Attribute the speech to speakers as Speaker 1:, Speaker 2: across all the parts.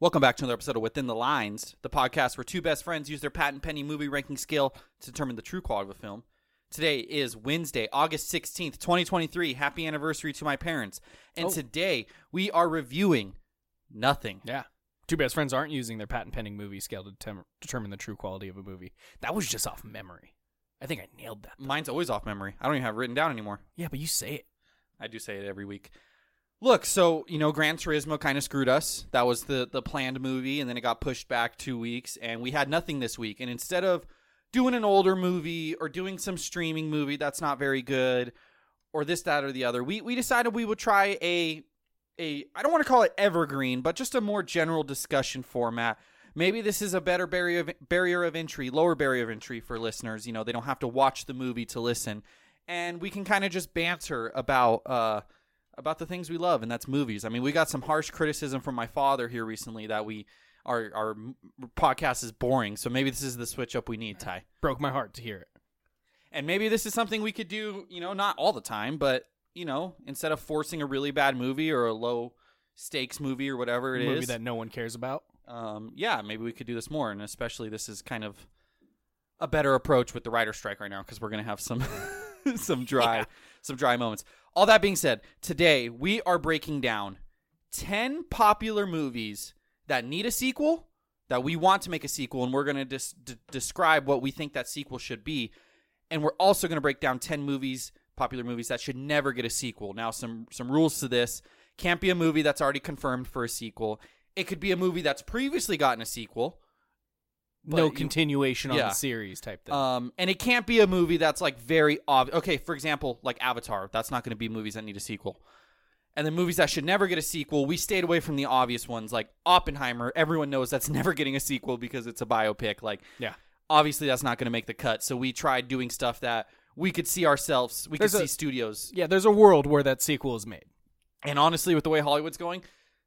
Speaker 1: Welcome back to another episode of Within the Lines, the podcast where two best friends use their patent penny movie ranking scale to determine the true quality of a film. Today is Wednesday, August 16th, 2023. Happy anniversary to my parents. And
Speaker 2: Oh.
Speaker 1: today we are reviewing nothing.
Speaker 2: Yeah. Two best friends aren't using their patent pending movie scale to detem- determine the true quality of a movie. That was just off memory. I think I nailed that.
Speaker 1: Mine's always off memory. I don't even have it written down anymore.
Speaker 2: Yeah, but you say it.
Speaker 1: I do say it every week. Look, so you know, Gran Turismo kind of screwed us. That was the the planned movie, and then it got pushed back two weeks, and we had nothing this week. And instead of doing an older movie or doing some streaming movie that's not very good, or this, that, or the other, we we decided we would try a a I don't want to call it evergreen, but just a more general discussion format. Maybe this is a better barrier of, barrier of entry, lower barrier of entry for listeners. You know, they don't have to watch the movie to listen, and we can kind of just banter about uh, about the things we love, and that's movies. I mean, we got some harsh criticism from my father here recently that we our our m- podcast is boring. So maybe this is the switch up we need, Ty.
Speaker 2: Broke my heart to hear it.
Speaker 1: And maybe this is something we could do, you know, not all the time, but you know, instead of forcing a really bad movie or a low stakes movie or whatever it is,
Speaker 2: movie that no one cares about.
Speaker 1: um, yeah, maybe we could do this more. And especially this is kind of a better approach with the writer strike right now because we're gonna have some some dry some dry moments. All that being said, today we are breaking down ten popular movies that need a sequel that we want to make a sequel, and we're gonna dis- d- describe what we think that sequel should be. And we're also gonna break down ten movies, popular movies that should never get a sequel. Now, some some rules to this: can't be a movie that's already confirmed for a sequel. It could be a movie that's previously gotten a sequel.
Speaker 2: no
Speaker 1: you-
Speaker 2: continuation on
Speaker 1: yeah.
Speaker 2: the series type thing.
Speaker 1: Um, and it can't be a movie that's like very obvious. Okay, for example, like Avatar. That's not going to be movies that need a sequel. And then movies that should never get a sequel, we stayed away from the obvious ones like Oppenheimer. Everyone knows that's never getting a sequel because it's a biopic. Like,
Speaker 2: yeah.
Speaker 1: obviously, that's not going to make the cut. So we tried doing stuff that we could see ourselves, we
Speaker 2: There's
Speaker 1: could
Speaker 2: a-
Speaker 1: see studios.
Speaker 2: Yeah, there's a world where that sequel is made.
Speaker 1: And honestly, with the way Hollywood's going,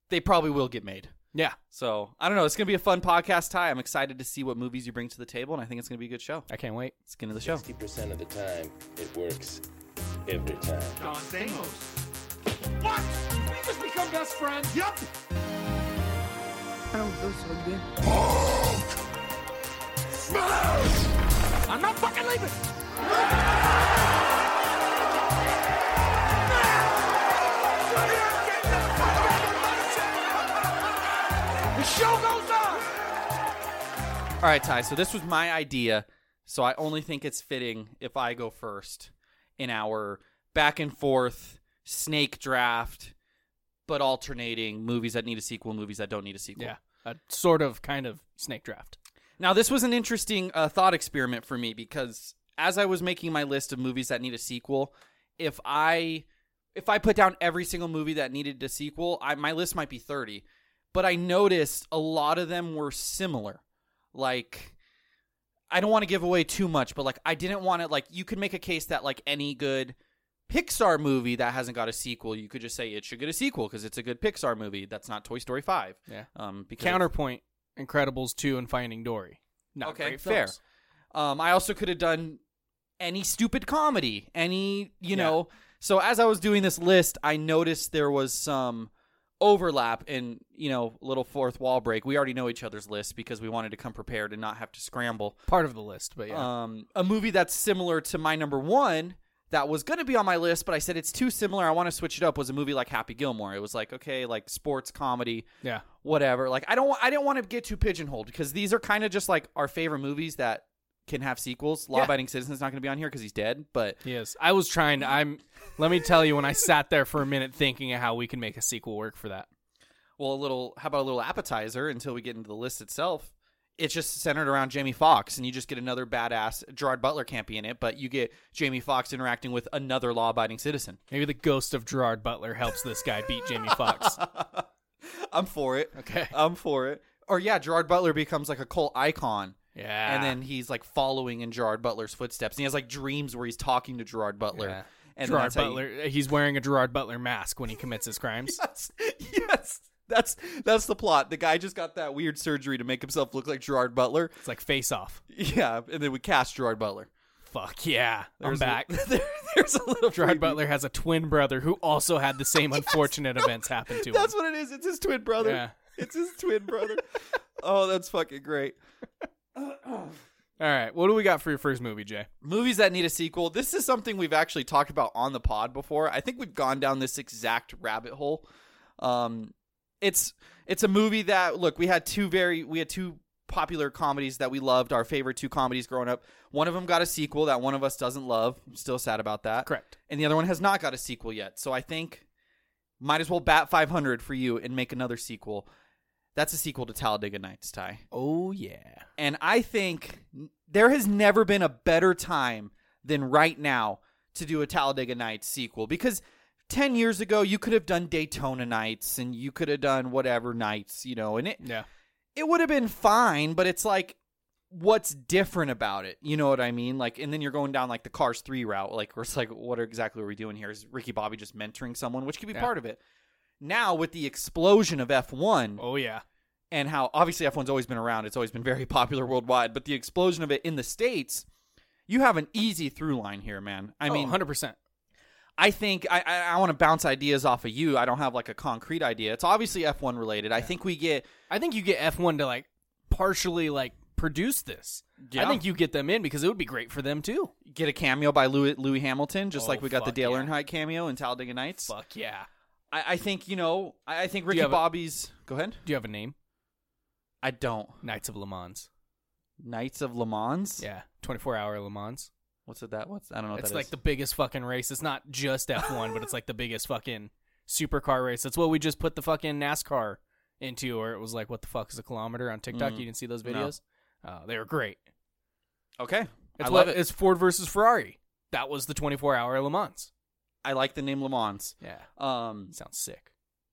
Speaker 1: they probably will get made.
Speaker 2: Yeah.
Speaker 1: So I don't know. It's going to be a fun podcast, Ty. I'm excited to see what movies you bring to the table, and I think it's going to be a good show.
Speaker 2: I can't wait.
Speaker 1: Skin of the show.
Speaker 3: 60% of the time, it works every time.
Speaker 4: Don Stamos. What? We just become best friends? Yup.
Speaker 5: Oh, those are good.
Speaker 4: I'm not fucking leaving. The show goes on.
Speaker 1: All right, Ty. So this was my idea. So I only think it's fitting if I go first in our back and forth snake draft, but alternating movies that need a sequel, movies that don't need a sequel.
Speaker 2: Yeah. A sort of kind of snake draft.
Speaker 1: Now this was an interesting uh, thought experiment for me because as I was making my list of movies that need a sequel, if I if I put down every single movie that needed a sequel, I, my list might be thirty. But I noticed a lot of them were similar, like. I don't want to give away too much, but like I didn't want to like you could make a case that like any good Pixar movie that hasn't got a sequel, you could just say it should get a sequel because it's a good Pixar movie. That's not Toy Story five.
Speaker 2: Yeah.
Speaker 1: Um, because
Speaker 2: Counterpoint Incredibles 2 and Finding Dory. Not
Speaker 1: Okay,
Speaker 2: great
Speaker 1: fair.
Speaker 2: films.
Speaker 1: Um, I also could have done any stupid comedy, any you
Speaker 2: Yeah.
Speaker 1: know. So as I was doing this list, I noticed there was some overlap and you know little fourth wall break. We already know each other's list because we wanted to come prepared and not have to scramble.
Speaker 2: Part of the list, but yeah.
Speaker 1: Um, a movie that's similar to my number one that was going to be on my list, but I said it's too similar. I want to switch it up. Was a movie like Happy Gilmore. It was like okay, like sports comedy
Speaker 2: yeah.
Speaker 1: whatever. Like I don't wa- I didn't want to get too pigeonholed because these are kind of just like our favorite movies that can have sequels. Law Abiding Citizen's not going to be on here because he's dead, but
Speaker 2: He is. I was trying to. I'm. Let me tell you, when I sat there for a minute thinking of how we can make a sequel work for that.
Speaker 1: well, a little how about a little appetizer until we get into the list itself. It's just centered around Jamie Foxx, and you just get another badass. Gerard Butler can't be in it, but you get Jamie Foxx interacting with another law-abiding citizen.
Speaker 2: Maybe the ghost of Gerard Butler helps this guy beat Jamie Foxx.
Speaker 1: I'm for it.
Speaker 2: Okay.
Speaker 1: I'm for it. Or yeah, Gerard Butler becomes like a cult icon,
Speaker 2: Yeah.
Speaker 1: and then he's like following in Gerard Butler's footsteps, and he has like dreams where he's talking to Gerard Butler.
Speaker 2: Yeah.
Speaker 1: And then
Speaker 2: Gerard
Speaker 1: that's how you-
Speaker 2: Butler. He's wearing a Gerard Butler mask when he commits his crimes.
Speaker 1: Yes, yes. That's that's the plot. The guy just got that weird surgery to make himself look like Gerard Butler.
Speaker 2: It's like face off.
Speaker 1: Yeah, and then we cast Gerard Butler.
Speaker 2: Fuck yeah! I'm
Speaker 1: a-
Speaker 2: back.
Speaker 1: there- there's a little
Speaker 2: Gerard
Speaker 1: preview.
Speaker 2: Butler has a twin brother who also had the same unfortunate events happen to him.
Speaker 1: That's what it is. It's his twin brother.
Speaker 2: Yeah.
Speaker 1: It's his twin brother. Oh, that's fucking great.
Speaker 2: All right, what do we got for your first movie, Jay?
Speaker 1: Movies that need a sequel. This is something we've actually talked about on the pod before. I think we've gone down this exact rabbit hole. Um, it's it's a movie that look we had two very we had two popular comedies that we loved our favorite two comedies growing up. One of them got a sequel that one of us doesn't love. I'm still sad about that.
Speaker 2: Correct.
Speaker 1: And the other one has not got a sequel yet. So I think might as well bat 500 for you and make another sequel. That's a sequel to Talladega Nights, Ty.
Speaker 2: Oh yeah.
Speaker 1: And I think there has never been a better time than right now to do a Talladega Nights sequel because 10 years ago you could have done Daytona Nights and you could have done whatever nights, you know, and it
Speaker 2: Yeah.
Speaker 1: it would have been fine, but it's like what's different about it? You know what I mean? Like and then you're going down like the Cars 3 route, like where it's like what exactly are we doing here? Is Ricky Bobby just mentoring someone, which could be
Speaker 2: Yeah.
Speaker 1: part of it. Now with the explosion of F1,
Speaker 2: Oh yeah.
Speaker 1: and how obviously F1's always been around. It's always been very popular worldwide, but the explosion of it in the States, you have an easy through line here, man.
Speaker 2: Oh,
Speaker 1: I mean,
Speaker 2: 100%.
Speaker 1: I think I, I, I want to bounce ideas off of you. I don't have like a concrete idea. It's obviously F1 related. I think we get,
Speaker 2: I think you get F1 to like partially like produce this.
Speaker 1: Yeah.
Speaker 2: I think you get them in because it would be great for them too.
Speaker 1: get a cameo by Louis, Louis Hamilton, just
Speaker 2: Oh,
Speaker 1: like we got the
Speaker 2: fuck
Speaker 1: Dale
Speaker 2: yeah.
Speaker 1: Earnhardt cameo in Talladega Nights.
Speaker 2: Fuck yeah.
Speaker 1: I, I think, you know, I, I think Ricky
Speaker 2: have a-
Speaker 1: Bobby's. Go ahead.
Speaker 2: Do you have a name?
Speaker 1: I don't.
Speaker 2: Knights of Le Mans.
Speaker 1: Knights of Le Mans?
Speaker 2: Yeah. 24 hour Le Mans.
Speaker 1: What's it that? What's, I don't know what
Speaker 2: it's
Speaker 1: Oh, that
Speaker 2: like
Speaker 1: is.
Speaker 2: the biggest fucking race. It's not just F1, but it's like the biggest fucking supercar race. That's what we just put the fucking NASCAR into, or it was like, what the fuck is a kilometer on TikTok?
Speaker 1: Mm.
Speaker 2: You didn't see those
Speaker 1: No.
Speaker 2: videos? Uh, they were great.
Speaker 1: okay. I
Speaker 2: It's
Speaker 1: love
Speaker 2: what,
Speaker 1: it.
Speaker 2: It's Ford versus Ferrari. That was the 24 hour Le Mans.
Speaker 1: I like the name Le Mans.
Speaker 2: Yeah.
Speaker 1: Um,
Speaker 2: Sounds sick.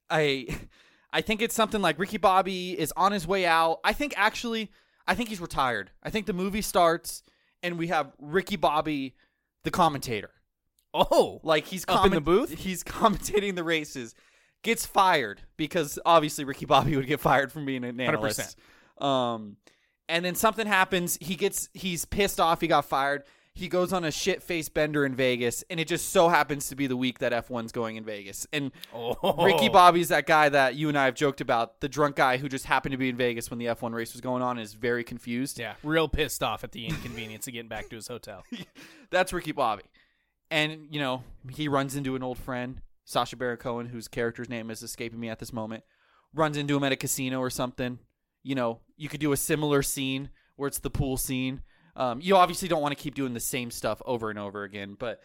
Speaker 1: I I think it's something like Ricky Bobby is on his way out. I think actually I think he's retired. I think the movie starts and we have Ricky Bobby the commentator.
Speaker 2: Oh,
Speaker 1: Like he's
Speaker 2: Up in the booth?
Speaker 1: He's commentating the races. Gets fired because obviously Ricky Bobby would get fired from being an analyst. 100%. Um and then something happens, he gets he's pissed off he got fired. He goes on a shit face bender in Vegas and it just so happens to be the week that F1's going in Vegas. And
Speaker 2: oh.
Speaker 1: Ricky Bobby's that guy that you and I have joked about, the drunk guy who just happened to be in Vegas when the F1 race was going on and is very confused.
Speaker 2: Yeah, real pissed off at the inconvenience of getting back to his hotel.
Speaker 1: That's Ricky Bobby. And, you know, he runs into an old friend, Sasha Baron Cohen, whose character's name is escaping me at this moment, runs into him at a casino or something. You know, you could do a similar scene where it's the pool scene. Um, you obviously don't want to keep doing the same stuff over and over again, but,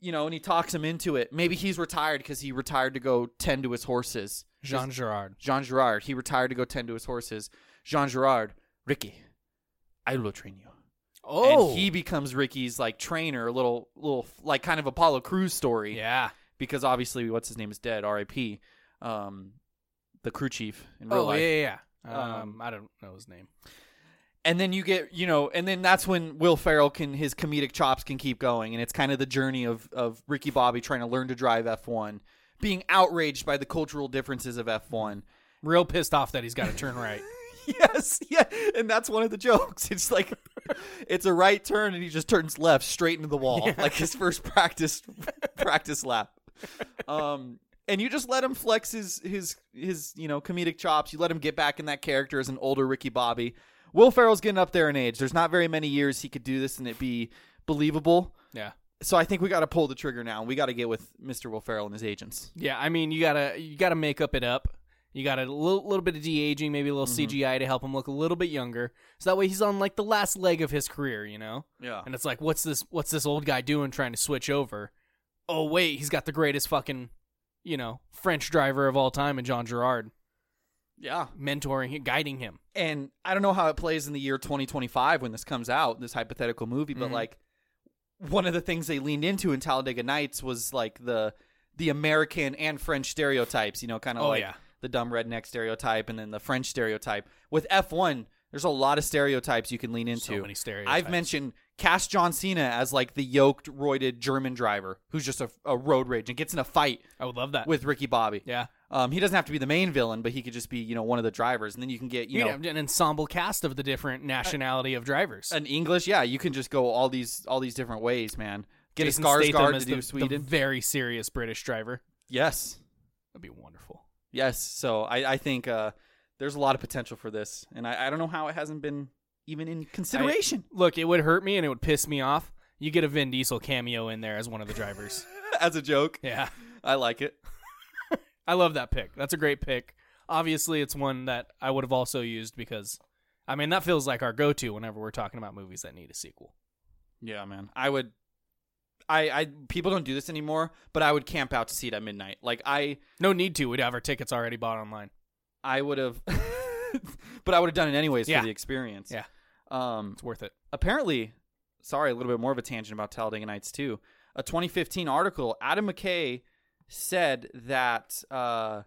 Speaker 1: you know, and he talks him into it. Maybe he's retired because he retired to go tend to his horses.
Speaker 2: Jean Girard.
Speaker 1: Jean Girard. He retired to go tend to his horses. Jean Girard, Ricky, I will train you.
Speaker 2: Oh,
Speaker 1: And he becomes Ricky's like trainer, little little like kind of Apollo Crews story.
Speaker 2: yeah.
Speaker 1: Because obviously what's his name is dead, R.I.P. Um the crew chief in real
Speaker 2: Oh,
Speaker 1: life.
Speaker 2: yeah, yeah. yeah. Um,
Speaker 1: Um,
Speaker 2: I don't know his name.
Speaker 1: And then you get, you know, and then that's when Will Ferrell can his comedic chops can keep going and it's kind of the journey of of Ricky Bobby trying to learn to drive F1, being outraged by the cultural differences of F1.
Speaker 2: Real pissed off that he's got to turn right.
Speaker 1: Yes, yeah, and that's one of the jokes. It's like it's a right turn, and he just turns left straight into the wall, like his first practice practice lap. Um, and you just let him flex his his his you know comedic chops. You let him get back in that character as an older Ricky Bobby. Will Ferrell's getting up there in age. There's not very many years he could do this and it be believable.
Speaker 2: yeah.
Speaker 1: So I think we got to pull the trigger now. and We got to get with Mr. Will Ferrell and his agents.
Speaker 2: Yeah, I mean, you gotta you gotta make up it up. You got a little, little bit of de aging, maybe a little CGI to help him look a little bit younger, so that way he's on like the last leg of his career, you know.
Speaker 1: Yeah,
Speaker 2: And it's like, what's this? What's this old guy doing trying to switch over? Oh wait, he's got the greatest fucking, you know, French driver of all time, and John Gerard
Speaker 1: yeah.
Speaker 2: mentoring, guiding him.
Speaker 1: and I don't know how it plays in the year 2025 when this comes out, this hypothetical movie, but
Speaker 2: Mm-hmm.
Speaker 1: like one of the things they leaned into in Talladega Nights was like the the American and French stereotypes, you know, kind of
Speaker 2: Oh,
Speaker 1: like
Speaker 2: yeah.
Speaker 1: the dumb redneck stereotype and then the French stereotype. With F1, there's a lot of stereotypes you can lean into.
Speaker 2: many stereotypes.
Speaker 1: I've mentioned cast John Cena as like the yoked, roided German driver who's just a, a road rage and gets in a fight
Speaker 2: I would love that.
Speaker 1: with Ricky Bobby.
Speaker 2: yeah,
Speaker 1: Um, he doesn't have to be the main villain, but he could just be, you know, one of the drivers. And then you can get, you
Speaker 2: you
Speaker 1: know,
Speaker 2: know, an ensemble cast of the different nationality of drivers.
Speaker 1: an English, yeah, you can just go all these all these different ways, man. Get
Speaker 2: Jason
Speaker 1: a
Speaker 2: Statham
Speaker 1: Skarsgård
Speaker 2: as
Speaker 1: to
Speaker 2: the,
Speaker 1: do Sweden.
Speaker 2: the very serious British driver.
Speaker 1: yes,
Speaker 2: That'd be wonderful.
Speaker 1: yes. So I I think uh, there's a lot of potential for this, and I, I don't know how it hasn't been even in consideration
Speaker 2: Look, it would hurt me and it would piss me off. You get a Vin Diesel cameo in there as one of the drivers.
Speaker 1: as a joke.
Speaker 2: yeah.
Speaker 1: I like it.
Speaker 2: I love that pick. That's a great pick. Obviously, it's one that I would have also used because, I mean, that feels like our go to whenever we're talking about movies that need a sequel.
Speaker 1: Yeah, man. I would. I, I people don't do this anymore, but I would camp out to see it at midnight. Like I
Speaker 2: No need to. We'd have our tickets already bought online.
Speaker 1: I would have, but I would have done it anyways
Speaker 2: Yeah.
Speaker 1: for the experience.
Speaker 2: Yeah.
Speaker 1: Um.
Speaker 2: It's worth it.
Speaker 1: Apparently, sorry, a little bit more of a tangent about Talladega Nights too. A 2015 article, Adam McKay said that uh,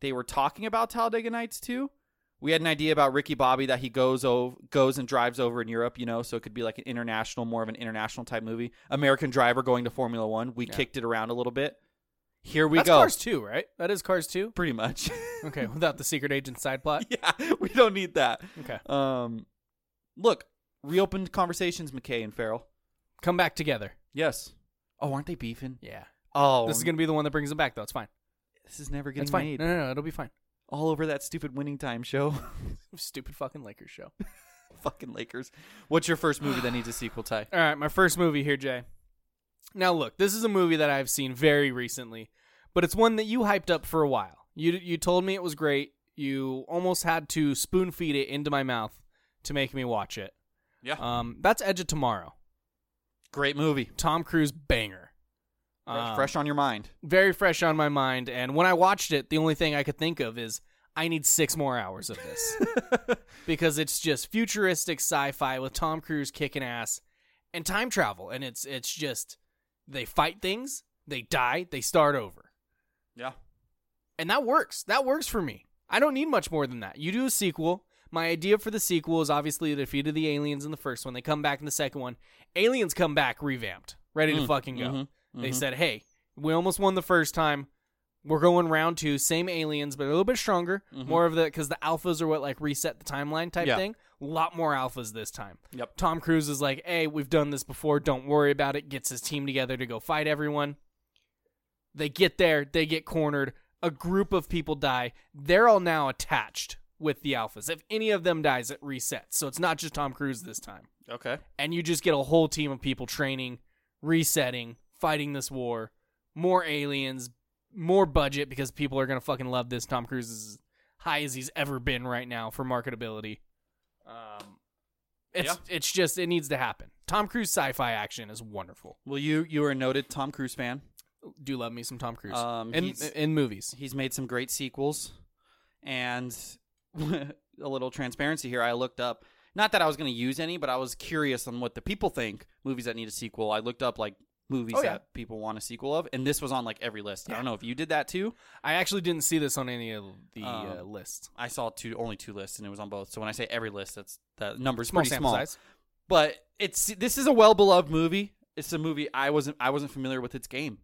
Speaker 1: they were talking about Talladega Nights too. We had an idea about Ricky Bobby that he goes over, goes and drives over in Europe, you know, so it could be like an international, more of an international type movie. American Driver going to Formula One. We kicked it around a little bit. Here we
Speaker 2: That's
Speaker 1: go.
Speaker 2: Cars 2, right? That is Cars 2.
Speaker 1: Pretty much.
Speaker 2: Okay, Hmm. without the secret agent side plot.
Speaker 1: yeah, we don't need that.
Speaker 2: Okay.
Speaker 1: Um, look, reopened conversations, McKay and Farrell.
Speaker 2: Come back together.
Speaker 1: Yes. Oh, aren't they beefing?
Speaker 2: Yeah.
Speaker 1: Oh,
Speaker 2: This is going to be the one that brings them back, though. It's fine.
Speaker 1: this is never
Speaker 2: It's
Speaker 1: getting
Speaker 2: fine.
Speaker 1: made.
Speaker 2: No, no, no. It'll be fine.
Speaker 1: All over that stupid winning time show.
Speaker 2: Stupid fucking Lakers show.
Speaker 1: Fucking Lakers. What's your first movie that needs a sequel, Ty?
Speaker 2: All right, my first movie here, Jay. Now, look, this is a movie that I've seen very recently, but it's one that you hyped up for a while. You you told me it was great. You almost had to spoon feed it into my mouth to make me watch it.
Speaker 1: Yeah.
Speaker 2: Um, that's Edge of Tomorrow.
Speaker 1: Great movie.
Speaker 2: Tom Cruise banger.
Speaker 1: Fresh-
Speaker 2: Um,
Speaker 1: Fresh on your mind.
Speaker 2: very fresh on my mind. And when I watched it, the only thing I could think of is I need six more hours of this because it's just futuristic sci-fi with Tom Cruise kicking ass and time travel, and it's it's just they fight things, they die, they start over,
Speaker 1: Yeah.
Speaker 2: and that works. That works for me. I don't need much more than that. You do a sequel. My idea for the sequel is obviously the defeat of the aliens in the first one. They come back in the second one. Aliens come back revamped, ready to fucking go.
Speaker 1: mhm,
Speaker 2: They said, "Hey, we almost won the first time. We're going round two, same aliens, but a little bit stronger. More of the because the alphas are what like reset the timeline type
Speaker 1: Yeah.
Speaker 2: thing. A lot more alphas this time.
Speaker 1: Yep.
Speaker 2: Tom Cruise is like, "Hey, we've done this before. Don't worry about it." Gets his team together to go fight everyone. They get there. They get cornered. A group of people die. They're all now attached with the alphas. If any of them dies, it resets. So it's not just Tom Cruise this time
Speaker 1: Okay.
Speaker 2: and you just get a whole team of people training, resetting, fighting this war, more aliens, more budget because people are gonna fucking love this. Tom Cruise is as high as he's ever been right now for marketability. Um, it's it's just it needs to happen. Tom Cruise sci-fi action is wonderful.
Speaker 1: Well, you you are a noted Tom Cruise fan.
Speaker 2: Do love me some Tom Cruise
Speaker 1: Um,
Speaker 2: in
Speaker 1: he's-
Speaker 2: in movies.
Speaker 1: He's made some great sequels, and a little transparency here. I looked up. Not that I was going to use any, but I was curious on what the people think movies that need a sequel. I looked up like movies
Speaker 2: Oh, yeah.
Speaker 1: that people want a sequel of, and this was on like every list. I don't know if you did that too.
Speaker 2: I actually didn't see this on any of the
Speaker 1: Um,
Speaker 2: uh, lists.
Speaker 1: I saw two, only two lists, and it was on both. So when I say every list, that's that number's
Speaker 2: Small
Speaker 1: pretty
Speaker 2: sample
Speaker 1: small.
Speaker 2: size.
Speaker 1: But it's this is a well beloved movie. It's a movie I wasn't I wasn't familiar with its game.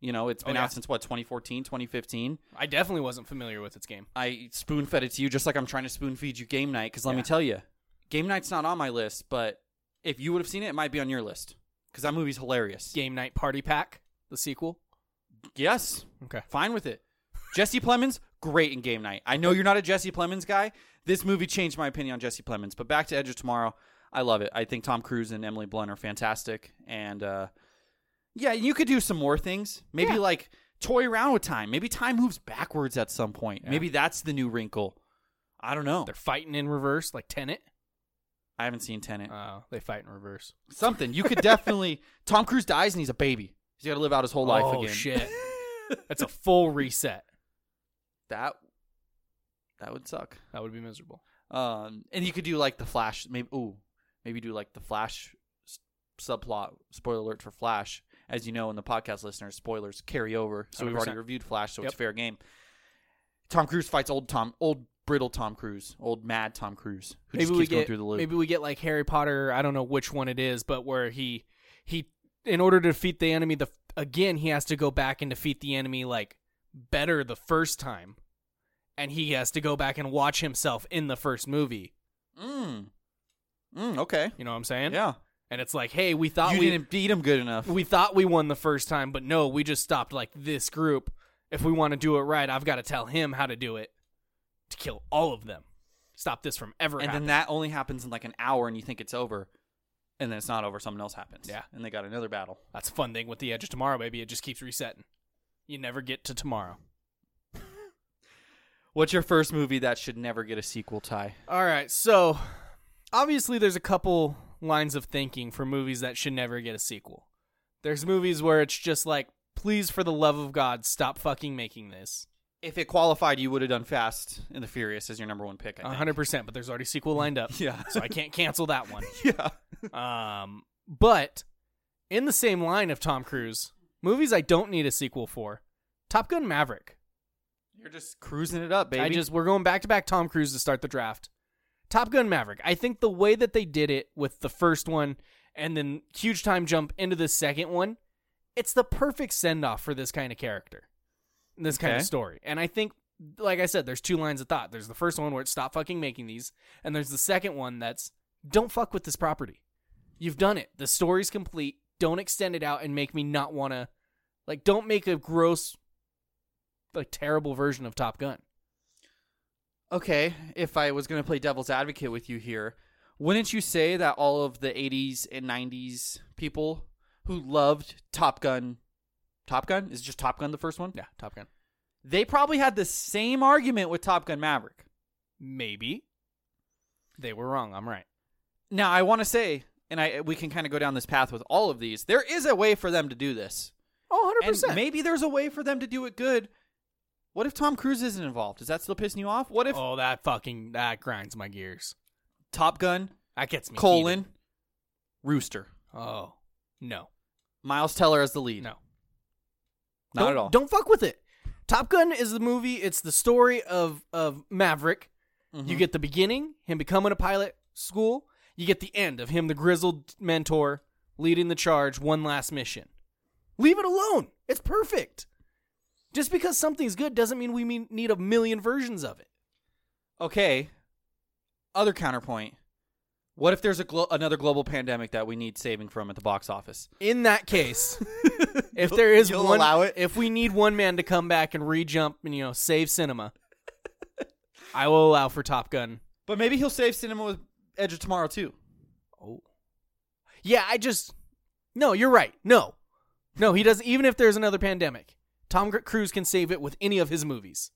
Speaker 1: You know, it's been
Speaker 2: Oh, yeah.
Speaker 1: out since what 2014, 2015.
Speaker 2: I definitely wasn't familiar with its game.
Speaker 1: I spoon fed it to you just like I'm trying to spoon feed you game night. Because let me tell you, game night's not on my list, but if you would have seen it, it might be on your list. Because that movie's hilarious.
Speaker 2: Game Night Party Pack, the sequel.
Speaker 1: Yes,
Speaker 2: Okay.
Speaker 1: fine with it. Jesse Plemons, great in game night. I know you're not a Jesse Plemons guy. This movie changed my opinion on Jesse Plemons. But back to Edge of Tomorrow, I love it. I think Tom Cruise and Emily Blunt are fantastic. And uh, yeah, you could do some more things. Maybe like toy around with time. Maybe time moves backwards at some point. Maybe that's the new wrinkle. I don't know.
Speaker 2: They're fighting in reverse like Tenet.
Speaker 1: I haven't seen Tenet.
Speaker 2: Oh, they fight in reverse.
Speaker 1: Something you could definitely. Tom Cruise dies and he's a baby. He's got to live out his whole life
Speaker 2: oh
Speaker 1: again.
Speaker 2: shit! That's a full reset.
Speaker 1: That that would suck.
Speaker 2: That would be miserable.
Speaker 1: Um, and you could do like the Flash. Maybe ooh, maybe do like the Flash s- subplot. Spoiler alert for Flash. As you know, in the podcast listeners, spoilers carry over. So we have
Speaker 2: 100%.
Speaker 1: already reviewed Flash, so it's
Speaker 2: Yep.
Speaker 1: fair game. Tom Cruise fights old Tom, old brittle Tom Cruise, old mad Tom Cruise, who
Speaker 2: Maybe
Speaker 1: just
Speaker 2: we
Speaker 1: keeps going
Speaker 2: get
Speaker 1: through the loop.
Speaker 2: maybe we get like Harry Potter. I don't know which one it is, but where he he in order to defeat the enemy the again he has to go back and defeat the enemy like better the first time, and he has to go back and watch himself in the first movie.
Speaker 1: Mm. Mm, okay.
Speaker 2: You know what I'm saying?
Speaker 1: Yeah.
Speaker 2: And it's like, hey, we thought
Speaker 1: You
Speaker 2: we
Speaker 1: didn't beat him good enough.
Speaker 2: we thought we won the first time, but no, we just stopped like this group. If we want to do it right, I've got to tell him how to do it. to kill all of them. Stop this from ever
Speaker 1: and then
Speaker 2: happening.
Speaker 1: that only happens in like an hour, and you think it's over, and then it's not over. Something else happens.
Speaker 2: Yeah.
Speaker 1: and they got another battle.
Speaker 2: That's a fun thing with the Edge of Tomorrow, baby. It just keeps resetting. You never get to tomorrow.
Speaker 1: What's your first movie that should never get a sequel? Ty.
Speaker 2: All right, so obviously there's a couple lines of thinking for movies that should never get a sequel. There's movies where it's just like, please, for the love of God, stop fucking making this.
Speaker 1: If it qualified, you would have done Fast and the Furious as your number one pick. I think.
Speaker 2: 100%, but there's already a sequel lined up.
Speaker 1: Yeah.
Speaker 2: So I can't cancel that one.
Speaker 1: Yeah.
Speaker 2: Um, but in the same line of Tom Cruise, movies I don't need a sequel for Top Gun Maverick.
Speaker 1: You're just cruising it up, baby.
Speaker 2: I just we're going back to back Tom Cruise to start the draft. Top Gun Maverick. I think the way that they did it with the first one and then huge time jump into the second one, it's the perfect send off for this kind of character. and This kind
Speaker 1: Okay.
Speaker 2: of story. And I think like I said, there's two lines of thought. There's the first one where it's stop fucking making these, and there's the second one that's don't fuck with this property. You've done it. The story's complete. Don't extend it out and make me not want to like don't make a gross like terrible version of Top Gun.
Speaker 1: okay, if I was going to play devil's advocate with you here, wouldn't you say that all of the 80s and 90s people who loved Top Gun, Top Gun? Is it just Top Gun the first one?
Speaker 2: Yeah, Top Gun.
Speaker 1: They probably had the same argument with Top Gun Maverick.
Speaker 2: Maybe. They were wrong. I'm right.
Speaker 1: Now, I want to say, and I we can kind of go down this path with all of these, there is a way for them to do this.
Speaker 2: Oh,
Speaker 1: And maybe there's a way for them to do it good. What if Tom Cruise isn't involved? Is that still pissing you off? What if
Speaker 2: oh, that fucking that grinds my gears.
Speaker 1: Top Gun,
Speaker 2: That gets me.
Speaker 1: colon, Rooster,
Speaker 2: heated. Oh no,
Speaker 1: Miles Teller as the lead?
Speaker 2: no,
Speaker 1: Not
Speaker 2: don't,
Speaker 1: at all.
Speaker 2: Don't fuck with it. Top Gun is the movie. It's the story of of Maverick. You
Speaker 1: Mm-hmm.
Speaker 2: get the beginning, him becoming a pilot school. You get the end of him, the grizzled mentor, leading the charge, one last mission. Leave it alone. It's perfect. Just because something's good doesn't mean we mean, need a million versions of it.
Speaker 1: okay. Other counterpoint. What if there's a glo- another global pandemic that we need saving from at the box office?
Speaker 2: In that case, if there is
Speaker 1: You'll
Speaker 2: one,
Speaker 1: allow it?
Speaker 2: if we need one man to come back and re-jump and you know save cinema, I will allow for Top Gun.
Speaker 1: But maybe he'll save cinema with Edge of Tomorrow too.
Speaker 2: Oh, yeah. I just no. You're right. No, no. He doesn't. Even if there's another pandemic, Tom Gr- Cruise can save it with any of his movies.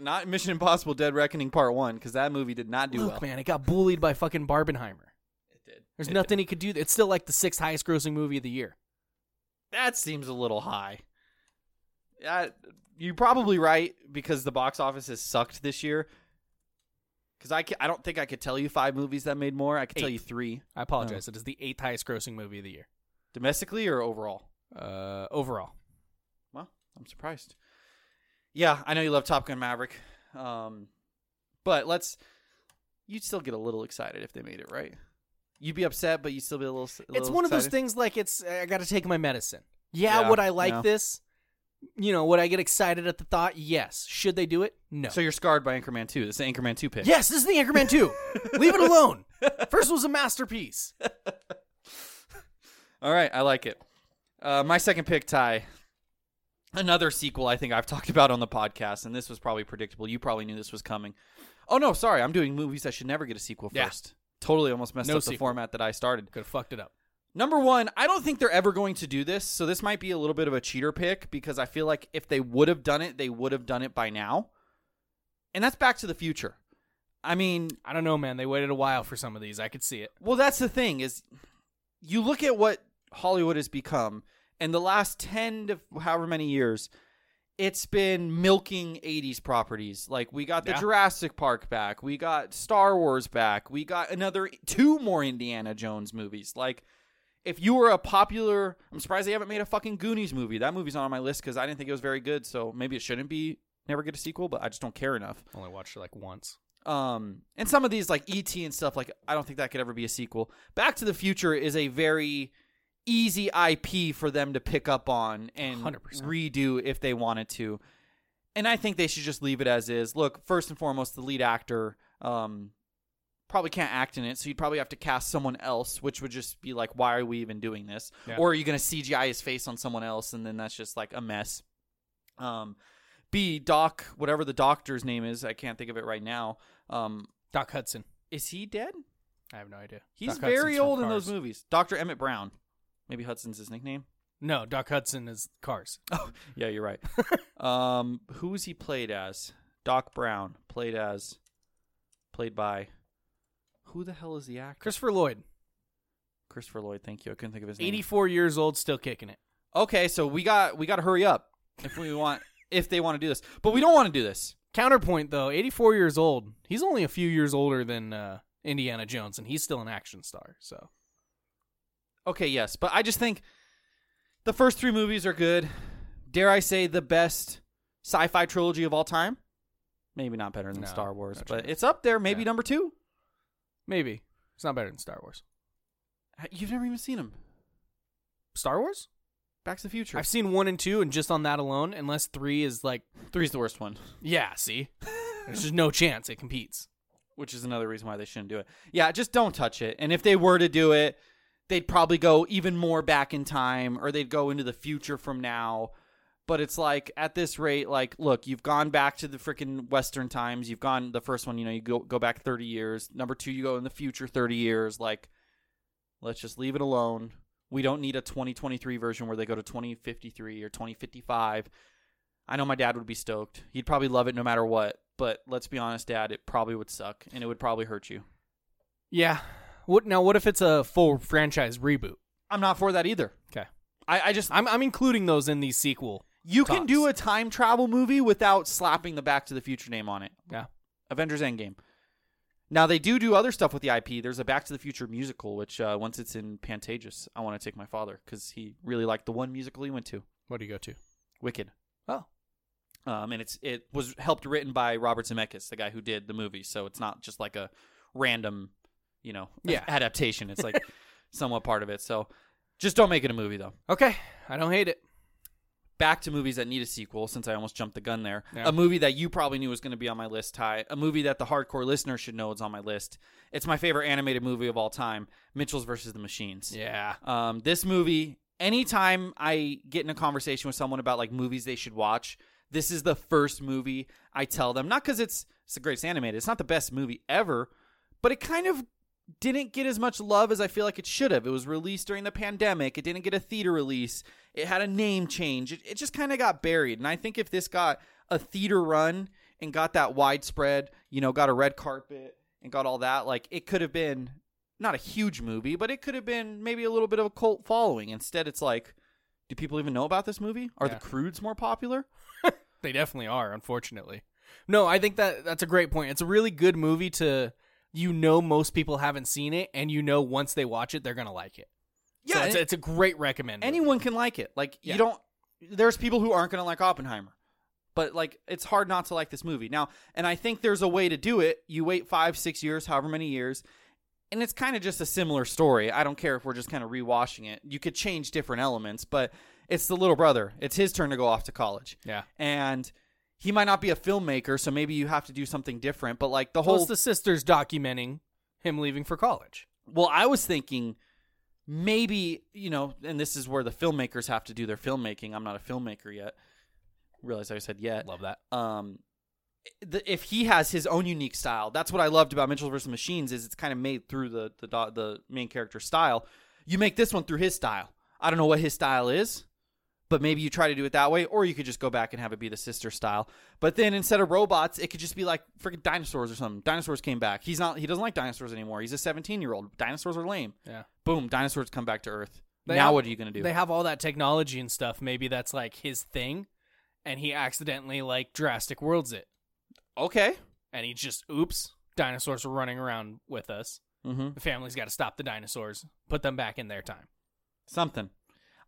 Speaker 1: Not Mission Impossible: Dead Reckoning Part One because that movie did not do well.
Speaker 2: Look, man, it got bullied by fucking Barbenheimer.
Speaker 1: It did.
Speaker 2: There's
Speaker 1: It
Speaker 2: nothing he could do. It's still like the sixth highest grossing movie of the year.
Speaker 1: did. That seems a little high. That, you're probably right because the box office has sucked this year. Because I, ca- I don't think I could tell you five movies that made more. I could tell
Speaker 2: Eight.
Speaker 1: you three
Speaker 2: I
Speaker 1: Oh.
Speaker 2: apologize. It is the eighth highest grossing movie of the year
Speaker 1: domestically or overall.
Speaker 2: uh, overall.
Speaker 1: Well, I'm surprised. Yeah, I know you love Top Gun Maverick, um, but let's. You'd still get a little excited if they made it right. You'd be upset, but you'd still be a little. a
Speaker 2: it's
Speaker 1: little
Speaker 2: one of those
Speaker 1: excited.
Speaker 2: things like it's I got to take my medicine. Yeah,
Speaker 1: Yeah,
Speaker 2: would I like
Speaker 1: yeah.
Speaker 2: this? You know, would I get excited at the thought? Yes. Should they do it? No.
Speaker 1: So you're scarred by Anchorman Two. This is Anchorman Two pick.
Speaker 2: yes, this is the Anchorman two. Leave it alone. First was a masterpiece.
Speaker 1: All right, I like it. Uh, my second pick, Ty. Another sequel I think I've talked about on the podcast, and this was probably predictable. You probably knew this was coming. Oh no, sorry, I'm doing movies that should never get a sequel
Speaker 2: Yeah.
Speaker 1: first. Totally almost messed
Speaker 2: No
Speaker 1: up the
Speaker 2: sequel.
Speaker 1: format that I started.
Speaker 2: Could have fucked it up.
Speaker 1: Number one, I don't think they're ever going to do this, so this might be a little bit of a cheater pick because I feel like if they would have done it, they would have done it by now. And that's Back to the Future. I mean,
Speaker 2: I don't know, man. They waited a while for some of these. I could see it.
Speaker 1: well, that's the thing is, you look at what Hollywood has become, and the last ten to however many years, it's been milking '80s properties. Like we got the
Speaker 2: Yeah.
Speaker 1: Jurassic Park back, we got Star Wars back, we got another two more Indiana Jones movies. Like if you were a popular, I'm surprised they haven't made a fucking Goonies movie. That movie's not on my list because I didn't think it was very good. So maybe it shouldn't be. Never get a sequel, but I just don't care enough.
Speaker 2: Only watched it like once.
Speaker 1: Um, and some of these like ET and stuff, like I don't think that could ever be a sequel. Back to the Future is a very easy IP for them to pick up on and
Speaker 2: 100%.
Speaker 1: redo if they wanted to. And I think they should just leave it as is. Look, first and foremost, the lead actor um probably can't act in it, so you'd probably have to cast someone else, which would just be like, why are we even doing this?
Speaker 2: Yeah.
Speaker 1: Or are you going to CGI his face on someone else, and then that's just like a mess. Um, B Doc, whatever the doctor's name is, I can't think of it right now. Um,
Speaker 2: Doc Hudson.
Speaker 1: is he dead?
Speaker 2: I have no idea.
Speaker 1: He's
Speaker 2: Doc Hudson's
Speaker 1: very
Speaker 2: from
Speaker 1: old in those
Speaker 2: Cars.
Speaker 1: movies. Doctor Emmett Brown, maybe Hudson's his nickname.
Speaker 2: No, Doc Hudson is Cars.
Speaker 1: Yeah, you're right. um, who was he played as? Doc Brown played as, played by. Who the hell is the actor?
Speaker 2: Christopher Lloyd,
Speaker 1: Christopher Lloyd. Thank you. I couldn't think of his name.
Speaker 2: 84 years old, still kicking it.
Speaker 1: Okay, so we got we got to hurry up if we want if they want to do this, but we don't want to do this.
Speaker 2: Counterpoint though, 84 years old. He's only a few years older than uh, Indiana Jones, and he's still an action star. So
Speaker 1: Okay, yes, but I just think the first three movies are good. Dare I say the best sci-fi trilogy of all time? Maybe not better than
Speaker 2: No,
Speaker 1: Star Wars,
Speaker 2: no
Speaker 1: but
Speaker 2: chance.
Speaker 1: it's up there. Maybe
Speaker 2: Yeah.
Speaker 1: number two.
Speaker 2: maybe it's not better than Star Wars.
Speaker 1: You've never even seen them.
Speaker 2: Star Wars?
Speaker 1: Back to the Future.
Speaker 2: I've seen one and two, and just on that alone, unless three is like,
Speaker 1: Three's the worst one,
Speaker 2: yeah, see, there's just no chance it competes.
Speaker 1: which is another reason why they shouldn't do it. Yeah, just don't touch it. And if they were to do it, they'd probably go even more back in time, or they'd go into the future from now. But it's like at this rate, like, look, you've gone back to the freaking Western times. You've gone the first one, you know, you go go back thirty years. Number two, you go in the future thirty years. Like, let's just leave it alone. We don't need a 2023 version where they go to 2053 or 2055. I know my dad would be stoked. He'd probably love it no matter what. But let's be honest, Dad, it probably would suck and it would probably hurt you.
Speaker 2: Yeah. What now? What if it's a full franchise reboot?
Speaker 1: I'm not for that either.
Speaker 2: Okay,
Speaker 1: I, I just
Speaker 2: I'm I'm including those in the sequel.
Speaker 1: you can
Speaker 2: Tops.
Speaker 1: do a time travel movie without slapping the Back to the Future name on it.
Speaker 2: Yeah.
Speaker 1: Avengers Endgame. Now they do do other stuff with the IP. There's a Back to the Future musical, which uh, once it's in Pantages, I want to take my father because he really liked the one musical he went to,
Speaker 2: What do you go to?
Speaker 1: Wicked.
Speaker 2: Oh,
Speaker 1: um, and it's it was helped written by Robert Zemeckis, the guy who did the movie. So it's not just like a random, you know,
Speaker 2: Yeah.
Speaker 1: adaptation. It's like somewhat part of it. So just don't make it a movie though.
Speaker 2: okay. I don't hate it.
Speaker 1: Back to movies that need a sequel, since I almost jumped the gun there.
Speaker 2: Yeah.
Speaker 1: A movie that you probably knew was going to be on my list, Ty. A movie that the hardcore listener should know is on my list. It's my favorite animated movie of all time: Mitchell's versus the Machines.
Speaker 2: Yeah.
Speaker 1: Um, this movie, anytime I get in a conversation with someone about like movies they should watch, this is the first movie I tell them. Not because it's it's the greatest animated. It's not the best movie ever, but it kind of didn't get as much love as I feel like it should have. It was released during the pandemic. It didn't get a theater release. It had a name change. It, it just kind of got buried. And I think if this got a theater run and got that widespread, you know, got a red carpet and got all that, like it could have been not a huge movie, but it could have been maybe a little bit of a cult following. Instead, it's like, do people even know about this movie? Are
Speaker 2: Yeah.
Speaker 1: the Crudes more popular?
Speaker 2: They definitely are, unfortunately. No, I think that that's a great point. It's a really good movie to you know most people haven't seen it and you know once they watch it they're going to like it. So it's,
Speaker 1: and-
Speaker 2: it's a great recommend. movie.
Speaker 1: anyone can like it. Like
Speaker 2: Yeah.
Speaker 1: you don't. There's people who aren't going to like Oppenheimer, but like it's hard not to like this movie now. And I think there's a way to do it. You wait five, six years, however many years, and it's kind of just a similar story. I don't care if we're just kind of rewashing it. You could change different elements, but it's the little brother. It's his turn to go off to college.
Speaker 2: Yeah.
Speaker 1: and he might not be a filmmaker, so maybe you have to do something different. But like the whole
Speaker 2: Well, it's the sisters documenting him leaving for college.
Speaker 1: well i was thinking maybe you know and this is where the filmmakers have to do their filmmaking i'm not a filmmaker yet realize i said yet
Speaker 2: Love that.
Speaker 1: um the, if he has his own unique style that's what i loved about mitchell versus machines is it's kind of made through the the do- the main character style you make this one through his style i don't know what his style is but maybe you try to do it that way or you could just go back and have it be the sister style but then instead of robots it could just be like freaking dinosaurs or something dinosaurs came back he's not he doesn't like dinosaurs anymore he's a 17 year old dinosaurs are lame
Speaker 2: Yeah.
Speaker 1: boom dinosaurs come back to earth
Speaker 2: They
Speaker 1: now
Speaker 2: have-
Speaker 1: what are you going to do
Speaker 2: They have all that technology and stuff. Maybe that's like his thing and he accidentally like drastic worlds it
Speaker 1: okay
Speaker 2: and he just oops, dinosaurs are running around with us.
Speaker 1: mm-hmm.
Speaker 2: The family's got to stop the dinosaurs, put them back in their time.
Speaker 1: something.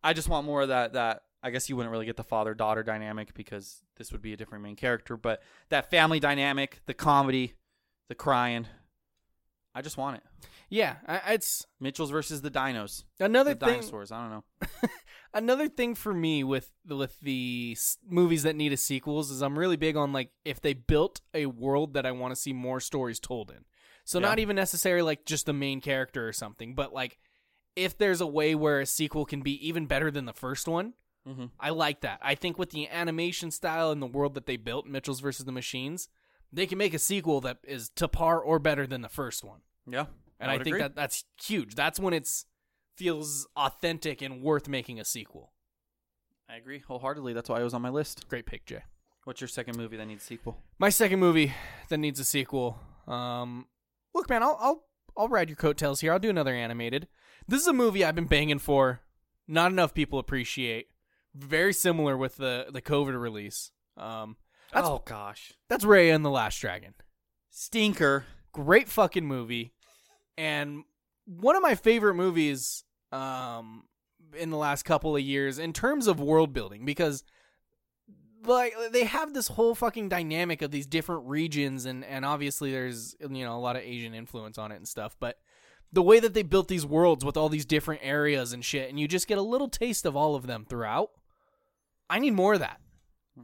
Speaker 1: I just want more of that. That I guess you wouldn't really get the father daughter dynamic because this would be a different main character, but that family dynamic, the comedy, the crying. I just want it.
Speaker 2: Yeah, I, it's
Speaker 1: Mitchell's versus the dinos,
Speaker 2: Another
Speaker 1: the
Speaker 2: thing,
Speaker 1: dinosaurs. I don't know.
Speaker 2: another thing for me with with the s- movies that need a sequels is I'm really big on like if they built a world that I want to see more stories told in. So
Speaker 1: Yeah.
Speaker 2: not even necessarily like just the main character or something, but like if there's a way where a sequel can be even better than the first one,
Speaker 1: Mhm.
Speaker 2: I like that. I think with the animation style and the world that they built, Mitchell's versus the Machines, they can make a sequel that is to par or better than the first one.
Speaker 1: Yeah,
Speaker 2: And I,
Speaker 1: would
Speaker 2: think
Speaker 1: agree.
Speaker 2: that that's huge. That's when it's feels authentic and worth making a sequel.
Speaker 1: I agree wholeheartedly. That's why I was on my list.
Speaker 2: Great pick, Jay.
Speaker 1: What's your second movie that needs sequel?
Speaker 2: My second movie that needs a sequel. Um, look, man, I'll I'll I'll ride your coattails here. I'll do another animated. This is a movie I've been banging for. Not enough people appreciate. Very similar with the the COVID release. Um, That's-
Speaker 1: oh gosh,
Speaker 2: that's Raya and the Last Dragon.
Speaker 1: stinker.
Speaker 2: Great fucking movie, and one of my favorite movies. Um, in the last couple of years in terms of world building because like they have this whole fucking dynamic of these different regions and and obviously there's you know a lot of asian influence on it and stuff but the way that they built these worlds with all these different areas and shit and you just get a little taste of all of them throughout i need more of that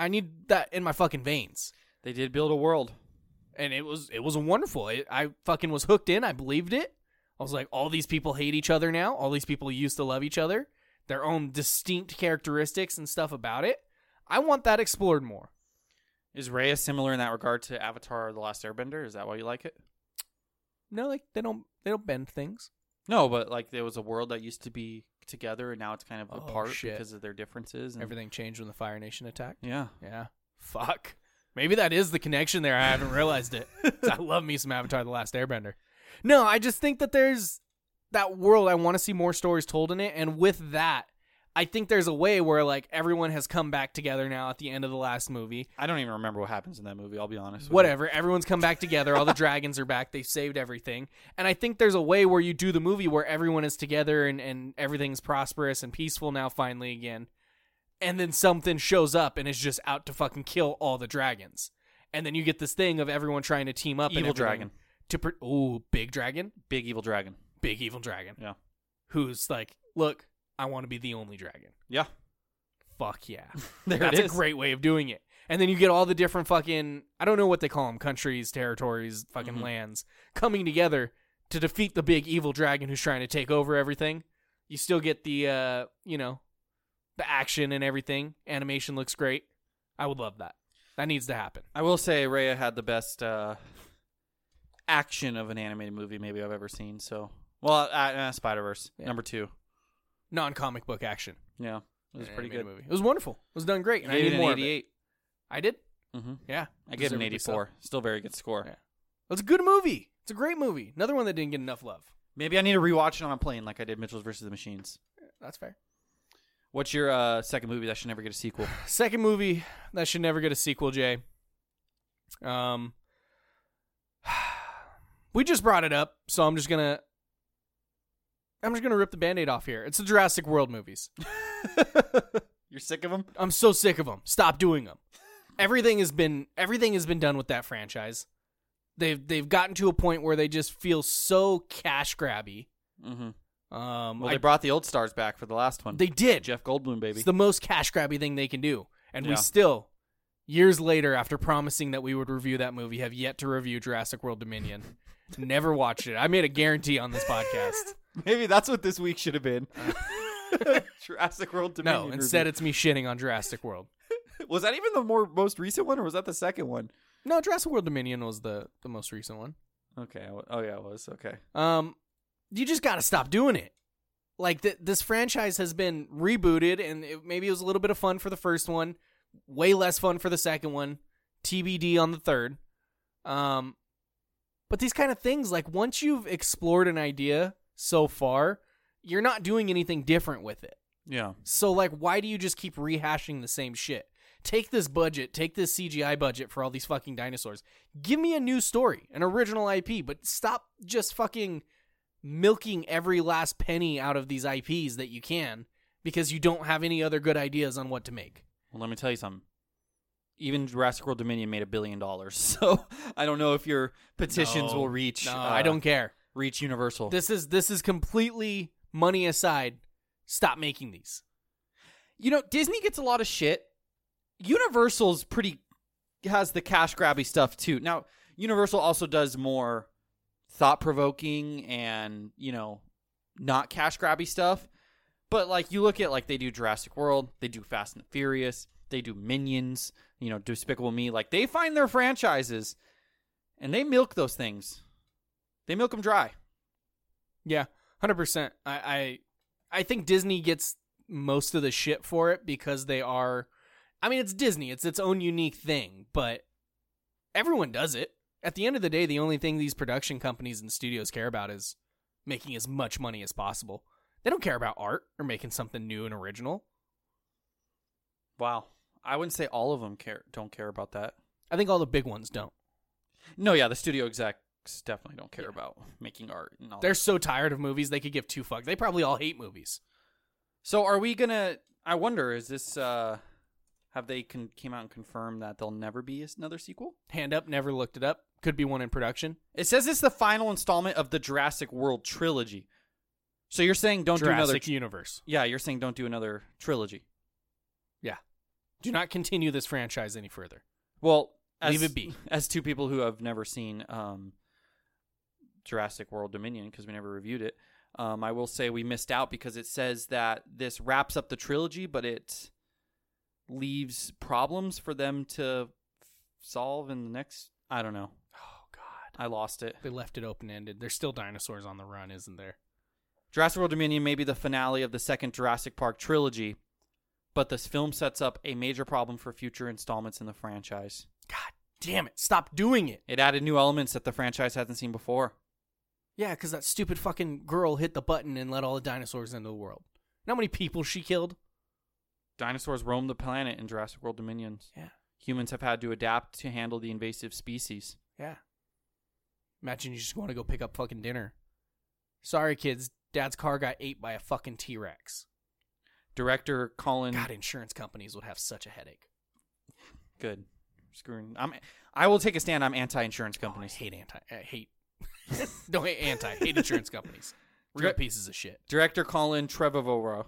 Speaker 2: i need that in my fucking veins
Speaker 1: They did build a world.
Speaker 2: and it was it was wonderful. It, I fucking was hooked in. I believed it. I was like, all these people hate each other now. All these people used to love each other. Their own distinct characteristics and stuff about it. I want that explored more.
Speaker 1: Is Raya similar in that regard to Avatar: The Last Airbender? Is that why you like it?
Speaker 2: No, like they don't they don't bend things.
Speaker 1: No, but like there was a world that used to be together, and now it's kind of
Speaker 2: Oh,
Speaker 1: apart
Speaker 2: shit.
Speaker 1: because of their differences. And
Speaker 2: Everything changed when the Fire Nation attacked.
Speaker 1: Yeah.
Speaker 2: Yeah. Fuck. Maybe that is the connection there. I haven't realized it. 'Cause I love me some Avatar: The Last Airbender. No, I just think that there's that world. I want to see more stories told in it, and with that, I think there's a way where like everyone has come back together now at the end of the last movie.
Speaker 1: I don't even remember what happens in that movie. I'll be honest. with
Speaker 2: Whatever, everyone's come back together. All the dragons are back. They've saved everything, and I think there's a way where you do the movie where everyone is together and and everything's prosperous and peaceful now finally again and then something shows up and is just out to fucking kill all the dragons. And then you get this thing of everyone trying to team up.
Speaker 1: Evil
Speaker 2: and everything
Speaker 1: dragon.
Speaker 2: To pr ooh, big dragon,
Speaker 1: you. Big evil dragon.
Speaker 2: big evil dragon.
Speaker 1: Yeah.
Speaker 2: Who's like, look, I want to be the only dragon.
Speaker 1: Yeah.
Speaker 2: Fuck yeah,
Speaker 1: There
Speaker 2: that's
Speaker 1: it is.
Speaker 2: a great way of doing it. And then you get all the different fucking I don't know what they call them countries, territories, fucking
Speaker 1: Mhm.
Speaker 2: lands coming together to defeat the big evil dragon who's trying to take over everything. You still get the uh, you know, the action and everything. Animation looks great. I would love that. That needs to happen.
Speaker 1: I will say Raya had the best uh, action of an animated movie maybe I've ever seen. So, well, uh, uh, Spider Verse
Speaker 2: Yeah.
Speaker 1: number two.
Speaker 2: Non comic book action.
Speaker 1: Yeah, it was
Speaker 2: An
Speaker 1: pretty
Speaker 2: animated
Speaker 1: good.
Speaker 2: Movie. It was wonderful. It was done great. And I
Speaker 1: Gave it
Speaker 2: need
Speaker 1: an
Speaker 2: more of it.
Speaker 1: 88.
Speaker 2: I did.
Speaker 1: Mm-hmm.
Speaker 2: Yeah.
Speaker 1: I gave it an
Speaker 2: Deservedly so.
Speaker 1: 84. Still very good score.
Speaker 2: Yeah. It's a good movie. It's a great movie. Another one that didn't get enough love.
Speaker 1: Maybe I need to rewatch it on a plane like I did Mitchell's versus the Machines.
Speaker 2: That's fair.
Speaker 1: What's your uh, second movie that should never get a sequel?
Speaker 2: Second movie that should never get a sequel, Jay. Um, we just brought it up, so I'm just gonna, I'm just gonna rip the band-aid off here. It's the Jurassic World movies.
Speaker 1: You're sick of them?
Speaker 2: I'm so sick of them. Stop doing them. Everything has been everything has been done with that franchise. They've they've gotten to a point where they just feel so cash grabby.
Speaker 1: Mm-hmm.
Speaker 2: Um,
Speaker 1: Well,
Speaker 2: I-
Speaker 1: they brought the old stars back for the last one.
Speaker 2: they did.
Speaker 1: Jeff Goldblum, baby.
Speaker 2: It's the most cash grabby thing they can do. And we
Speaker 1: Yeah.
Speaker 2: still, years later, after promising that we would review that movie, have yet to review Jurassic World Dominion. Never watched it. I made a guarantee on this podcast.
Speaker 1: Maybe that's what this week should have been. Jurassic World Dominion.
Speaker 2: No, instead it's me shitting on Jurassic World.
Speaker 1: it was that even the more most recent one, or was that the second one?
Speaker 2: No, Jurassic World Dominion was the, the most recent one.
Speaker 1: Okay. I- Oh yeah, it was. Okay.
Speaker 2: Um, you just got to stop doing it. Like th- this franchise has been rebooted, and it, maybe it was a little bit of fun for the first one, way less fun for the second one, TBD on the third. Um, but these kind of things, like once you've explored an idea so far, you're not doing anything different with it.
Speaker 1: Yeah.
Speaker 2: So like, why do you just keep rehashing the same shit? Take this budget, take this CGI budget for all these fucking dinosaurs. Give me a new story, an original IP, but stop just fucking milking every last penny out of these IPs that you can because you don't have any other good ideas on what to make.
Speaker 1: Well, let me tell you something. Even Jurassic World Dominion made a billion dollars, so I don't know if your petitions
Speaker 2: No.
Speaker 1: will reach.
Speaker 2: No,
Speaker 1: uh,
Speaker 2: I don't care.
Speaker 1: reach Universal.
Speaker 2: This is this is completely money aside. Stop making these.
Speaker 1: you know, Disney gets a lot of shit. Universal's pretty has the cash grabby stuff too. Now, Universal also does more thought provoking and you know not cash grabby stuff. But like you look at like they do Jurassic World, they do Fast and Furious, they do Minions, you know, Despicable Me. Like they find their franchises, and they milk those things. They milk them dry.
Speaker 2: Yeah, hundred percent. I, I I think Disney gets most of the shit for it because they are. I mean, it's Disney. It's its own unique thing, but everyone does it. At the end of the day, the only thing these production companies and studios care about is making as much money as possible. They don't care about art or making something new and original.
Speaker 1: Wow, I wouldn't say all of them care don't care about that.
Speaker 2: I think all the big ones don't.
Speaker 1: No, yeah, the studio execs definitely don't care about making art and all.
Speaker 2: They're so tired of movies they could give two fucks. They probably all hate movies.
Speaker 1: So are we gonna? I wonder. Is this? uh Have they con- came out and confirmed that there'll never be another sequel?
Speaker 2: Hand up, never looked it up. Could be one in production.
Speaker 1: It says it's the final installment of the Jurassic World trilogy. So you're saying don't do another?
Speaker 2: Jurassic Universe.
Speaker 1: yeah, you're saying don't do another trilogy.
Speaker 2: Yeah. Do not continue this franchise any further.
Speaker 1: Well, as,
Speaker 2: Leave it be.
Speaker 1: As two people who have never seen um, Jurassic World Dominion because we never reviewed it, um, I will say we missed out because it says that this wraps up the trilogy, but it leaves problems for them to f- solve in the next. I don't know.
Speaker 2: Oh god.
Speaker 1: I lost it.
Speaker 2: They left it open ended. There's still dinosaurs on the run, isn't there?
Speaker 1: Jurassic World Dominion may be the finale of the second Jurassic Park trilogy, but this film sets up a major problem for future installments in the franchise.
Speaker 2: God damn it. Stop doing it.
Speaker 1: It added new elements that the franchise hasn't seen before.
Speaker 2: Yeah, because that stupid fucking girl hit the button and let all the dinosaurs into the world. You know How many people she killed?
Speaker 1: Dinosaurs roam the planet in Jurassic World Dominions.
Speaker 2: Yeah.
Speaker 1: Humans have had to adapt to handle the invasive species.
Speaker 2: Yeah. Imagine you just want to go pick up fucking dinner. Sorry, kids. Dad's car got ate by a fucking T Rex.
Speaker 1: Director Colin
Speaker 2: God, insurance companies would have such a headache.
Speaker 1: Good. Screwing. I'm. I will take a stand. I'm anti-insurance
Speaker 2: Oh, I
Speaker 1: companies.
Speaker 2: hate anti. I hate. Don't hate anti. Hate insurance companies. Real
Speaker 1: Dra-
Speaker 2: pieces of shit.
Speaker 1: Director Colin Trevorrow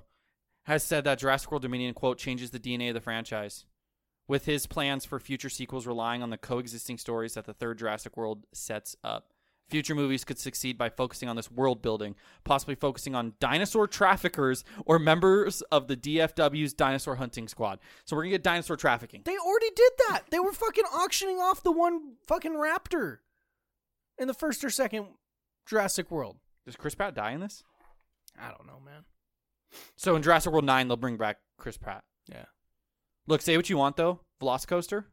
Speaker 1: has said that Jurassic World Dominion quote changes the DNA of the franchise, with his plans for future sequels relying on the coexisting stories that the third Jurassic World sets up. Future movies could succeed by focusing on this world building, possibly focusing on dinosaur traffickers or members of the DFW's dinosaur hunting squad. So we're gonna get dinosaur trafficking.
Speaker 2: They already did that. They were fucking auctioning off the one fucking raptor in the first or second Jurassic World.
Speaker 1: Does Chris Pratt die in this?
Speaker 2: I don't know, man.
Speaker 1: So in Jurassic World Nine, they'll bring back Chris Pratt.
Speaker 2: Yeah.
Speaker 1: Look, say what you want though. Velocicoaster,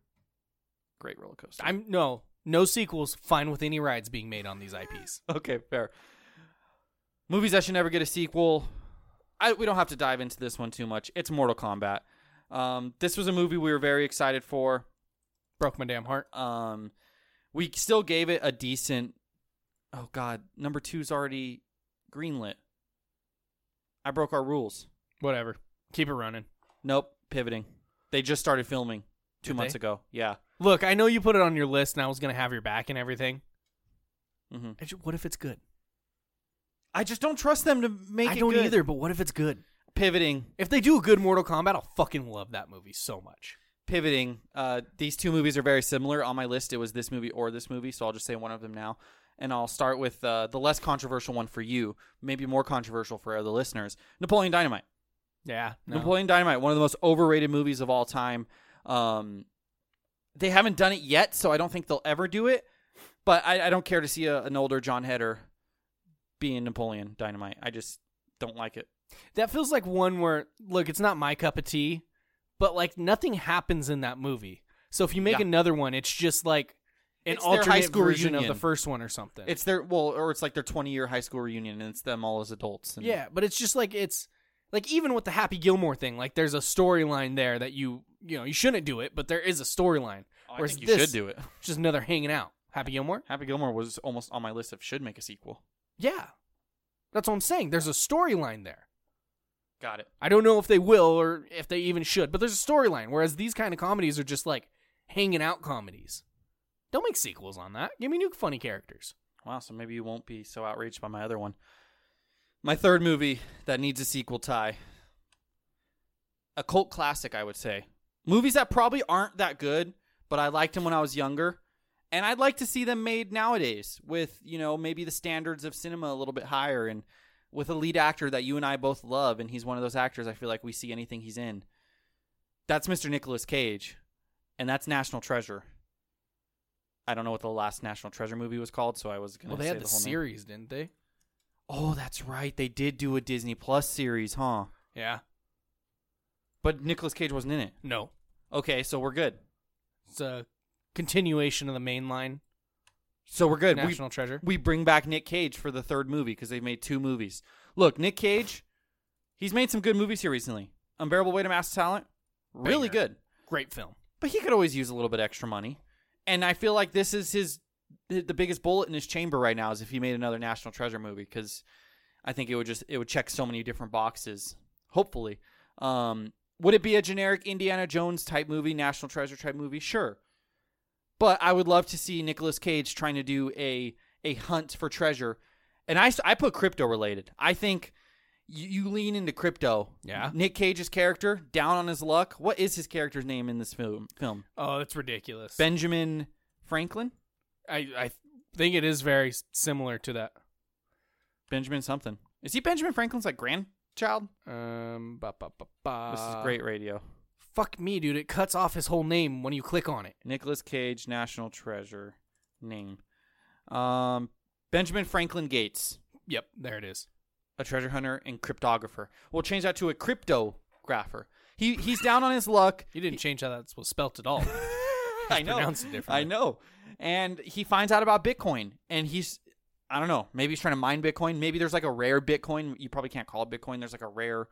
Speaker 1: great roller coaster.
Speaker 2: I'm no, no sequels. Fine with any rides being made on these IPs.
Speaker 1: Okay, fair. Movies that should never get a sequel. I, we don't have to dive into this one too much. It's Mortal Kombat. Um, this was a movie we were very excited for.
Speaker 2: Broke my damn heart.
Speaker 1: Um, we still gave it a decent. Oh God, number two's already greenlit. I broke our rules.
Speaker 2: Whatever. Keep it running.
Speaker 1: Nope, pivoting. They just started filming two
Speaker 2: Did
Speaker 1: months
Speaker 2: they?
Speaker 1: ago. Yeah.
Speaker 2: Look, I know you put it on your list, and I was gonna have your back and everything.
Speaker 1: hmm
Speaker 2: I ju- What if it's good?
Speaker 1: I just don't trust them to make.
Speaker 2: I
Speaker 1: it
Speaker 2: don't
Speaker 1: good.
Speaker 2: either. But what if it's good?
Speaker 1: Pivoting.
Speaker 2: If they do a good Mortal Kombat, I'll fucking love that movie so much.
Speaker 1: pivoting uh, these two movies are very similar on my list it was this movie or this movie so i'll just say one of them now and i'll start with uh, the less controversial one for you maybe more controversial for the listeners napoleon dynamite
Speaker 2: Yeah.
Speaker 1: napoleon dynamite one of the most overrated movies of all time um, they haven't done it yet so i don't think they'll ever do it but i, I don't care to see a, an older john heder being napoleon dynamite i just don't like it
Speaker 2: That feels like one where look, it's not my cup of tea, but like nothing happens in that movie. So if you make
Speaker 1: Yeah.
Speaker 2: another one, it's just like an
Speaker 1: It's their
Speaker 2: alternate
Speaker 1: high school
Speaker 2: version of
Speaker 1: reunion.
Speaker 2: the first one or something.
Speaker 1: it's their well or it's like their 20 year high school reunion and it's them all as adults and
Speaker 2: yeah, but it's just like it's like even with the Happy Gilmore thing, like there's a storyline there that you you know you shouldn't do it, but there is a storyline.
Speaker 1: Oh, I
Speaker 2: Whereas
Speaker 1: think you
Speaker 2: this,
Speaker 1: should do it.
Speaker 2: it's Just another hanging out. Happy Gilmore.
Speaker 1: Happy Gilmore was almost on my list of should make a sequel.
Speaker 2: Yeah, that's what I'm saying. There's a storyline there.
Speaker 1: Got it.
Speaker 2: I don't know if they will or if they even should, but there's a storyline. Whereas these kind of comedies are just like hanging out comedies. Don't make sequels on that. Give me new funny characters.
Speaker 1: Wow, so maybe you won't be so outraged by my other one. My third movie that needs a sequel tie. A cult classic, I would say. Movies that probably aren't that good, but I liked them when I was younger. And I'd like to see them made nowadays with, you know, maybe the standards of cinema a little bit higher and with a lead actor that you and I both love, and he's one of those actors I feel like we see anything he's in. That's Mr. Nicolas Cage, and that's National Treasure. I don't know what the last National Treasure movie was called, so I was gonna
Speaker 2: Well, they
Speaker 1: say
Speaker 2: had the,
Speaker 1: the whole name.
Speaker 2: series, didn't they?
Speaker 1: Oh, that's right. They did do a Disney Plus series, huh?
Speaker 2: Yeah.
Speaker 1: But Nicolas Cage wasn't in it.
Speaker 2: No.
Speaker 1: Okay, so we're good.
Speaker 2: It's a continuation of the main line.
Speaker 1: So we're good. We,
Speaker 2: National Treasure.
Speaker 1: we bring back Nick Cage for the third movie because they've made two movies. Look, Nick Cage, he's made some good movies here recently. Unbearable Weight of Massive Talent, really
Speaker 2: Banger.
Speaker 1: good.
Speaker 2: Great film.
Speaker 1: But he could always use a little bit extra money. And I feel like this is his the biggest bullet in his chamber right now is if he made another National Treasure movie because I think it would just it would check so many different boxes. Hopefully, um, would it be a generic Indiana Jones type movie, National Treasure type movie? Sure, but I would love to see Nicolas Cage trying to do a a hunt for treasure, and I s- I put crypto related. I think you, you lean into crypto.
Speaker 2: Yeah.
Speaker 1: Nick Cage's character down on his luck. What is his character's name in this film? Film
Speaker 2: Oh, that's ridiculous.
Speaker 1: Benjamin Franklin.
Speaker 2: I I think it is very s- similar to that.
Speaker 1: Benjamin something. Is he Benjamin Franklin's like grandchild?
Speaker 2: Um, ba, ba, ba, ba.
Speaker 1: This is great radio.
Speaker 2: Fuck me, dude. It cuts off his whole name when you click on it.
Speaker 1: Nicholas Cage National Treasure name. Um, Benjamin Franklin Gates,
Speaker 2: Yep, there it is.
Speaker 1: a treasure hunter and cryptographer. We'll change that to a cryptographer. He he's down on his luck.
Speaker 2: You didn't change how that was spelt at all.
Speaker 1: I know.
Speaker 2: pronounced it
Speaker 1: I
Speaker 2: differently.
Speaker 1: know. And he finds out about Bitcoin and he's I don't know, maybe he's trying to mine Bitcoin. Maybe there's like a rare Bitcoin. You probably can't call it Bitcoin. There's like a rare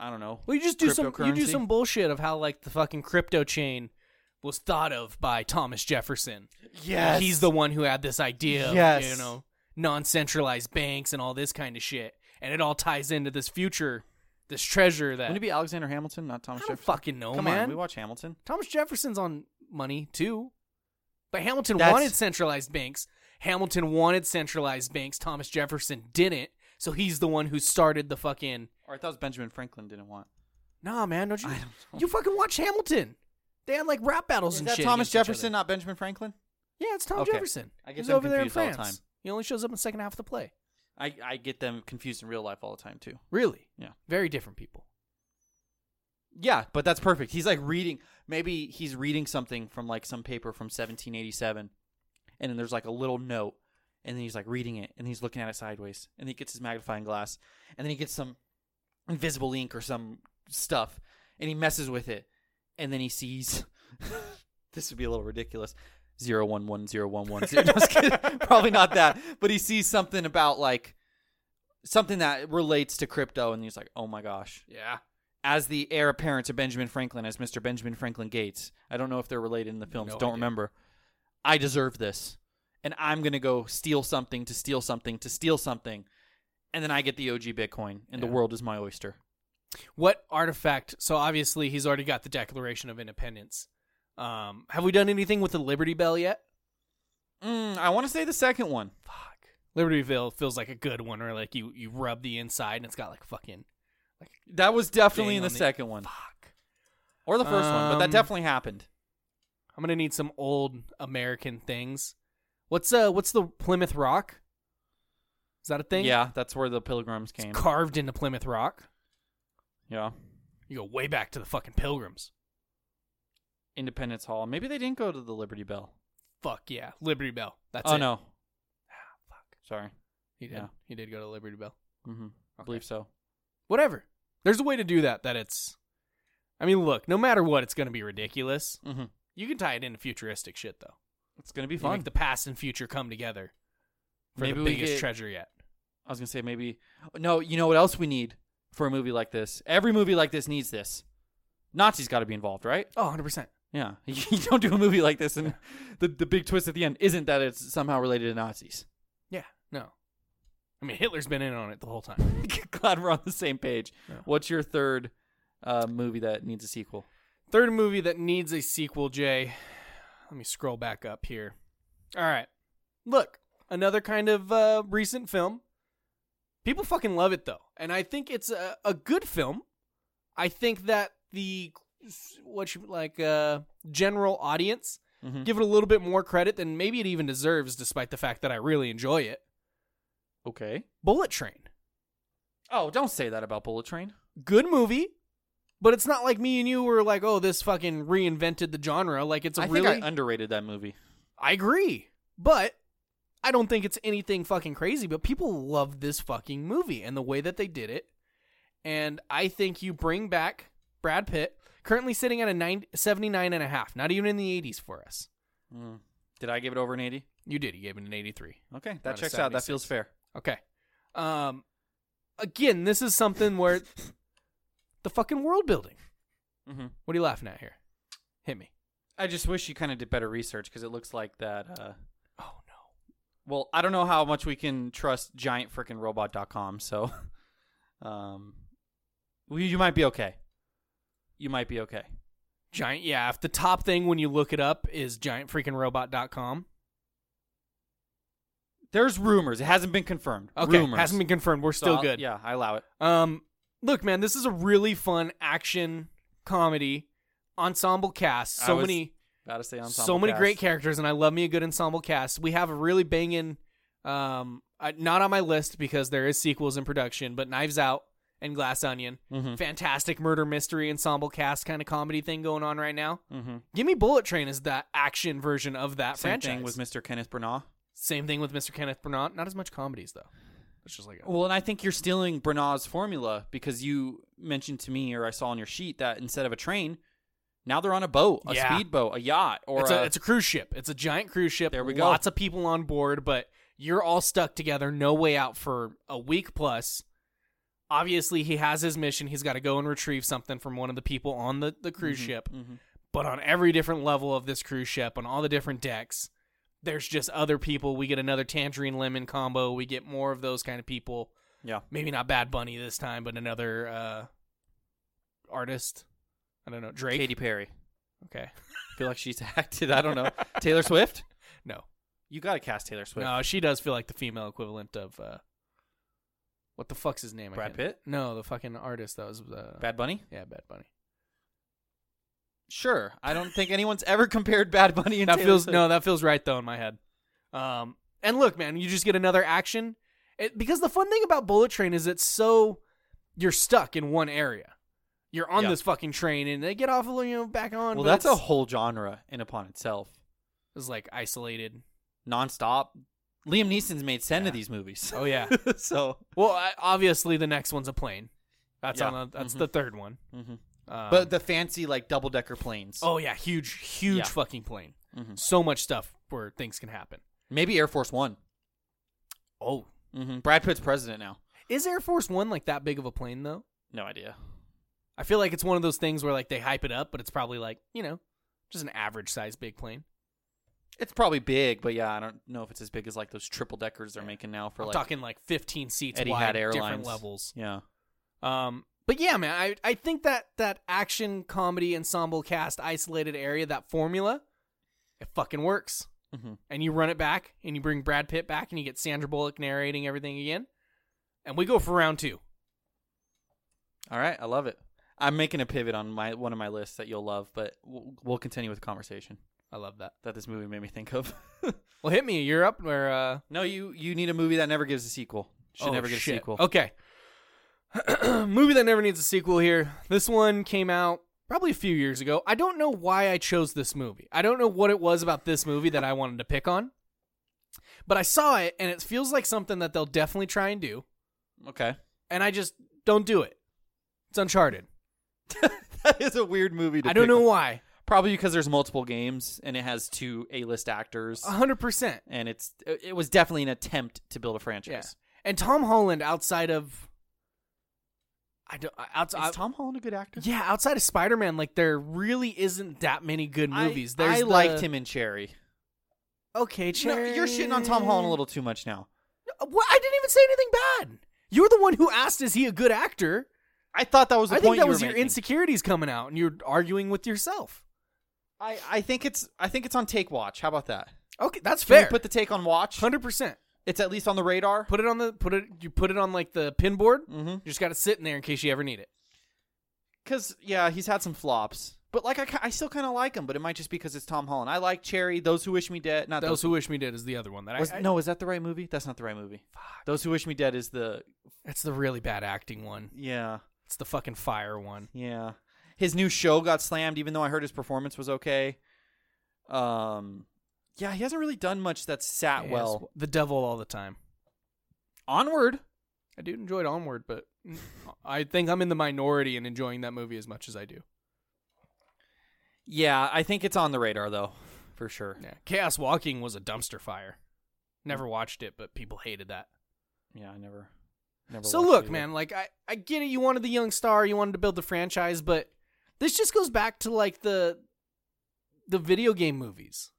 Speaker 1: I don't know.
Speaker 2: Well, you just do some you do
Speaker 1: Cryptocurrency?
Speaker 2: some bullshit of how like the fucking crypto chain was thought of by Thomas Jefferson.
Speaker 1: Yes.
Speaker 2: He's the one who had this idea. Of,
Speaker 1: Yes.
Speaker 2: you know, non-centralized banks and all this kind of shit, and it all ties into this future, this treasure that
Speaker 1: Wouldn't it be Alexander Hamilton, not
Speaker 2: I
Speaker 1: Thomas
Speaker 2: don't
Speaker 1: Jefferson?
Speaker 2: fucking know,
Speaker 1: Come
Speaker 2: Oh, man.
Speaker 1: on, we watch Hamilton.
Speaker 2: Thomas Jefferson's on money too. But Hamilton
Speaker 1: That's-
Speaker 2: wanted centralized banks. Hamilton wanted centralized banks. Thomas Jefferson didn't. So he's the one who started the fucking
Speaker 1: Or I thought it was Benjamin Franklin didn't want.
Speaker 2: Nah, man, don't you
Speaker 1: I don't know.
Speaker 2: You fucking watch Hamilton. They had like rap battles
Speaker 1: Is
Speaker 2: and
Speaker 1: that
Speaker 2: shit.
Speaker 1: Thomas
Speaker 2: against each
Speaker 1: Jefferson,
Speaker 2: other.
Speaker 1: not Benjamin Franklin?
Speaker 2: Yeah, it's Thomas
Speaker 1: Okay.
Speaker 2: Jefferson.
Speaker 1: I get
Speaker 2: he's
Speaker 1: them
Speaker 2: over there in
Speaker 1: confused all the
Speaker 2: France.
Speaker 1: time.
Speaker 2: He only shows up in the second half of the play.
Speaker 1: I, I get them confused in real life all the time too.
Speaker 2: Really?
Speaker 1: Yeah.
Speaker 2: Very different people.
Speaker 1: Yeah, but that's perfect. He's like reading. Maybe he's reading something from like some paper from 1787, and then there's like a little note, and then he's like reading it, and he's looking at it sideways, and he gets his magnifying glass, and then he gets some invisible ink or some stuff, and he messes with it, and then he sees. this would be a little ridiculous. Zero one one zero one one zero. Just kidding. Probably not that, but he sees something about like something that relates to crypto, and he's like, "Oh my gosh,
Speaker 2: Yeah.
Speaker 1: as the heir apparent to Benjamin Franklin as Mr. Benjamin Franklin Gates. I don't know if they're related in the films.
Speaker 2: No
Speaker 1: don't
Speaker 2: idea.
Speaker 1: remember. I deserve this. And I'm going to go steal something to steal something to steal something. And then I get the OG Bitcoin and the
Speaker 2: Yeah.
Speaker 1: world is my oyster.
Speaker 2: What artifact? So obviously he's already got the Declaration of Independence. Um, have we done anything with the Liberty Bell yet?
Speaker 1: Mm, I want to say the second one.
Speaker 2: fuck. Libertyville feels like a good one, or like you you rub the inside and it's got like fucking
Speaker 1: That was definitely
Speaker 2: Dang
Speaker 1: in the
Speaker 2: on the-
Speaker 1: second one
Speaker 2: fuck.
Speaker 1: or the first one, but that
Speaker 2: Um,
Speaker 1: definitely happened.
Speaker 2: I'm gonna need some old American things. What's uh what's the Plymouth Rock? Is that a thing?
Speaker 1: Yeah, that's where the pilgrims
Speaker 2: it's
Speaker 1: came.
Speaker 2: carved into Plymouth Rock.
Speaker 1: yeah.
Speaker 2: You go way back to the fucking Pilgrims.
Speaker 1: Independence Hall. Maybe they didn't go to the Liberty Bell.
Speaker 2: Fuck yeah, Liberty Bell. That's
Speaker 1: oh,
Speaker 2: it. Ah,
Speaker 1: no. Sorry.
Speaker 2: he did.
Speaker 1: Yeah.
Speaker 2: He did go to Liberty Bell.
Speaker 1: hmm I believe so.
Speaker 2: Whatever. There's a way to do that. That it's. I mean, look. No matter what, it's gonna be ridiculous.
Speaker 1: hmm
Speaker 2: You can tie it into futuristic shit though.
Speaker 1: It's going to be
Speaker 2: You
Speaker 1: fun.
Speaker 2: Make the past and future come together for
Speaker 1: Maybe
Speaker 2: the
Speaker 1: we
Speaker 2: biggest
Speaker 1: get-
Speaker 2: treasure yet.
Speaker 1: I was gonna say maybe. No, you know what else we need for a movie like this? Every movie like this needs this. Nazis got to be involved, right?
Speaker 2: Oh, 100%.
Speaker 1: Yeah, you don't do a movie like this, and the the big twist at the end isn't that it's somehow related to Nazis.
Speaker 2: Yeah. No. I mean, Hitler's been in on it the whole time.
Speaker 1: Glad we're on the same page.
Speaker 2: Yeah.
Speaker 1: What's your third uh, movie that needs a sequel?
Speaker 2: Third movie that needs a sequel, Jay. Let me scroll back up here. All right. Look, another kind of uh, recent film. People fucking love it, though. And I think it's a, a good film. I think that the, what you like, uh, general audience
Speaker 1: Mhm.
Speaker 2: give it a little bit more credit than maybe it even deserves, despite the fact that I really enjoy it.
Speaker 1: Okay,
Speaker 2: Bullet Train.
Speaker 1: Oh, don't say that about Bullet Train.
Speaker 2: Good movie, but it's not like me and you were like, "Oh, this fucking reinvented the genre." Like it's a
Speaker 1: I
Speaker 2: really
Speaker 1: think I underrated that movie.
Speaker 2: I agree. But I don't think it's anything fucking crazy, but people love this fucking movie and the way that they did it. And I think you bring back Brad Pitt, currently sitting at a 9, 79 and a half, not even in the 80s for us.
Speaker 1: Mm. Did I give it over an 80?
Speaker 2: You did. You gave it an 83.
Speaker 1: Okay, that
Speaker 2: Not a
Speaker 1: checks out. That
Speaker 2: 76.
Speaker 1: feels fair.
Speaker 2: Okay. Um, again, this is something where the fucking world building.
Speaker 1: hmm
Speaker 2: What are you laughing at here? Hit me.
Speaker 1: I just wish you kind of did better research because it looks like that. Uh,
Speaker 2: Oh, no.
Speaker 1: well, I don't know how much we can trust giantfrickinrobot.com, so um, well, you might be okay. You might be okay.
Speaker 2: Giant, yeah. If the top thing when you look it up is giantfreakingrobot.com,
Speaker 1: There's rumors. It hasn't been confirmed.
Speaker 2: Okay,
Speaker 1: rumors.
Speaker 2: hasn't been confirmed. We're
Speaker 1: So
Speaker 2: still
Speaker 1: I'll-
Speaker 2: good.
Speaker 1: Yeah, I allow it.
Speaker 2: Um, look, man, this is a really fun action comedy ensemble cast.
Speaker 1: I
Speaker 2: So
Speaker 1: was
Speaker 2: many,
Speaker 1: Gotta stay on.
Speaker 2: so many great characters, and I love me a good ensemble cast. We have a really banging, um, I, not on my list because there is sequels in production, but Knives Out and Glass Onion,
Speaker 1: Mm-hmm.
Speaker 2: fantastic murder mystery ensemble cast kind of comedy thing going on right now.
Speaker 1: Mm-hmm.
Speaker 2: Give me Bullet Train is that action version of that
Speaker 1: Same
Speaker 2: franchise.
Speaker 1: thing with Mr. Kenneth Branagh.
Speaker 2: Same thing with Mr. Kenneth Branagh. Not as much comedies though. It's just like a-
Speaker 1: Well, and I think you're stealing Branagh's formula because you mentioned to me, or I saw on your sheet, that instead of a train, now they're on a boat, a
Speaker 2: Yeah.
Speaker 1: speedboat, a yacht, or
Speaker 2: it's
Speaker 1: a,
Speaker 2: a, it's a cruise ship. It's a giant cruise ship.
Speaker 1: There we
Speaker 2: Lots
Speaker 1: go.
Speaker 2: Lots of people on board, but you're all stuck together. No way out for a week plus. Obviously, he has his mission. He's got to go and retrieve something from one of the people on the, the cruise ship.
Speaker 1: mhm.
Speaker 2: But on every different level of this cruise ship, on all the different decks, there's just other people. We get another tangerine lemon combo. We get more of those kind of people.
Speaker 1: Yeah.
Speaker 2: Maybe not Bad Bunny this time, but another uh, artist. I don't know. Drake.
Speaker 1: Katy Perry.
Speaker 2: Okay.
Speaker 1: I feel like she's acted. I don't know. Taylor Swift.
Speaker 2: No.
Speaker 1: You gotta cast Taylor Swift.
Speaker 2: No, she does feel like the female equivalent of uh, what the fuck's his name? I
Speaker 1: Brad
Speaker 2: can't-
Speaker 1: Pitt?
Speaker 2: No, the fucking artist that was uh,
Speaker 1: Bad Bunny.
Speaker 2: Yeah, Bad Bunny.
Speaker 1: Sure. I don't think anyone's ever compared Bad Bunny and
Speaker 2: That
Speaker 1: Taylor
Speaker 2: feels
Speaker 1: Swift.
Speaker 2: no, that feels right though in my head. Um, and look, man, you just get another action it, because the fun thing about Bullet Train is it's so you're stuck in one area. You're on
Speaker 1: Yeah.
Speaker 2: this fucking train and they get off, you know, back on.
Speaker 1: Well,
Speaker 2: but
Speaker 1: that's a
Speaker 2: it's-
Speaker 1: whole genre in upon itself.
Speaker 2: it's like isolated.
Speaker 1: Nonstop. Liam Neeson's made ten
Speaker 2: Yeah.
Speaker 1: of these movies.
Speaker 2: Oh yeah.
Speaker 1: so.
Speaker 2: well, I, obviously the next one's a plane. That's
Speaker 1: Yeah.
Speaker 2: on. A, that's
Speaker 1: Mhm.
Speaker 2: the third one.
Speaker 1: mhm.
Speaker 2: Um,
Speaker 1: but the fancy like double decker planes.
Speaker 2: Oh yeah, Mm-hmm. huge, huge
Speaker 1: Yeah.
Speaker 2: fucking plane.
Speaker 1: Mhm.
Speaker 2: So much stuff where things can happen.
Speaker 1: Maybe Air Force One.
Speaker 2: Oh,
Speaker 1: hmm Brad Pitt's president now.
Speaker 2: is Air Force One like that big of a plane though?
Speaker 1: No idea.
Speaker 2: I feel like it's one of those things where like they hype it up, but it's probably like you know, just an average size big plane.
Speaker 1: It's probably big, but yeah, I don't know if it's as big as like those triple deckers they're making now for
Speaker 2: I'm
Speaker 1: like
Speaker 2: talking like 15 seats
Speaker 1: Eddie
Speaker 2: wide,
Speaker 1: Had
Speaker 2: different
Speaker 1: Airlines
Speaker 2: levels.
Speaker 1: Yeah,
Speaker 2: Um, but yeah, man, I I think that that action comedy ensemble cast isolated area that formula, it fucking works.
Speaker 1: Mhm.
Speaker 2: And you run it back, and you bring Brad Pitt back, and you get Sandra Bullock narrating everything again, and we go for round two.
Speaker 1: All right, I love it. I'm making a pivot on my one of my lists that you'll love, but we'll, we'll continue with the conversation
Speaker 2: I love that.
Speaker 1: that this movie made me think of.
Speaker 2: Well, hit me. You're up. Where? Uh,
Speaker 1: no, you you need a movie that never gives a sequel. Should
Speaker 2: oh,
Speaker 1: never get
Speaker 2: shit.
Speaker 1: a sequel.
Speaker 2: Okay. Movie that never needs a sequel. Here, this one came out probably a few years ago. I don't know why I chose this movie. I don't know what it was about this movie that I wanted to pick on, but I saw it and it feels like something that they'll definitely try and do,
Speaker 1: Okay,
Speaker 2: and I just don't do it. It's Uncharted.
Speaker 1: that is a weird movie. to
Speaker 2: I don't
Speaker 1: pick
Speaker 2: know
Speaker 1: on.
Speaker 2: why.
Speaker 1: Probably because there's multiple games and it has two A-list actors,
Speaker 2: hundred percent.
Speaker 1: and it's it was definitely an attempt to build a franchise.
Speaker 2: And Tom Holland outside of. I don't. Outside,
Speaker 1: Is Tom Holland a good actor?
Speaker 2: Yeah, outside of Spider Man, like there really isn't that many good
Speaker 1: I-
Speaker 2: movies.
Speaker 1: I,
Speaker 2: There's the-
Speaker 1: liked him in Cherry.
Speaker 2: Okay,
Speaker 1: No,
Speaker 2: Cherry.
Speaker 1: you're shitting on Tom Holland a little too much now.
Speaker 2: What? I didn't even say anything bad. You're the one who asked, "Is he a good actor?"
Speaker 1: I thought that was the
Speaker 2: I
Speaker 1: point.
Speaker 2: think that
Speaker 1: you
Speaker 2: was
Speaker 1: were
Speaker 2: your
Speaker 1: making.
Speaker 2: insecurities coming out, and you're arguing with yourself.
Speaker 1: I, I think it's I think it's on Take Watch. How about that?
Speaker 2: Okay, that's
Speaker 1: Can we
Speaker 2: fair.
Speaker 1: put the take on watch.
Speaker 2: hundred percent.
Speaker 1: It's at least on the radar.
Speaker 2: Put it on the put it. You put it on like the pin board.
Speaker 1: Mhm.
Speaker 2: You just got it sitting there in case you ever need it.
Speaker 1: Because yeah, he's had some flops, But like I, ki- I still kind of like him, but it might just be because it's Tom Holland. I like Cherry. Those who wish me dead. Not
Speaker 2: Those
Speaker 1: those,
Speaker 2: Who Wish Me Dead is the other one that I,
Speaker 1: was-
Speaker 2: I
Speaker 1: no, is that the right movie? That's not the right movie. Those who wish me dead is the
Speaker 2: It's the really bad acting one.
Speaker 1: yeah
Speaker 2: It's the fucking fire one.
Speaker 1: yeah. His new show got slammed, even though I heard his performance was okay. Um, yeah, he hasn't really done much that's sat
Speaker 2: Yes,
Speaker 1: well.
Speaker 2: the devil all the time.
Speaker 1: Onward.
Speaker 2: I do enjoy Onward, but I think I'm in the minority in enjoying that movie as much as I do.
Speaker 1: Yeah, I think it's on the radar though, for sure.
Speaker 2: Yeah. Chaos Walking was a dumpster fire. Never watched it, but people hated that.
Speaker 1: Yeah, I never. never
Speaker 2: So
Speaker 1: watched
Speaker 2: look,
Speaker 1: it either.
Speaker 2: man, like I, I get it. You wanted the young star, you wanted to build the franchise, but this just goes back to like the the video game movies.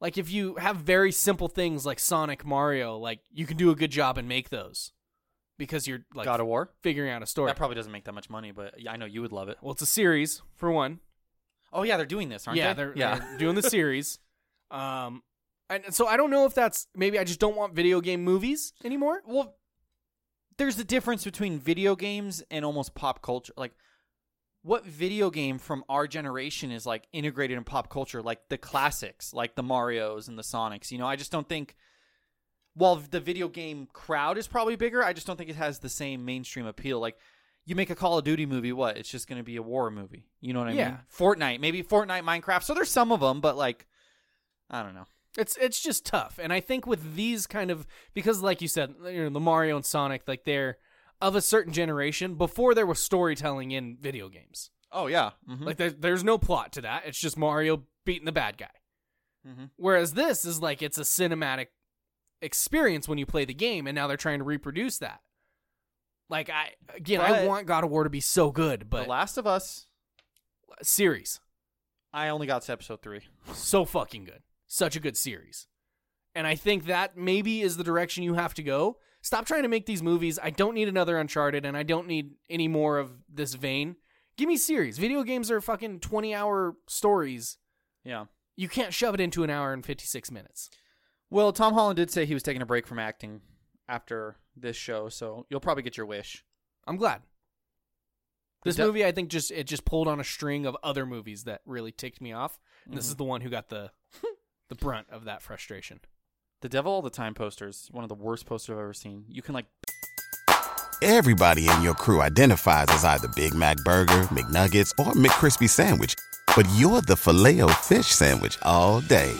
Speaker 2: Like if you have very simple things like Sonic, Mario, like you can do a good job and make those because you're like
Speaker 1: God of War.
Speaker 2: figuring out a story.
Speaker 1: That probably doesn't make that much money, but yeah, I know you would love it.
Speaker 2: well, it's a series for one.
Speaker 1: Oh yeah, they're doing this, aren't
Speaker 2: yeah,
Speaker 1: they?
Speaker 2: They're, they're doing the series. Um, and so I don't know if that's maybe I just don't want video game movies anymore.
Speaker 1: well, there's a difference between video games and almost pop culture. Like, what video game from our generation is like integrated in pop culture? Like the classics, like the Mario's and the Sonics. You know, I just don't think. While the video game crowd is probably bigger, I just don't think it has the same mainstream appeal. Like, you make a Call of Duty movie, what? It's just going to be a war movie. You know what I mean?
Speaker 2: Yeah.
Speaker 1: Fortnite, maybe Fortnite, Minecraft. So there's some of them, but like, I don't know.
Speaker 2: It's it's just tough, and I think with these kind of because, like you said, you know, the Mario and Sonic, like they're of a certain generation before there was storytelling in video games.
Speaker 1: Oh yeah, Mhm.
Speaker 2: Like there, there's no plot to that. It's just Mario beating the bad guy.
Speaker 1: Mhm.
Speaker 2: Whereas this is like it's a cinematic experience when you play the game, and now they're trying to reproduce that. Like I again, I
Speaker 1: But-
Speaker 2: want God of War to be so good, but
Speaker 1: The Last of Us.
Speaker 2: series
Speaker 1: I only got to episode three.
Speaker 2: so fucking good, such a good series, and I think that maybe is the direction you have to go. Stop trying to make these movies. I don't need another Uncharted, and I don't need any more of this vein. Give me series. Video games are fucking twenty hour stories
Speaker 1: Yeah.
Speaker 2: you can't shove it into an hour and 56 minutes.
Speaker 1: Well, Tom Holland did say he was taking a break from acting after this show, so you'll probably get your wish.
Speaker 2: I'm glad. This
Speaker 1: The de-
Speaker 2: movie, I think, just it just pulled on a string of other movies that really ticked me off. And This is the one who got the the brunt of that frustration.
Speaker 1: The Devil All the Time posters, one of the worst posters I've ever seen. You can like
Speaker 5: Everybody in your crew identifies as either Big Mac Burger, McNuggets, or McCrispy Sandwich. But you're the filet fish Sandwich all day.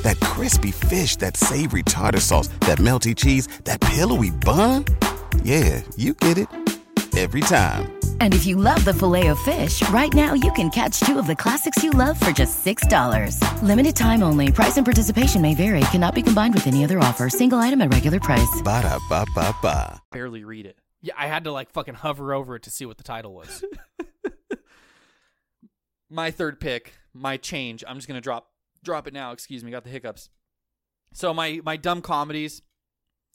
Speaker 5: That crispy fish, that savory tartar sauce, that melty cheese, that pillowy bun. Yeah, you get it. Every time.
Speaker 6: And if you love the filet of fish, right now you can catch two of the classics you love for just $6. Limited time only. Price and participation may vary. Cannot be combined with any other offer. Single item at regular price.
Speaker 5: Ba-da-ba-ba-ba.
Speaker 1: barely read it.
Speaker 2: Yeah, I had to like fucking hover over it to see what the title was.
Speaker 1: My third pick, my change. I'm just gonna drop drop it now. Excuse me, got the hiccups. So my my dumb comedies.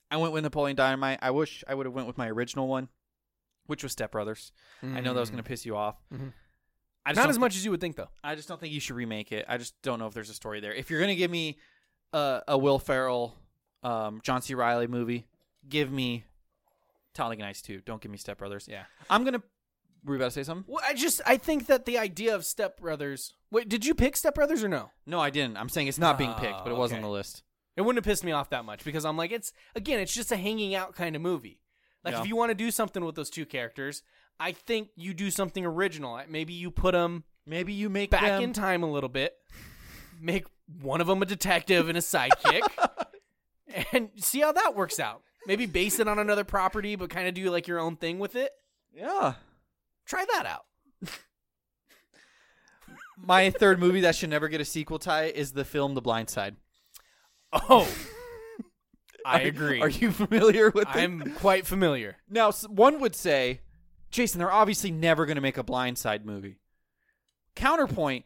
Speaker 1: I went with Napoleon Dynamite. I wish I would have went with my original one, which was Step Brothers. I know that was gonna piss you off. I just
Speaker 2: Not
Speaker 1: don't
Speaker 2: as much as you would think, though.
Speaker 1: I just don't think you should remake it. I just don't know if there's a story there. If you're gonna give me uh, a Will Ferrell, um, John C. Riley movie, give me Talladega Nights 2. Don't give me Step Brothers.
Speaker 2: Yeah.
Speaker 1: I'm gonna. Were you about to say something?
Speaker 2: Well, I just I think that the idea of Step Brothers. Wait, did you pick Step Brothers or no?
Speaker 1: No, I didn't. I'm saying it's not being
Speaker 2: Oh,
Speaker 1: picked, but it was on
Speaker 2: okay.
Speaker 1: the list.
Speaker 2: It wouldn't have pissed me off that much because I'm like, it's again, it's just a hanging out kind of movie. Like
Speaker 1: Yeah.
Speaker 2: if you want to do something with those two characters, I think you do something original. Maybe you put them
Speaker 1: Maybe you make
Speaker 2: back
Speaker 1: them-
Speaker 2: in time a little bit, make one of them a detective and a sidekick, and see how that works out. Maybe base it on another property, but kind of do like your own thing with it.
Speaker 1: Yeah.
Speaker 2: Try that out.
Speaker 1: My third movie that should never get a sequel tie is the film The Blind Side.
Speaker 2: Oh, I agree.
Speaker 1: Are you familiar with? the-
Speaker 2: I'm quite familiar.
Speaker 1: Now, s- one would say, Jason, they're obviously never going to make a blindside movie. Counterpoint,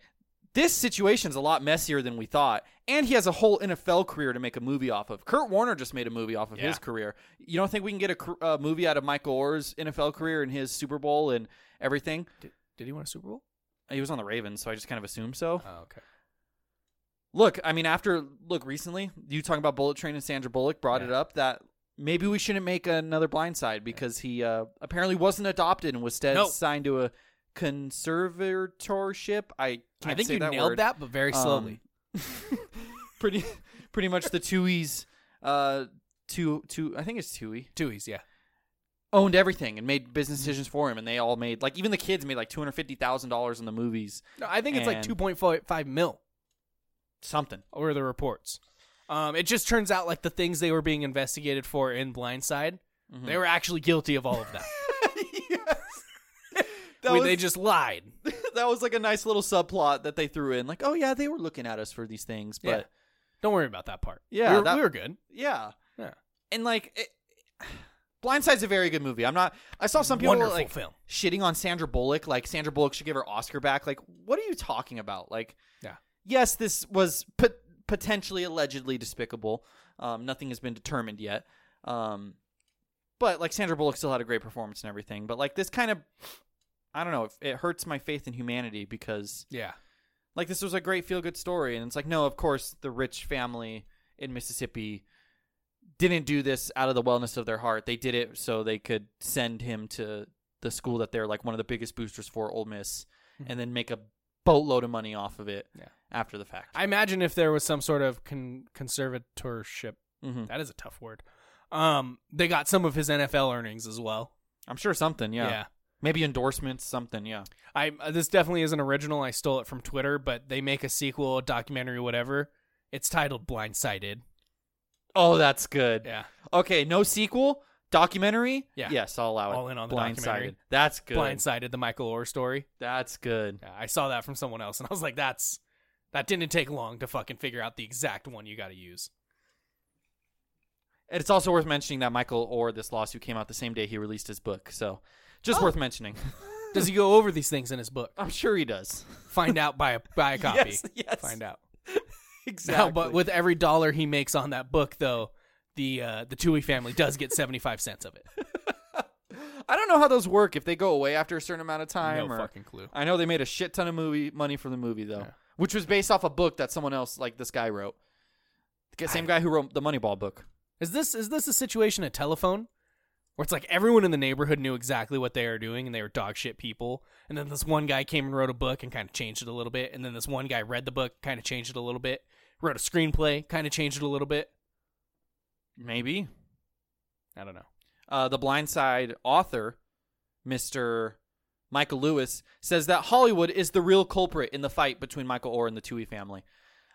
Speaker 1: this situation's a lot messier than we thought, and he has a whole NFL career to make a movie off of. Kurt Warner just made a movie off of
Speaker 2: Yeah.
Speaker 1: his career. You don't think we can get a cr- uh, movie out of Michael Orr's NFL career and his Super Bowl and everything?
Speaker 2: Did, did he win a Super Bowl?
Speaker 1: He was on the Ravens, so I just kind of assumed so.
Speaker 2: Oh, okay.
Speaker 1: Look, I mean, after look recently, you talking about Bullet Train and Sandra Bullock brought it
Speaker 2: Yeah.
Speaker 1: up that maybe we shouldn't make another Blind Side because he uh, apparently wasn't adopted and was instead
Speaker 2: No.
Speaker 1: signed to a conservatorship. I can't
Speaker 2: I think
Speaker 1: say
Speaker 2: you
Speaker 1: that
Speaker 2: nailed
Speaker 1: word.
Speaker 2: that, but very
Speaker 1: Um,
Speaker 2: slowly.
Speaker 1: pretty pretty much the Tui's uh two two I think it's Tui
Speaker 2: Tui's, yeah.
Speaker 1: owned everything and made business
Speaker 2: Mm-hmm.
Speaker 1: decisions for him and they all made like even the kids made like two hundred fifty thousand dollars in the movies.
Speaker 2: No, I think it's like
Speaker 1: And-
Speaker 2: two point five five mil
Speaker 1: Something.
Speaker 2: or the reports. Um, it just turns out like the things they were being investigated for in Blindside,
Speaker 1: Mm-hmm.
Speaker 2: they were actually guilty of all of that.
Speaker 1: That
Speaker 2: We-
Speaker 1: was,
Speaker 2: They just lied.
Speaker 1: that was like a nice little subplot that they threw in. Like, oh yeah, they were looking at us for these things, but
Speaker 2: Yeah. Don't worry about that part.
Speaker 1: Yeah,
Speaker 2: we were,
Speaker 1: that-
Speaker 2: we were good.
Speaker 1: Yeah.
Speaker 2: Yeah.
Speaker 1: And like it, Blindside's a very good movie. I'm not I saw some people
Speaker 2: Wonderful
Speaker 1: like
Speaker 2: film.
Speaker 1: shitting on Sandra Bullock like Sandra Bullock should give her Oscar back. Like what are you talking about? Like
Speaker 2: Yeah.
Speaker 1: Yes, this was pot- potentially allegedly despicable. Um, nothing has been determined yet. Um, but like Sandra Bullock still had a great performance and everything. But like this kind of I don't know, it, it hurts my faith in humanity because
Speaker 2: Yeah.
Speaker 1: like this was a great feel good story and it's like no of course the rich family in mississippi didn't do this out of the wellness of their heart they did it so they could send him to the school that they're like one of the biggest boosters for Ole miss and then make a boatload of money off of it
Speaker 2: Mm-hmm. Yeah.
Speaker 1: after the fact
Speaker 2: I imagine if there was some sort of con- conservatorship,
Speaker 1: Mhm.
Speaker 2: that is a tough word. Um, they got some of his NFL earnings as well.
Speaker 1: i'm sure something yeah. maybe endorsements something yeah
Speaker 2: I uh, this definitely is an original. I stole it from Twitter, but they make a sequel, a documentary, whatever. It's titled Blindsided.
Speaker 1: oh that's good
Speaker 2: Yeah.
Speaker 1: okay no sequel documentary
Speaker 2: Yeah.
Speaker 1: yes i'll allow it
Speaker 2: All in on the documentary.
Speaker 1: blindsided that's good
Speaker 2: Blindsided, the Michael Orr story.
Speaker 1: that's good
Speaker 2: Yeah, I saw that from someone else, and I was like, "That's that didn't take long to fucking figure out the exact one you got to use."
Speaker 1: And it's also worth mentioning that Michael Orr, this lawsuit came out the same day he released his book. So just worth mentioning.
Speaker 2: Does he go over these things in his book?
Speaker 1: I'm sure he does.
Speaker 2: Find out by a by a copy.
Speaker 1: Yes, yes.
Speaker 2: Find out.
Speaker 1: Exactly.
Speaker 2: No, but with every dollar he makes on that book, though, the uh, the Tui family does get seventy five cents of it.
Speaker 1: I don't know how those work if they go away after a certain amount of time.
Speaker 2: no
Speaker 1: or,
Speaker 2: fucking clue.
Speaker 1: I know they made a shit ton of movie money from the movie though, which was based off a book that someone else, like this guy, wrote. The same guy who wrote the Moneyball book.
Speaker 2: Is this is this a situation a telephone where it's like everyone in the neighborhood knew exactly what they were doing and they were dog shit people, and then this one guy came and wrote a book and kind of changed it a little bit, and then this one guy read the book, kind of changed it a little bit, wrote a screenplay, kind of changed it a little bit.
Speaker 1: Maybe
Speaker 2: I don't know.
Speaker 1: uh, the Blindside author, Mr. Michael Lewis, says that Hollywood is the real culprit in the fight between Michael Orr and the Tui family.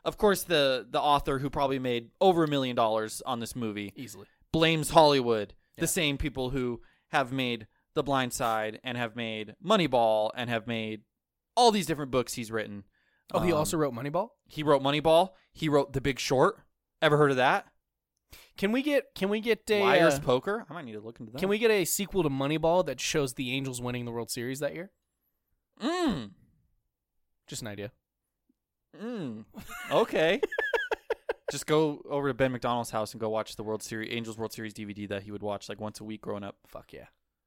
Speaker 1: Of course, the the author who probably made over a million dollars on this movie
Speaker 2: Easily.
Speaker 1: blames Hollywood,
Speaker 2: Yeah.
Speaker 1: the same people who have made The Blind Side and have made Moneyball and have made all these different books he's written.
Speaker 2: Oh, he
Speaker 1: Um,
Speaker 2: also wrote Moneyball.
Speaker 1: he wrote Moneyball. He wrote The Big Short. Ever heard of that?
Speaker 2: Can we get can we get a
Speaker 1: Liar's
Speaker 2: uh,
Speaker 1: Poker. I might need to look into that.
Speaker 2: can we get a sequel to Moneyball that shows the Angels winning the World Series that year?
Speaker 1: Mm.
Speaker 2: Just an idea.
Speaker 1: Mm. Okay. Just go over to Ben McDonald's house and go watch the World Series Angels World Series DVD that he would watch like once a week growing up.
Speaker 2: Fuck yeah.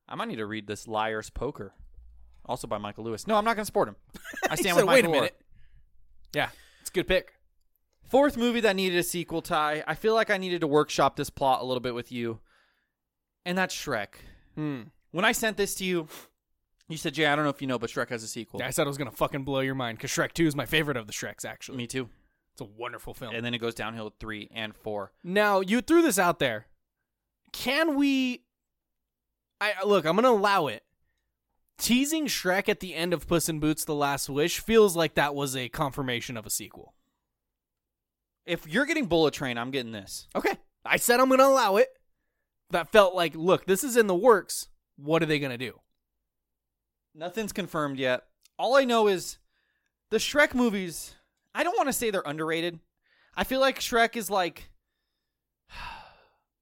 Speaker 1: I might need to read this Liar's Poker, also by Michael Lewis. No, I'm not going to support him. I stand
Speaker 2: So
Speaker 1: with Michael
Speaker 2: wait a
Speaker 1: Orr.
Speaker 2: minute. Yeah, it's a good pick.
Speaker 1: Fourth movie that needed a sequel tie. I feel like I needed to workshop this plot a little bit with you, and that's Shrek.
Speaker 2: Hmm.
Speaker 1: When I sent this to you, you said, "Jay, I don't know if you know, but Shrek has a sequel."
Speaker 2: Yeah, I said it was gonna fucking blow your mind because Shrek Two is my favorite of the Shreks. Actually,
Speaker 1: Me too.
Speaker 2: it's a wonderful film.
Speaker 1: And then it goes downhill with three and four.
Speaker 2: now you threw this out there. Can we? I look. I'm gonna allow it. Teasing Shrek at the end of Puss in Boots: The Last Wish feels like that was a confirmation of a sequel.
Speaker 1: If you're getting Bullet Train, I'm getting this.
Speaker 2: Okay, I said I'm gonna allow it. That felt like, look, this is in the works. What are they gonna do?
Speaker 1: Nothing's confirmed yet. All I know is the Shrek movies, I don't want to say they're underrated. I feel like Shrek is like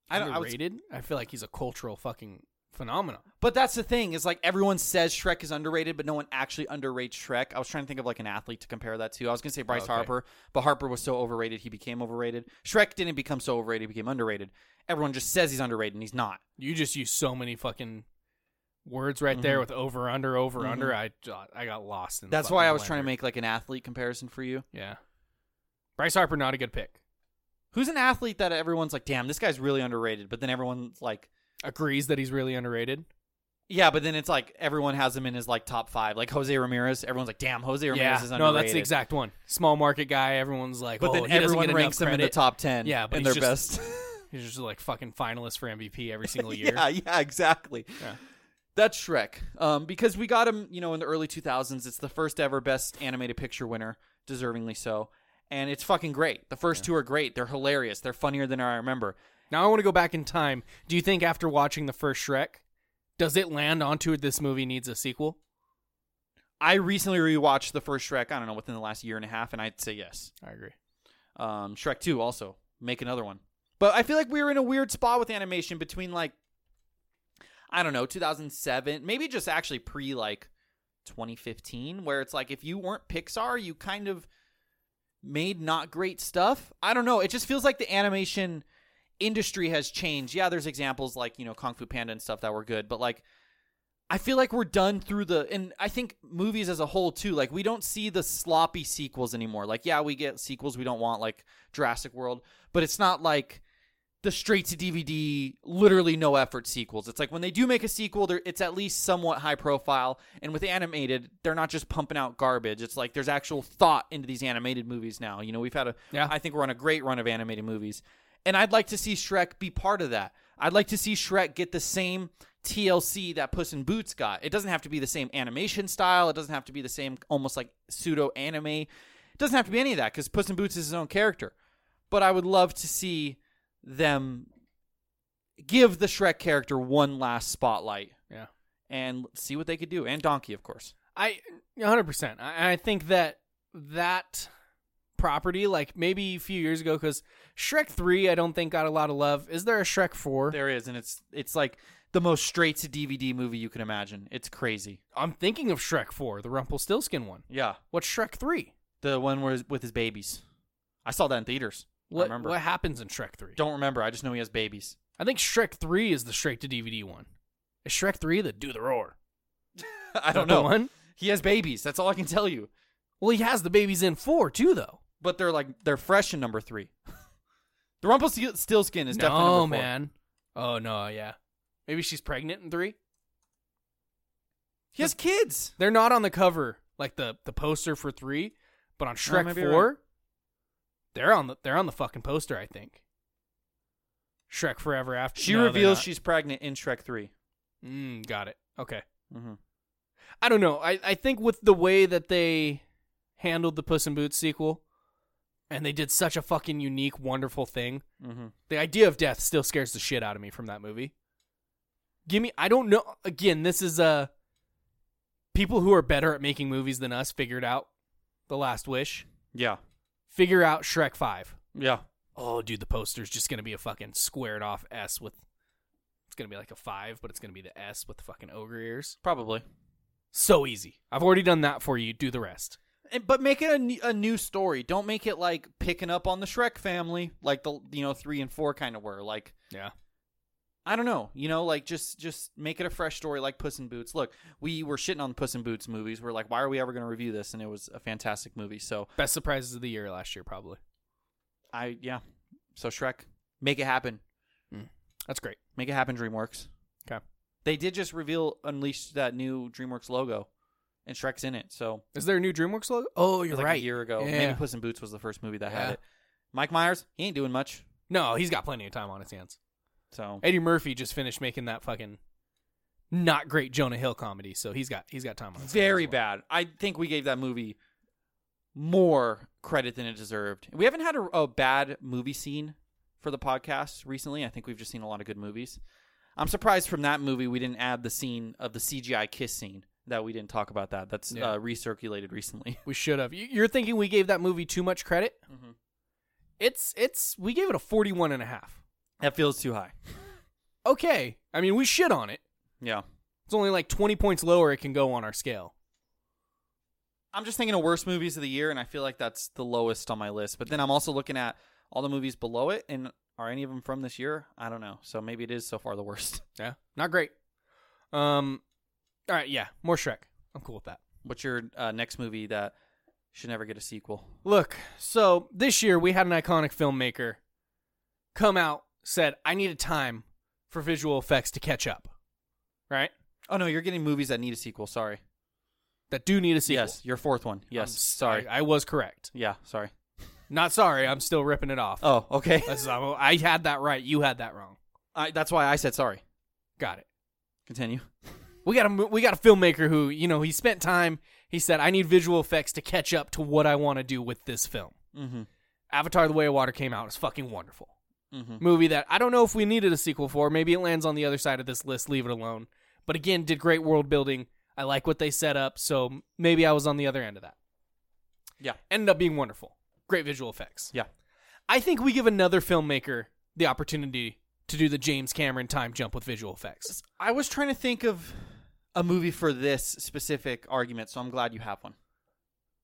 Speaker 1: I don't I would-
Speaker 2: Underrated? I feel like he's a cultural fucking phenomenon.
Speaker 1: but that's the thing is like everyone says Shrek is underrated, but no one actually underrates Shrek. I was trying to think of like an athlete to compare that to. I was gonna say Bryce
Speaker 2: Oh, Okay.
Speaker 1: Harper, but Harper was so overrated he became overrated. Shrek didn't become so overrated; he became underrated. Everyone just says he's underrated, and he's not.
Speaker 2: You just used so many fucking words right there with over under over under. I I got lost. In the
Speaker 1: Mm-hmm. That's
Speaker 2: fucking
Speaker 1: why I was trying to
Speaker 2: blender.
Speaker 1: make like an athlete comparison for you.
Speaker 2: yeah. Bryce Harper not a good pick.
Speaker 1: Who's an athlete that everyone's like, "Damn, this guy's really underrated," but then everyone's like,
Speaker 2: Agrees that he's really underrated.
Speaker 1: Yeah, but then it's like everyone has him in his like top five. Like Jose Ramirez, everyone's like, "Damn, Jose Ramirez
Speaker 2: Yeah,
Speaker 1: is
Speaker 2: no,
Speaker 1: underrated."
Speaker 2: that's the exact one. Small market guy. Everyone's like,
Speaker 1: But
Speaker 2: oh,
Speaker 1: then
Speaker 2: he doesn't
Speaker 1: everyone
Speaker 2: get
Speaker 1: ranks him
Speaker 2: enough
Speaker 1: in the
Speaker 2: credit.
Speaker 1: top ten.
Speaker 2: Yeah, but
Speaker 1: in their
Speaker 2: he's
Speaker 1: best.
Speaker 2: just- He's just like fucking finalist for MVP every single year.
Speaker 1: yeah, yeah, exactly. That's Shrek. Um, because we got him, you know, in the early 2000s. It's the first ever Best Animated Picture winner, deservingly so. And it's fucking great. The first two are great. They're hilarious. They're funnier than I remember.
Speaker 2: Now I want to go back in time. Do you think after watching the first Shrek, does it land onto this movie needs a sequel?
Speaker 1: I recently rewatched the first Shrek. I don't know within the last year and a half, and I'd say yes.
Speaker 2: I agree.
Speaker 1: Um, Shrek Two also make another one. But I feel like we were in a weird spot with animation between like I don't know 2007, maybe just actually pre like 2015, where it's like if you weren't Pixar, you kind of made not great stuff. I don't know. It just feels like the animation industry has changed. Yeah, there's examples like you know Kung Fu Panda and stuff that were good, but like I feel like we're done through the and I think movies as a whole too. Like we don't see the sloppy sequels anymore. Like yeah, we get sequels we don't want like Jurassic World, but it's not like the straight to DVD literally no effort sequels. It's like when they do make a sequel, they're- it's at least somewhat high profile. And with animated, they're not just pumping out garbage. It's like there's actual thought into these animated movies now. You know, we've had a
Speaker 2: Yeah.
Speaker 1: I think we're on a great run of animated movies. And I'd like to see Shrek be part of that. I'd like to see Shrek get the same TLC that Puss in Boots got. It doesn't have to be the same animation style. It doesn't have to be the same almost like pseudo anime. It doesn't have to be any of that because Puss in Boots is his own character. But I would love to see them give the Shrek character one last spotlight
Speaker 2: Yeah.
Speaker 1: and see what they could do. And Donkey, of course.
Speaker 2: I 100%. I, I think that that property, like maybe a few years ago, because Shrek 3, I don't think got a lot of love. Is there a Shrek 4?
Speaker 1: There is, and it's it's like the most straight to DVD movie you can imagine. It's crazy.
Speaker 2: I'm thinking of Shrek 4, the Rumpelstiltskin one.
Speaker 1: Yeah,
Speaker 2: What's Shrek 3?
Speaker 1: the one where with his babies. I saw that in theaters. I
Speaker 2: What,
Speaker 1: remember.
Speaker 2: what happens in Shrek 3?
Speaker 1: Don't remember. I just know he has babies.
Speaker 2: I think Shrek 3 is the straight to DVD one. Is Shrek 3 the Do the Roar?
Speaker 1: I don't
Speaker 2: that
Speaker 1: know.
Speaker 2: the one?
Speaker 1: He has babies. That's all I can tell you.
Speaker 2: Well, he has the babies in 4 too, though.
Speaker 1: But they're like they're fresh in number three. the Rumpelstiltskin is
Speaker 2: no,
Speaker 1: definitely number four.
Speaker 2: man. Oh no, yeah. Maybe she's pregnant in three.
Speaker 1: He has kids.
Speaker 2: They're not on the cover, like the the poster for three, but on Shrek
Speaker 1: maybe
Speaker 2: four,
Speaker 1: you're
Speaker 2: they're on the they're on the fucking poster. I think. Shrek Forever After.
Speaker 1: She
Speaker 2: No, they're
Speaker 1: reveals
Speaker 2: not.
Speaker 1: she's pregnant in Shrek 3
Speaker 2: Mm, got it. Okay.
Speaker 1: Mm-hmm.
Speaker 2: I don't know. I, I think with the way that they handled the Puss in Boots sequel, and they did such a fucking unique, wonderful thing.
Speaker 1: Mm-hmm.
Speaker 2: the idea of death still scares the shit out of me from that movie. Give me I don't know again, this is uh people who are better at making movies than us figured out The Last Wish.
Speaker 1: Yeah.
Speaker 2: Figure out Shrek 5.
Speaker 1: Yeah.
Speaker 2: Oh dude, the poster's just going to be a fucking squared off S with It's going to be like a 5, but it's going to be the S with the fucking ogre ears.
Speaker 1: Probably.
Speaker 2: So easy. I've already done that for you. Do the rest.
Speaker 1: And- but make it a, n- a new story. Don't make it like picking up on the Shrek family, like the you know three and four kind of were. Like
Speaker 2: Yeah.
Speaker 1: I don't know, you know, like just just make it a fresh story, like Puss in Boots. Look, we were shitting on Puss in Boots movies. We're like, why are we ever going to review this? And it was a fantastic movie. So
Speaker 2: Best surprises of the year last year probably.
Speaker 1: I yeah, so Shrek, make it happen,
Speaker 2: That's great.
Speaker 1: make it happen. DreamWorks.
Speaker 2: Okay.
Speaker 1: They did just reveal unleash that new DreamWorks logo, and Shrek's in it. So
Speaker 2: Is there a new DreamWorks logo? Oh,
Speaker 1: it
Speaker 2: you're
Speaker 1: was like
Speaker 2: right.
Speaker 1: a year ago,
Speaker 2: Yeah.
Speaker 1: maybe Puss in Boots was the first movie that had
Speaker 2: Yeah.
Speaker 1: it. Mike Myers, he ain't doing much.
Speaker 2: no, he's got plenty of time on his hands.
Speaker 1: So
Speaker 2: Eddie Murphy just finished making that fucking not great Jonah Hill comedy, so he's got he's got time on his hands
Speaker 1: very
Speaker 2: as well.
Speaker 1: bad. I think we gave that movie more credit than it deserved. We haven't had a, a bad movie scene for the podcast recently. I think we've just seen a lot of good movies. I'm surprised from that movie we didn't add the scene of the CGI kiss scene that we didn't talk about. That that's
Speaker 2: Yeah.
Speaker 1: uh, recirculated recently.
Speaker 2: We should have. You- You're thinking we gave that movie too much credit?
Speaker 1: Mhm.
Speaker 2: It's it's we gave it a 41 and a half.
Speaker 1: that feels too high.
Speaker 2: Okay. I mean, we shit on it.
Speaker 1: Yeah,
Speaker 2: It's only like 20 points lower it can go on our scale.
Speaker 1: I'm just thinking of worst movies of the year, and I feel like that's the lowest on my list. But then I'm also looking at all the movies below it, and are any of them from this year? I don't know. So maybe it is so far the worst.
Speaker 2: Yeah. Not great. Um All right, yeah. More Shrek. I'm cool with that.
Speaker 1: What's your uh, next movie that should never get a sequel?
Speaker 2: Look, so this year we had an iconic filmmaker come out, said, I need a time for visual effects to catch up. Right?
Speaker 1: Oh no, you're getting movies that need a sequel. Sorry.
Speaker 2: that do need a sequel.
Speaker 1: Yes, your fourth one. Yes,
Speaker 2: I'm s-
Speaker 1: sorry.
Speaker 2: I, I was correct.
Speaker 1: yeah, sorry.
Speaker 2: Not sorry. I'm still ripping it off.
Speaker 1: Oh, okay.
Speaker 2: That's- I'm- I had that right. You had that wrong.
Speaker 1: I, that's why I said sorry.
Speaker 2: Got it.
Speaker 1: Continue.
Speaker 2: We got a mo- we got a filmmaker who you know he spent time. He said, "I need visual effects to catch up to what I want to do with this film."
Speaker 1: Mm-hmm.
Speaker 2: Avatar: The Way of Water came out. It's fucking wonderful
Speaker 1: Mhm.
Speaker 2: movie that I don't know if we needed a sequel for. Maybe it lands on the other side of this list. Leave it alone. But again, did great world building. I like what they set up, so maybe I was on the other end of that.
Speaker 1: Yeah.
Speaker 2: ended up being wonderful. Great visual effects.
Speaker 1: Yeah.
Speaker 2: I think we give another filmmaker the opportunity to do the James Cameron time jump with visual effects.
Speaker 1: I was trying to think of a movie for this specific argument, so I'm glad you have one.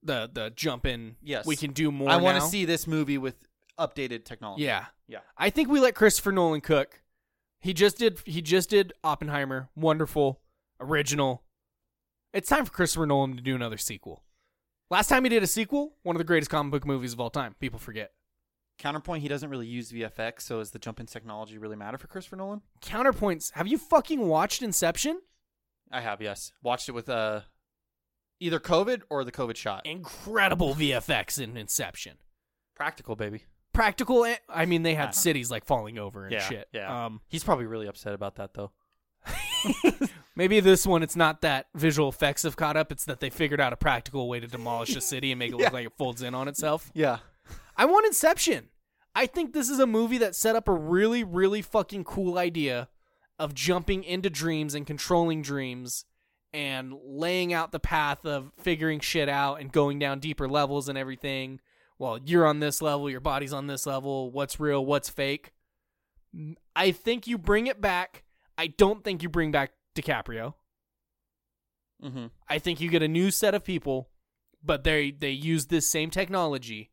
Speaker 2: The the jump in.
Speaker 1: Yes.
Speaker 2: we can do more.
Speaker 1: I want to
Speaker 2: now.
Speaker 1: see this movie with updated technology.
Speaker 2: Yeah,
Speaker 1: Yeah.
Speaker 2: I think we let Christopher Nolan cook. He just did. He just did Oppenheimer. Wonderful, original. It's time for Christopher Nolan to do another sequel. Last time he did a sequel, one of the greatest comic book movies of all time. People forget.
Speaker 1: Counterpoint, he doesn't really use VFX, so does the jump in technology really matter for Christopher Nolan?
Speaker 2: Counterpoints. Have you fucking watched Inception?
Speaker 1: I have, yes. Watched it with uh, either COVID or the COVID shot.
Speaker 2: Incredible VFX in Inception.
Speaker 1: Practical, baby.
Speaker 2: Practical. a- I mean, they
Speaker 1: I
Speaker 2: had
Speaker 1: don't-
Speaker 2: cities like falling over and shit.
Speaker 1: Uh-huh. Yeah.
Speaker 2: Um,
Speaker 1: He's probably really upset about that, though.
Speaker 2: Maybe this one, it's not that visual effects have caught up. It's that they figured out a practical way to demolish a city and make it look like it folds in on itself.
Speaker 1: Yeah.
Speaker 2: I want Inception. I think this is a movie that set up a really, really fucking cool idea of jumping into dreams and controlling dreams and laying out the path of figuring shit out and going down deeper levels and everything. Well, you're on this level, your body's on this level, what's real, what's fake. I think you bring it back. I don't think you bring back DiCaprio.
Speaker 1: Mm-hmm.
Speaker 2: I think you get a new set of people, but they they use this same technology,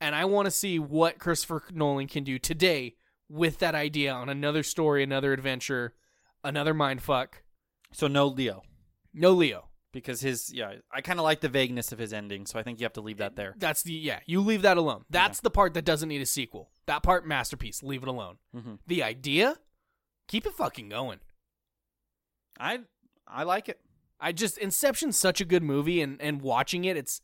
Speaker 2: and I want to see what Christopher Nolan can do today with that idea on another story, another adventure, another mindfuck.
Speaker 1: So no Leo.
Speaker 2: No Leo.
Speaker 1: Because his, yeah, I kind of like the vagueness of his ending, so I think you have to leave that there.
Speaker 2: That's the yeah. You leave that alone. That's the part that doesn't need a sequel. That part masterpiece. Leave it alone.
Speaker 1: Mhm.
Speaker 2: The idea, keep it fucking going.
Speaker 1: I I like it.
Speaker 2: I just Inception's such a good movie, and and watching it, it's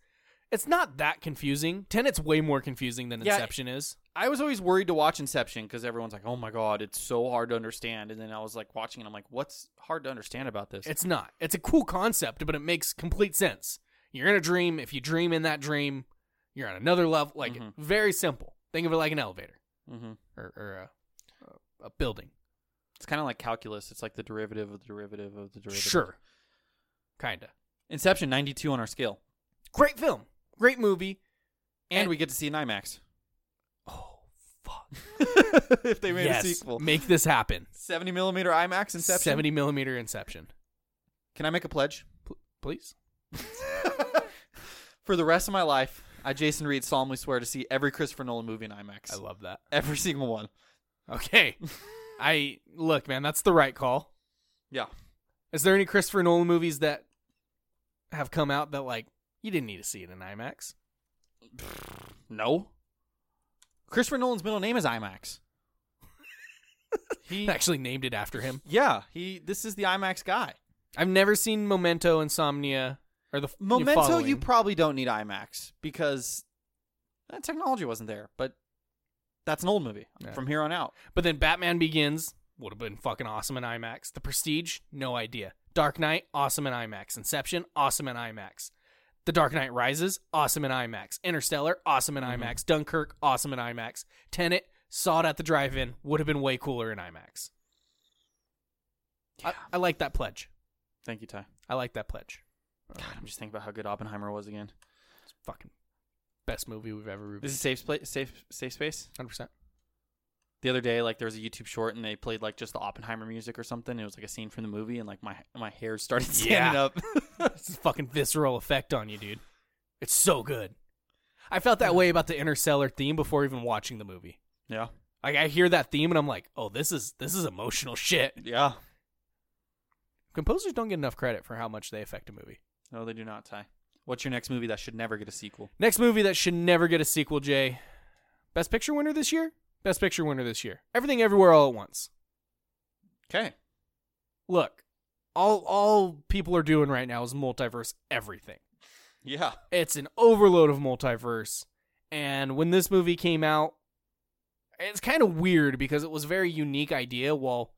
Speaker 2: it's not that confusing. Tenet's way more confusing than
Speaker 1: Yeah,
Speaker 2: Inception is.
Speaker 1: I was always worried to watch Inception because everyone's like, "Oh my god, it's so hard to understand." And then I was like watching it, I'm like, "What's hard to understand about this?"
Speaker 2: It's not. It's a cool concept, but it makes complete sense. You're in a dream. If you dream in that dream, you're on another level. Like
Speaker 1: Mhm.
Speaker 2: very simple. Think of it like an elevator
Speaker 1: mm-hmm.
Speaker 2: or, or a, a building.
Speaker 1: It's kind of like calculus. It's like the derivative of the derivative of the derivative.
Speaker 2: Sure, kinda.
Speaker 1: Inception 92 on our scale,
Speaker 2: Great film. Great movie.
Speaker 1: and,
Speaker 2: And-
Speaker 1: we get to see an IMAX
Speaker 2: Oh fuck!
Speaker 1: if they made
Speaker 2: yes,
Speaker 1: a sequel.
Speaker 2: make this happen.
Speaker 1: 70 millimeter IMAX Inception.
Speaker 2: Seventy millimeter Inception,
Speaker 1: Can I make a pledge
Speaker 2: P- please.
Speaker 1: for the rest of my life? I, Jason Reed, solemnly swear to see every Christopher Nolan movie in IMAX.
Speaker 2: I love that.
Speaker 1: every single one.
Speaker 2: Okay, I look, man. That's the right call.
Speaker 1: Yeah.
Speaker 2: Is there any Christopher Nolan movies that have come out that like you didn't need to see it in IMAX?
Speaker 1: No. Christopher Nolan's middle name is IMAX. he
Speaker 2: They actually named it after him.
Speaker 1: Yeah, he this is the IMAX guy.
Speaker 2: I've never seen Memento, Insomnia, or the
Speaker 1: Memento you
Speaker 2: probably
Speaker 1: probably don't need IMAX because that technology wasn't there, but that's an old movie
Speaker 2: Yeah.
Speaker 1: from here on out.
Speaker 2: but then Batman Begins would have been fucking awesome in IMAX. The Prestige, no idea. Dark Knight, awesome in IMAX. Inception, awesome in IMAX. The Dark Knight Rises, awesome in IMAX. Interstellar, awesome in
Speaker 1: Mm-hmm.
Speaker 2: IMAX. Dunkirk, awesome in IMAX. Tenet, saw it at the drive-in, would have been way cooler in IMAX. I, I like that pledge.
Speaker 1: Thank you, Ty.
Speaker 2: I like that pledge.
Speaker 1: God, I'm just thinking about how good Oppenheimer was again.
Speaker 2: It's fucking best movie we've ever
Speaker 1: This
Speaker 2: reviewed.
Speaker 1: is safe place, safe safe space.
Speaker 2: 100%.
Speaker 1: The other day, like there was a YouTube short and they played like just the Oppenheimer music or something. It was like a scene from the movie, and like my my hair started standing
Speaker 2: Yeah.
Speaker 1: up.
Speaker 2: It's a fucking visceral effect on you, dude. It's so good. I felt that way about the Interstellar theme before even watching the movie.
Speaker 1: yeah,
Speaker 2: Like I hear that theme and I'm like, "Oh, this is this is emotional shit."
Speaker 1: yeah.
Speaker 2: Composers don't get enough credit for how much they affect a movie.
Speaker 1: No, they do not, Ty. What's your next movie that should never get a sequel?
Speaker 2: Next movie that should never get a sequel, Jay. Best picture winner this year? Best picture winner this year. Everything everywhere all at once.
Speaker 1: Okay,
Speaker 2: Look, all all people are doing right now is multiverse everything.
Speaker 1: Yeah.
Speaker 2: It's an overload of multiverse. And when this movie came out, it's kind of weird because it was a very unique idea while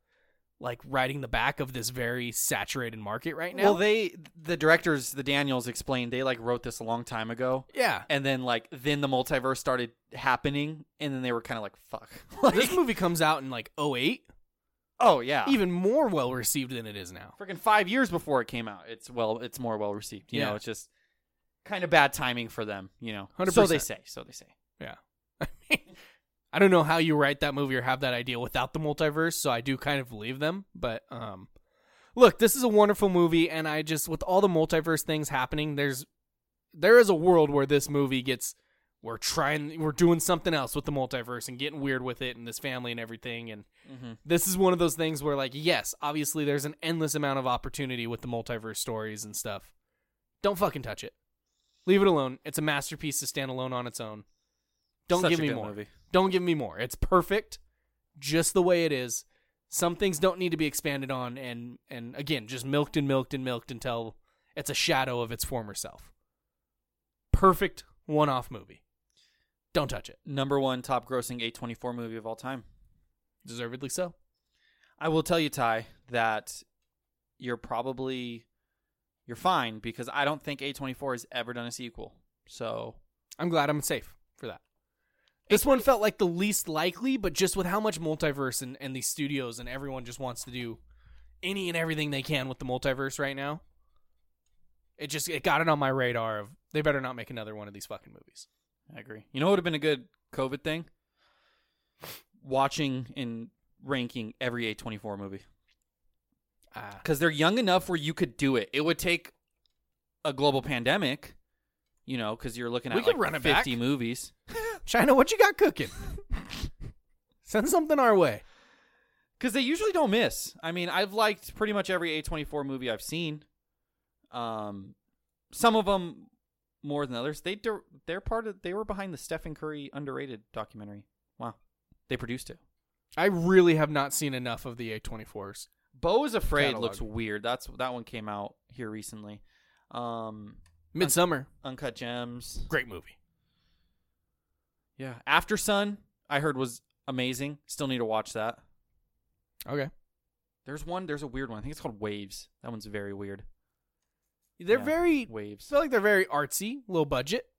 Speaker 2: like riding the back of this very saturated market right now.
Speaker 1: Well, they the directors, the Daniels explained they like wrote this a long time ago.
Speaker 2: yeah.
Speaker 1: And then like then the multiverse started happening and then they were kind of like fuck. Like,
Speaker 2: this movie comes out in like 08,
Speaker 1: oh yeah.
Speaker 2: even more well received than it is now.
Speaker 1: freaking 5 years before it came out. It's well it's more well received, you
Speaker 2: Yeah.
Speaker 1: know, it's just kind of bad timing for them, you know.
Speaker 2: 100%.
Speaker 1: So they say, so they say.
Speaker 2: Yeah. I mean, I don't know how you write that movie or have that idea without the multiverse, so I do kind of believe them, but um look, this is a wonderful movie and I just with all the multiverse things happening, there's there is a world where this movie gets we're trying we're doing something else with the multiverse and getting weird with it and this family and everything and
Speaker 1: Mm-hmm.
Speaker 2: this is one of those things where like yes, obviously there's an endless amount of opportunity with the multiverse stories and stuff. Don't fucking touch it. Leave it alone. It's a masterpiece to stand alone on its own. Don't
Speaker 1: Such
Speaker 2: give
Speaker 1: a
Speaker 2: me
Speaker 1: good
Speaker 2: more.
Speaker 1: movie.
Speaker 2: Don't give me more. It's perfect, just the way it is. Some things don't need to be expanded on, and and again, just milked and milked and milked until it's a shadow of its former self. Perfect one-off movie. Don't touch it.
Speaker 1: Number 1 top grossing 824 movie of all time.
Speaker 2: Deservedly so.
Speaker 1: I will tell you, Ty, that you're probably you're fine because I don't think A24 has ever done a sequel. So
Speaker 2: I'm glad I'm safe for that. This one felt like the least likely, but just with how much multiverse and, and these studios and everyone just wants to do any and everything they can with the multiverse right now, it just it got it on my radar of they better not make another one of these fucking movies.
Speaker 1: I agree. You know what would have been a good COVID thing? Watching and ranking every A24 movie
Speaker 2: Ah,
Speaker 1: because they're young enough where you could do it. It would take a global pandemic, you know, because you're looking at
Speaker 2: We could
Speaker 1: like
Speaker 2: run it
Speaker 1: 50
Speaker 2: back.
Speaker 1: movies.
Speaker 2: China, what you got cooking? Send something our way.
Speaker 1: because they usually don't miss. I mean, I've liked pretty much every A24 movie I've seen. Um, some of them more than others. They dir- they're part of they were behind the Stephen Curry underrated documentary. Wow, they produced it.
Speaker 2: I really have not seen enough of the A24s.
Speaker 1: Bo is afraid
Speaker 2: Catalog.
Speaker 1: looks weird. That's that one came out here recently. Um,
Speaker 2: Midsummer,
Speaker 1: Uncut Gems.
Speaker 2: great movie.
Speaker 1: Yeah, After Sun I heard was amazing. Still need to watch that.
Speaker 2: Okay.
Speaker 1: There's one. There's a weird one. I think it's called Waves. That one's very weird.
Speaker 2: They're
Speaker 1: Yeah,
Speaker 2: very
Speaker 1: Waves.
Speaker 2: feel like they're very artsy, low budget,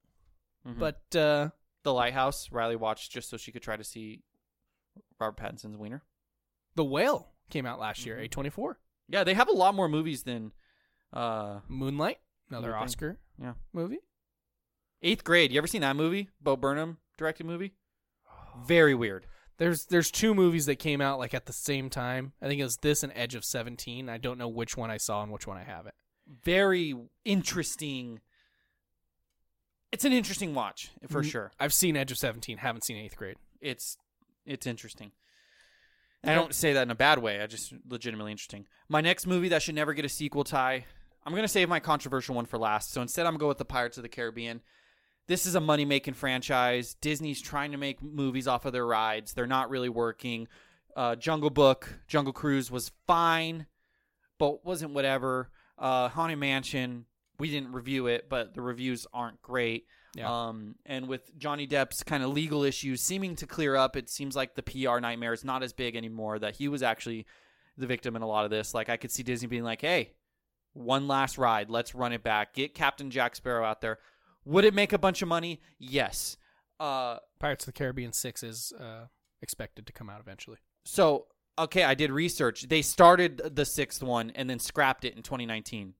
Speaker 1: Mhm.
Speaker 2: but uh
Speaker 1: The Lighthouse, Riley watched just so she could try to see Robert Pattinson's wiener.
Speaker 2: The Whale came out last year, A24.
Speaker 1: Yeah, they have a lot more movies than uh
Speaker 2: Moonlight, another
Speaker 1: Good thing.
Speaker 2: Oscar
Speaker 1: yeah.
Speaker 2: movie.
Speaker 1: Eighth Grade. You ever seen that movie? Bo Burnham directed movie?
Speaker 2: Oh.
Speaker 1: Very weird.
Speaker 2: There's there's two movies that came out like at the same time. I think it was this and Edge of 17. I don't know which one I saw and which one I haven't.
Speaker 1: Very interesting. It's an interesting watch, for
Speaker 2: Mm,
Speaker 1: sure.
Speaker 2: I've seen Edge of 17, haven't seen 8th grade.
Speaker 1: It's it's interesting. And I don't say that in a bad way. I just legitimately interesting. My next movie that should never get a sequel tie. I'm gonna save my controversial one for last. So instead, I'm gonna go with the Pirates of the Caribbean. This is a money making franchise. Disney's trying to make movies off of their rides. They're not really working. Uh, Jungle Book, Jungle Cruise was fine, but wasn't whatever. Uh, Haunted Mansion, we didn't review it, but the reviews aren't great.
Speaker 2: Yeah.
Speaker 1: Um, and with Johnny Depp's kind of legal issues seeming to clear up, it seems like the PR nightmare is not as big anymore. That he was actually the victim in a lot of this. Like I could see Disney being like, "Hey, one last ride. Let's run it back. Get Captain Jack Sparrow out there." Would it make a bunch of money? Yes. Uh,
Speaker 2: Pirates of the Caribbean 6 is uh, expected to come out eventually.
Speaker 1: so okay, I did research. They started the sixth one and then scrapped it in 2019.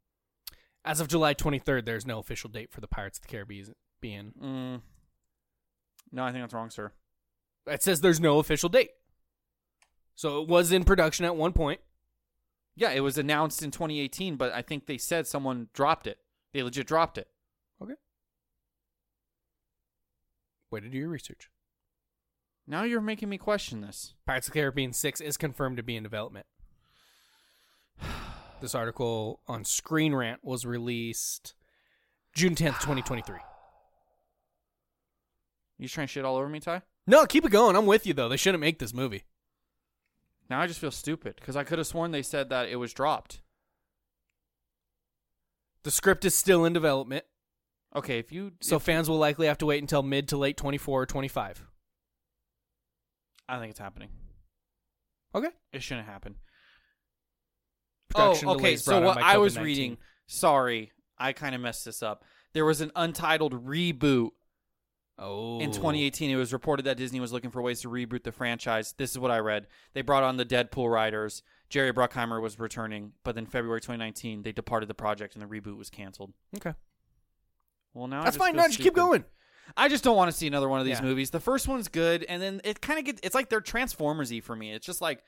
Speaker 2: As of July 23rd, there's no official date for the Pirates of the Caribbean.
Speaker 1: Mm. No, I think that's wrong, sir.
Speaker 2: It says there's no official date. So it was in production at one point.
Speaker 1: Yeah, it was announced in 2018, but I think they said someone dropped it. They legit dropped it.
Speaker 2: Okay. Way to do your research.
Speaker 1: Now you're making me question this.
Speaker 2: Pirates of the Caribbean 6 is confirmed to be in development. This article on Screen Rant was released June 10th, 2023.
Speaker 1: You trying to shit all over me, Ty?
Speaker 2: No, keep it going. I'm with you, though. They shouldn't make this movie.
Speaker 1: Now I just feel stupid because I could have sworn they said that it was dropped.
Speaker 2: The script is still in development,
Speaker 1: Okay, if you
Speaker 2: so
Speaker 1: if-
Speaker 2: fans will likely have to wait until mid to late 24 or 25.
Speaker 1: I think it's happening.
Speaker 2: Okay.
Speaker 1: It shouldn't happen.
Speaker 2: Production
Speaker 1: oh, okay.
Speaker 2: delays
Speaker 1: So
Speaker 2: brought on
Speaker 1: what
Speaker 2: by
Speaker 1: I was
Speaker 2: COVID-19.
Speaker 1: reading, sorry, I kind of messed this up. There was an untitled reboot
Speaker 2: Oh.
Speaker 1: in 2018. It was reported that Disney was looking for ways to reboot the franchise. This is what I read. They brought on the Deadpool writers. Jerry Bruckheimer was returning, but then February 2019, they departed the project and the reboot was canceled.
Speaker 2: Okay.
Speaker 1: Well, now I
Speaker 2: That's fine.
Speaker 1: feel
Speaker 2: No, just keep
Speaker 1: stupid.
Speaker 2: going.
Speaker 1: I just don't want to see another one of these
Speaker 2: Yeah.
Speaker 1: movies. The first one's good, and then it kind of gets it's like they're Transformersy for me. It's just like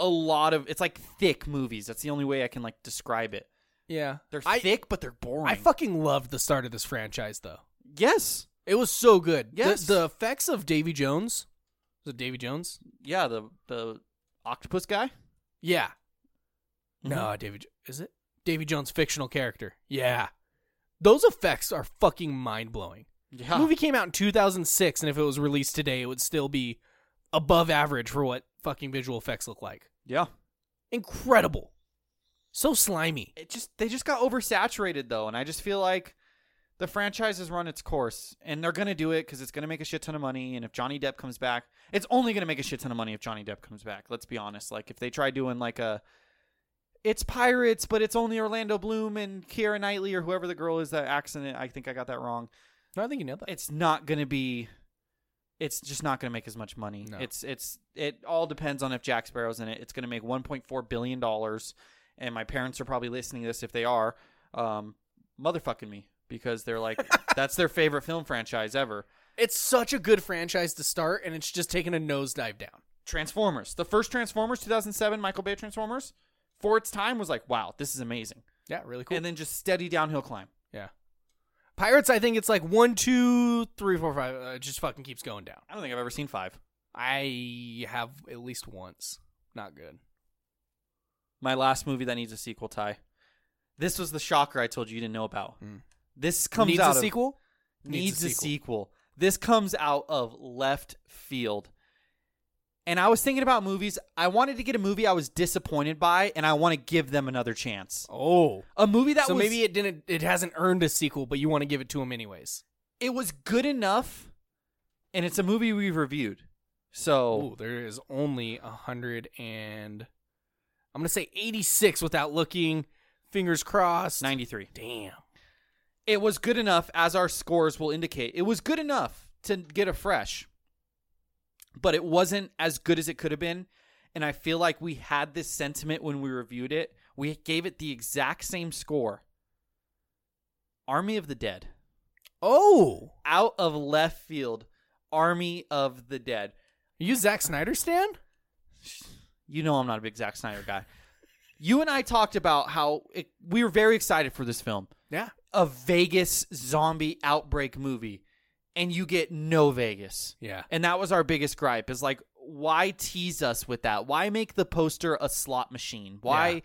Speaker 1: a lot of it's like thick movies. That's the only way I can like describe it.
Speaker 2: Yeah.
Speaker 1: They're
Speaker 2: I,
Speaker 1: thick, but they're boring.
Speaker 2: I fucking loved the start of this franchise, though.
Speaker 1: yes,
Speaker 2: It was so good. The-
Speaker 1: Yes.
Speaker 2: The, effects of Davy Jones. Was it Davy Jones?
Speaker 1: yeah. The the octopus guy.
Speaker 2: Yeah. No, Davy. Jo- Is it Davy Jones' fictional character? Yeah. Those effects are fucking mind blowing.
Speaker 1: Yeah.
Speaker 2: The movie came out in 2006, and if it was released today, it would still be above average for what fucking visual effects look like.
Speaker 1: Yeah.
Speaker 2: Incredible. So slimy.
Speaker 1: It just they just got oversaturated though, and I just feel like the franchise has run its course, and they're gonna do it because it's gonna make a shit ton of money. And if Johnny Depp comes back, it's only gonna make a shit ton of money if Johnny Depp comes back. Let's be honest. Like if they try doing like a, it's pirates, but it's only Orlando Bloom and Keira Knightley or whoever the girl is that accident. I think I got that wrong.
Speaker 2: No, I think you know that.
Speaker 1: It's not gonna be. It's just not gonna make as much money.
Speaker 2: No.
Speaker 1: It's it's it all depends on if Jack Sparrow's in it. It's gonna make 1.4 billion dollars, and my parents are probably listening to this. If they are, um, motherfucking me because they're like that's their favorite film franchise ever.
Speaker 2: It's such a good franchise to start, and it's just taking a nosedive down.
Speaker 1: Transformers, the first Transformers, 2007, Michael Bay Transformers, for its time was like wow, this is amazing,
Speaker 2: Yeah, really cool.
Speaker 1: and then just steady downhill climb.
Speaker 2: yeah. Pirates, I think it's like one, two, three, four, five. Uh, it just fucking keeps going down.
Speaker 1: I don't think I've ever seen five.
Speaker 2: I have at least once. Not good.
Speaker 1: My last movie that needs a sequel, Ty. This was the shocker I told you you didn't know about. This comes
Speaker 2: Mm. Needs
Speaker 1: out
Speaker 2: a
Speaker 1: of-
Speaker 2: sequel.
Speaker 1: needs, a, sequel. This comes out of left field. And I was thinking about movies. I wanted to get a movie I was disappointed by, and I want to give them another chance.
Speaker 2: Oh,
Speaker 1: A movie that
Speaker 2: so
Speaker 1: was
Speaker 2: maybe it didn't. It hasn't earned a sequel, but you want to give it to him anyways.
Speaker 1: it was good enough, and it's a movie we've reviewed. So
Speaker 2: Oh, there is only a hundred and I'm gonna say eighty-six without looking. Fingers crossed.
Speaker 1: ninety three.
Speaker 2: Damn.
Speaker 1: It was good enough, as our scores will indicate. It was good enough to get a fresh, but it wasn't as good as it could have been. And I feel like we had this sentiment when we reviewed it. We gave it the exact same score. Army of the Dead.
Speaker 2: Oh,
Speaker 1: Out of left field, Army of the Dead.
Speaker 2: are you Zack Snyder stan?
Speaker 1: You know I'm not a big Zack Snyder guy. You and I talked about how it, we were very excited for this film.
Speaker 2: Yeah.
Speaker 1: A Vegas zombie outbreak movie, and you get no Vegas.
Speaker 2: Yeah.
Speaker 1: And that was our biggest gripe is like, why tease us with that? Why make the poster a slot machine? Why?
Speaker 2: Yeah.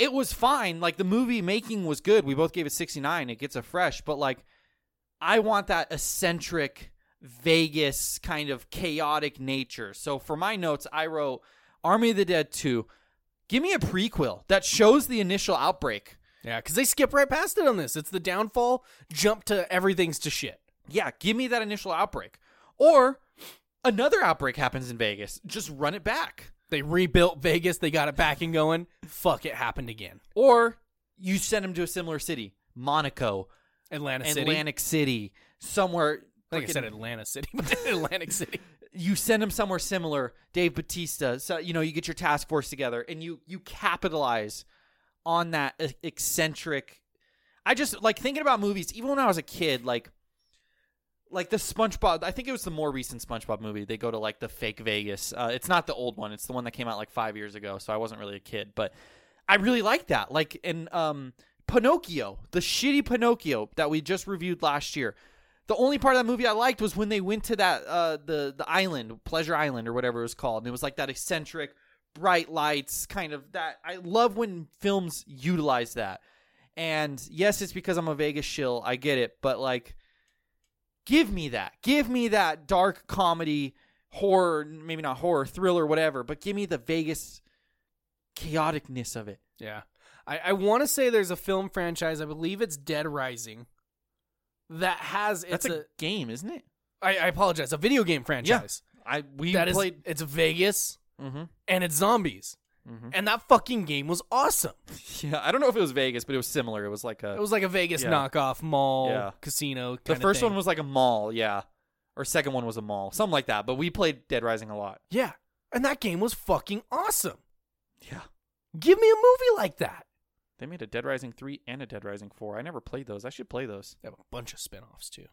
Speaker 1: It was fine. Like the movie making was good. We both gave it 69. It gets a fresh, but like, I want that eccentric Vegas kind of chaotic nature. So for my notes, I wrote Army of the Dead 2. Give me a prequel that shows the initial outbreak.
Speaker 2: Yeah, because they skip right past it on this. It's the downfall, jump to everything's to shit.
Speaker 1: Yeah, give me that initial outbreak. Or another outbreak happens in Vegas. Just run it back.
Speaker 2: They rebuilt Vegas. They got it back and going. Fuck, it happened again.
Speaker 1: or you send him to a similar city, Monaco,
Speaker 2: Atlanta City.
Speaker 1: Atlantic City, somewhere.
Speaker 2: I think I said
Speaker 1: frickin-
Speaker 2: Atlanta City, but Atlantic City.
Speaker 1: You send him somewhere similar, Dave Batista. So you know you get your task force together, and you you capitalize on that e- eccentric. I just like thinking about movies, even when I was a kid, like. Like the SpongeBob, I think it was the more recent SpongeBob movie. They go to like the fake Vegas. Uh, it's not the old one; it's the one that came out like five years ago. So I wasn't really a kid, but I really like that. Like in um, Pinocchio, the shitty Pinocchio that we just reviewed last year. The only part of that movie I liked was when they went to that uh, the the island, Pleasure Island or whatever it was called, and it was like that eccentric, bright lights kind of that. I love when films utilize that. And yes, it's because I'm a Vegas shill. I get it, but like, give me that. Give me that dark comedy, horror, maybe not horror, thriller, whatever, but give me the Vegas chaoticness of it.
Speaker 2: Yeah. I, I want to say there's a film franchise. I believe it's Dead Rising. That has it's
Speaker 1: That's a,
Speaker 2: a
Speaker 1: game, isn't it?
Speaker 2: I I apologize, a video game franchise.
Speaker 1: I we
Speaker 2: that is
Speaker 1: played.
Speaker 2: it's Vegas
Speaker 1: Mhm.
Speaker 2: and it's zombies,
Speaker 1: Mm-hmm.
Speaker 2: and that fucking game was awesome.
Speaker 1: Yeah, I don't know if it was Vegas, but it was similar. It was like a.
Speaker 2: It was like a Vegas
Speaker 1: Uh, Yeah.
Speaker 2: knockoff mall
Speaker 1: Yeah.
Speaker 2: casino.
Speaker 1: the
Speaker 2: kinda
Speaker 1: first
Speaker 2: thing.
Speaker 1: one was like a mall, yeah, or second one was a mall, something like that. But we played Dead Rising a lot.
Speaker 2: yeah, and that game was fucking awesome.
Speaker 1: Yeah,
Speaker 2: Give me a movie like that.
Speaker 1: they made a Dead Rising three and a Dead Rising four. I never played those. I should play those.
Speaker 2: They have a bunch of spin-offs too.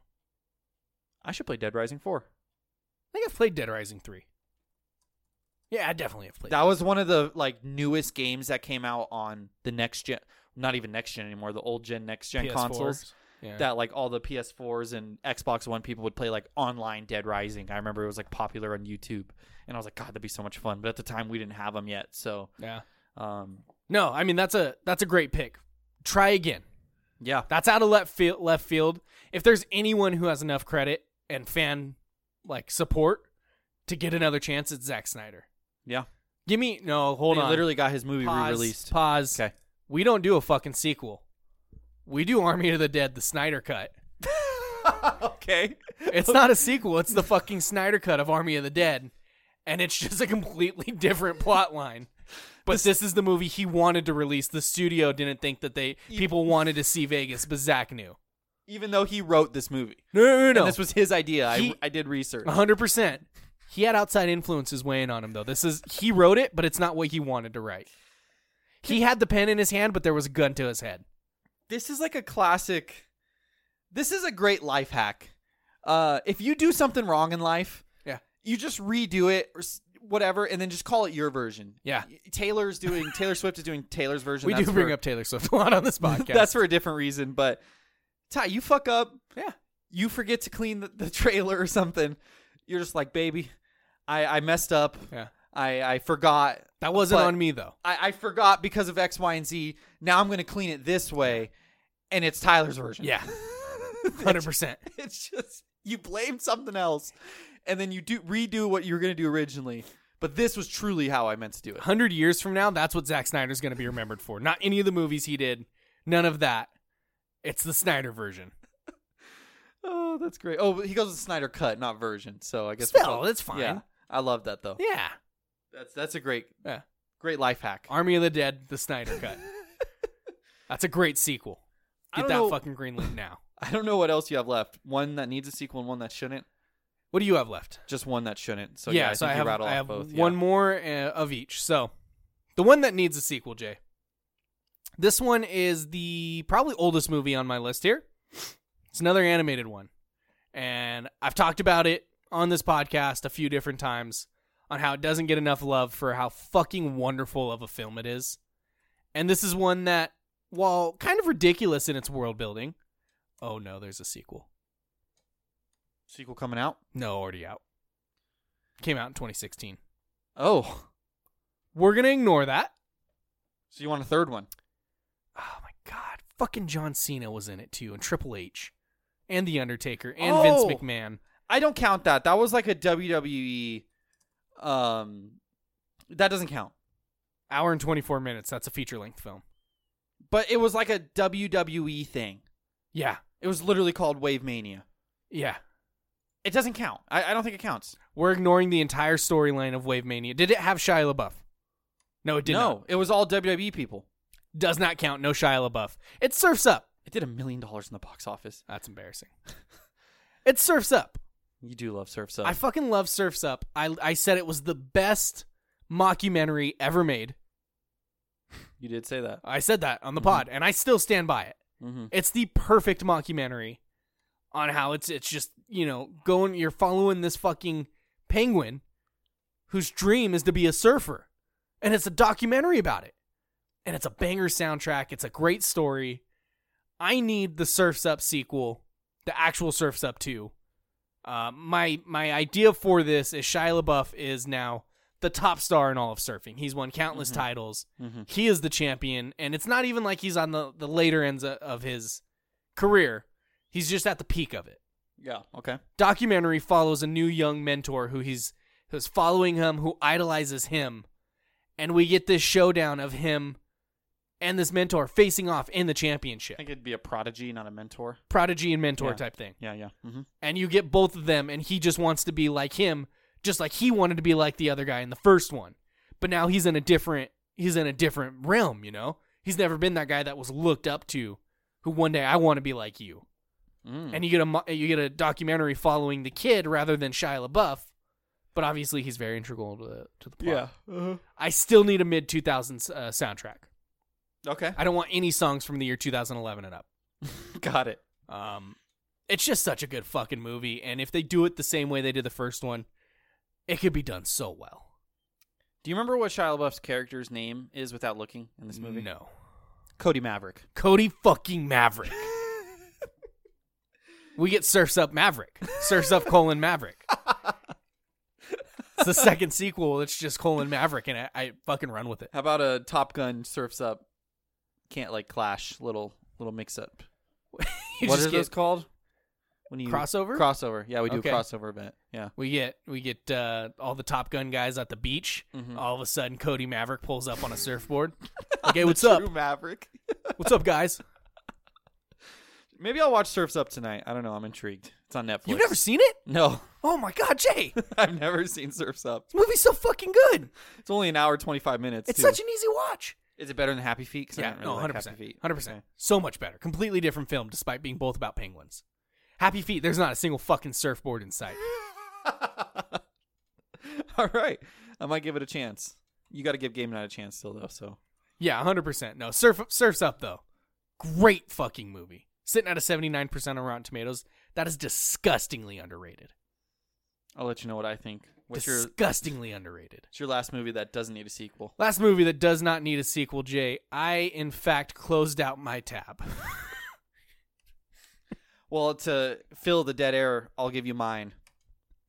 Speaker 1: I should play Dead Rising four.
Speaker 2: I think I've played Dead Rising three. Yeah, I definitely have played.
Speaker 1: That was one of the like newest games that came out on the next gen, not even next gen anymore, the old gen, next gen
Speaker 2: PS4s.
Speaker 1: consoles.
Speaker 2: Yeah.
Speaker 1: That like all the PS4s and Xbox One people would play like online Dead Rising. I remember it was like popular on YouTube, and I was like, God, that'd be so much fun. But at the time, we didn't have them yet, so
Speaker 2: yeah.
Speaker 1: um,
Speaker 2: No, I mean that's a that's a great pick. Try again.
Speaker 1: yeah,
Speaker 2: That's out of left field. Left field. If there's anyone who has enough credit and fan like support to get another chance, it's Zack Snyder.
Speaker 1: yeah.
Speaker 2: Give me no. Hold
Speaker 1: they
Speaker 2: on.
Speaker 1: literally got his movie
Speaker 2: pause,
Speaker 1: re-released.
Speaker 2: Pause.
Speaker 1: Okay.
Speaker 2: We don't do a fucking sequel. We do Army of the Dead, the Snyder cut.
Speaker 1: okay.
Speaker 2: It's not a sequel. It's the fucking Snyder cut of Army of the Dead, and it's just a completely different plot line. But this, is the movie he wanted to release. The studio didn't think that they people wanted to see Vegas, but Zach knew.
Speaker 1: Even though he wrote this movie,
Speaker 2: No, no,
Speaker 1: and this was his idea. I,
Speaker 2: He- Uh-huh.
Speaker 1: I did research.
Speaker 2: hundred percent. He had outside influences weighing on him, though. This is he wrote it, but it's not what he wanted to write. He had the pen in his hand, but there was a gun to his head.
Speaker 1: this is like a classic this is a great life hack uh if you do something wrong in life
Speaker 2: Yeah.
Speaker 1: you just redo it or s- whatever and then just call it your version
Speaker 2: Yeah.
Speaker 1: Y- taylor's doing taylor swift is doing taylor's version
Speaker 2: We do
Speaker 1: That's
Speaker 2: bring
Speaker 1: for-
Speaker 2: up Taylor Swift a lot on this podcast.
Speaker 1: that's for a different reason but ty you fuck up
Speaker 2: yeah.
Speaker 1: you forget to clean the, the trailer or something you're just like baby i i messed up
Speaker 2: Yeah.
Speaker 1: i i forgot
Speaker 2: That wasn't
Speaker 1: But-
Speaker 2: on me though.
Speaker 1: I, I forgot because of X, Y, and Z. Now I'm going to clean it this way, and it's Tyler's version.
Speaker 2: Yeah. Hundred percent.
Speaker 1: It's just you blame something else, and then you do redo what you were gonna do originally. But this was truly how I meant to do it.
Speaker 2: 100 years from now, that's what Zack Snyder's going to be remembered for. Not any of the movies he did, none of that. It's the Snyder version.
Speaker 1: Oh, that's great. Oh, but he goes with Snyder cut, not version. So I guess
Speaker 2: Still,
Speaker 1: both-
Speaker 2: that's fine.
Speaker 1: Yeah, I love that though.
Speaker 2: Yeah.
Speaker 1: That's that's a great
Speaker 2: Yeah.
Speaker 1: great life hack.
Speaker 2: Army of the Dead, the Snyder cut. that's a great sequel.
Speaker 1: I
Speaker 2: Get
Speaker 1: don't
Speaker 2: that
Speaker 1: know-
Speaker 2: fucking green lit now.
Speaker 1: I don't know what else you have left. One that needs a sequel and one that shouldn't.
Speaker 2: What do you have left?
Speaker 1: Just one that shouldn't. So yeah, I
Speaker 2: so
Speaker 1: think
Speaker 2: I
Speaker 1: you
Speaker 2: have,
Speaker 1: rattle
Speaker 2: I
Speaker 1: off
Speaker 2: have
Speaker 1: both.
Speaker 2: one
Speaker 1: yeah.
Speaker 2: more uh, of each. So the one that needs a sequel, Jay. This one is the probably oldest movie on my list here. It's another animated one. And I've talked about it on this podcast a few different times on how it doesn't get enough love for how fucking wonderful of a film it is. And this is one that, while kind of ridiculous in its world building, oh no, there's a sequel.
Speaker 1: sequel coming out.
Speaker 2: No, already out. Came out in 2016.
Speaker 1: Oh,
Speaker 2: We're gonna ignore that.
Speaker 1: so you want a third one?
Speaker 2: Oh my god, fucking John Cena was in it too, and Triple H, and The Undertaker, and Vince
Speaker 1: Oh.
Speaker 2: McMahon.
Speaker 1: I don't count that. That was like a WWE. Um, that doesn't count.
Speaker 2: Hour and twenty four minutes. That's a feature length film.
Speaker 1: But it was like a WWE thing.
Speaker 2: Yeah,
Speaker 1: It was literally called Wave Mania.
Speaker 2: yeah.
Speaker 1: It doesn't count. I, I don't think it counts.
Speaker 2: We're ignoring the entire storyline of Wave Mania. Did it have Shia LaBeouf? No, it did
Speaker 1: no,
Speaker 2: not.
Speaker 1: it was all WWE people.
Speaker 2: Does not count. No Shia LaBeouf. It surfs up.
Speaker 1: It did a million dollars in the box office.
Speaker 2: That's embarrassing. it surfs up.
Speaker 1: You do love Surf's Up.
Speaker 2: I fucking love Surfs Up. I I said it was the best mockumentary ever made.
Speaker 1: you did say that.
Speaker 2: I said that on the pod, and I still stand by it.
Speaker 1: Mm-hmm.
Speaker 2: It's the perfect mockumentary on how it's it's just, you know, going you're following this fucking penguin whose dream is to be a surfer. And it's a documentary about it. And it's a banger soundtrack, it's a great story. I need the Surfs Up sequel, the actual Surfs Up 2. Uh, my my idea for this is Shia LaBeouf is now the top star in all of surfing. He's won countless titles. He is the champion, and it's not even like he's on the, the later ends o- of his career. He's just at the peak of it.
Speaker 1: Yeah. Okay.
Speaker 2: Documentary follows a new young mentor who he's who's following him, who idolizes him, and we get this showdown of him and this mentor facing off in the championship.
Speaker 1: I think it'd be a prodigy, not a mentor.
Speaker 2: Prodigy and mentor
Speaker 1: Yeah.
Speaker 2: type thing.
Speaker 1: Yeah, yeah. Mm-hmm.
Speaker 2: And you get both of them, and he just wants to be like him, just like he wanted to be like the other guy in the first one. But now he's in a different he's in a different realm, you know? He's never been that guy that was looked up to who one day I want to be like you.
Speaker 1: Hmm. Mm.
Speaker 2: and you get a mo- you get a documentary following the kid rather than Shia LaBeouf, but obviously he's very integral to, to the plot.
Speaker 1: Uh-huh.
Speaker 2: I still need a mid 2000s uh, soundtrack.
Speaker 1: Okay.
Speaker 2: I don't want any songs from the year 2011 and up.
Speaker 1: Got it.
Speaker 2: Um, it's just such a good fucking movie, and if they do it the same way they did the first one, it could be done so well.
Speaker 1: Do you remember what Shia LaBeouf's character's name is without looking in this movie?
Speaker 2: No,
Speaker 1: Cody Maverick.
Speaker 2: Cody fucking Maverick. we get Surfs Up Maverick, Surfs Up colon Maverick. It's the second sequel. It's just colon Maverick, and I, I fucking run with it.
Speaker 1: How about a Top Gun surfs up? Can't like clash little little mix up.
Speaker 2: You
Speaker 1: what
Speaker 2: just
Speaker 1: are those
Speaker 2: get-
Speaker 1: called? When
Speaker 2: Crossover?
Speaker 1: Crossover. Yeah, we do
Speaker 2: Okay.
Speaker 1: a crossover event. Yeah.
Speaker 2: We get we get uh, all the Top Gun guys at the beach.
Speaker 1: Mm-hmm.
Speaker 2: All of a sudden, Cody Maverick pulls up on a surfboard. Okay, what's up?
Speaker 1: Maverick.
Speaker 2: What's up, guys?
Speaker 1: Maybe I'll watch Surfs Up tonight. I don't know. I'm intrigued. It's on Netflix.
Speaker 2: You've never seen it?
Speaker 1: No,
Speaker 2: Oh my god, Jay! This
Speaker 1: I've never seen Surfs Up.
Speaker 2: movie's so fucking good.
Speaker 1: It's only an hour twenty five minutes.
Speaker 2: It's
Speaker 1: too.
Speaker 2: such an easy watch.
Speaker 1: Is it better than Happy Feet? 'Cause I
Speaker 2: Yeah,
Speaker 1: don't really
Speaker 2: no,
Speaker 1: like
Speaker 2: hundred
Speaker 1: Happy
Speaker 2: percent,
Speaker 1: Feet.
Speaker 2: hundred percent.
Speaker 1: Okay.
Speaker 2: So much better. Completely different film, despite being both about penguins. Happy Feet. There's not a single fucking surfboard in sight.
Speaker 1: All right, I might give it a chance. You got to give Game Night a chance still, though. So
Speaker 2: Yeah, hundred percent. No surf. Surfs up though. Great fucking movie. Sitting at a seventy nine percent on Rotten Tomatoes. That is disgustingly underrated.
Speaker 1: I'll let you know what I think. What's your
Speaker 2: disgustingly underrated.
Speaker 1: It's your last movie that doesn't need a sequel.
Speaker 2: Last movie that does not need a sequel, Jay. I in fact closed out my tab.
Speaker 1: Well, to fill the dead air, I'll give you mine.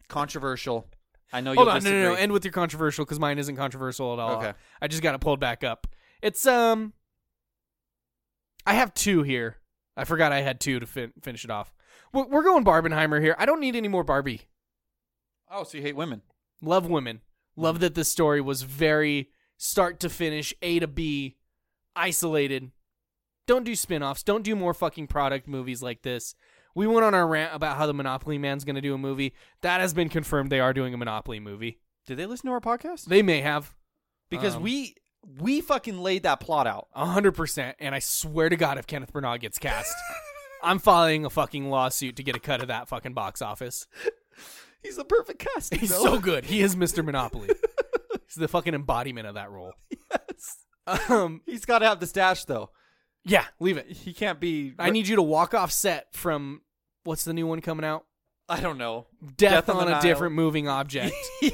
Speaker 1: Controversial. I know
Speaker 2: Hold
Speaker 1: you'll
Speaker 2: on,
Speaker 1: disagree.
Speaker 2: no, no, no. End with your controversial because mine isn't controversial at all.
Speaker 1: Okay.
Speaker 2: I just got it pulled back up. It's um, I have two here. I forgot I had two to fin- finish it off. We're, we're going Barbenheimer here. I don't need any more Barbie.
Speaker 1: oh, so you hate women?
Speaker 2: love women love that this story was very start to finish a to b isolated don't do spin-offs don't do more fucking product movies like this we went on our rant about how the monopoly man's going to do a movie that has been confirmed they are doing a monopoly movie
Speaker 1: Did they listen to our podcast?
Speaker 2: they may have
Speaker 1: because
Speaker 2: Um,
Speaker 1: we we fucking laid that plot out.
Speaker 2: 100% and i swear to god if kenneth branagh gets cast i'm filing a fucking lawsuit to get a cut of that fucking box office
Speaker 1: He's the perfect cast.
Speaker 2: He's so good. He is Mr. Monopoly. He's the fucking embodiment of that role. Yes. Um.
Speaker 1: He's got to have the stash though.
Speaker 2: Yeah. Leave it.
Speaker 1: He can't be.
Speaker 2: I need you to walk off set from what's the new one coming out?
Speaker 1: I don't know.
Speaker 2: Death,
Speaker 1: Death on
Speaker 2: on,
Speaker 1: the
Speaker 2: a
Speaker 1: Nile.
Speaker 2: different moving object
Speaker 1: Yeah.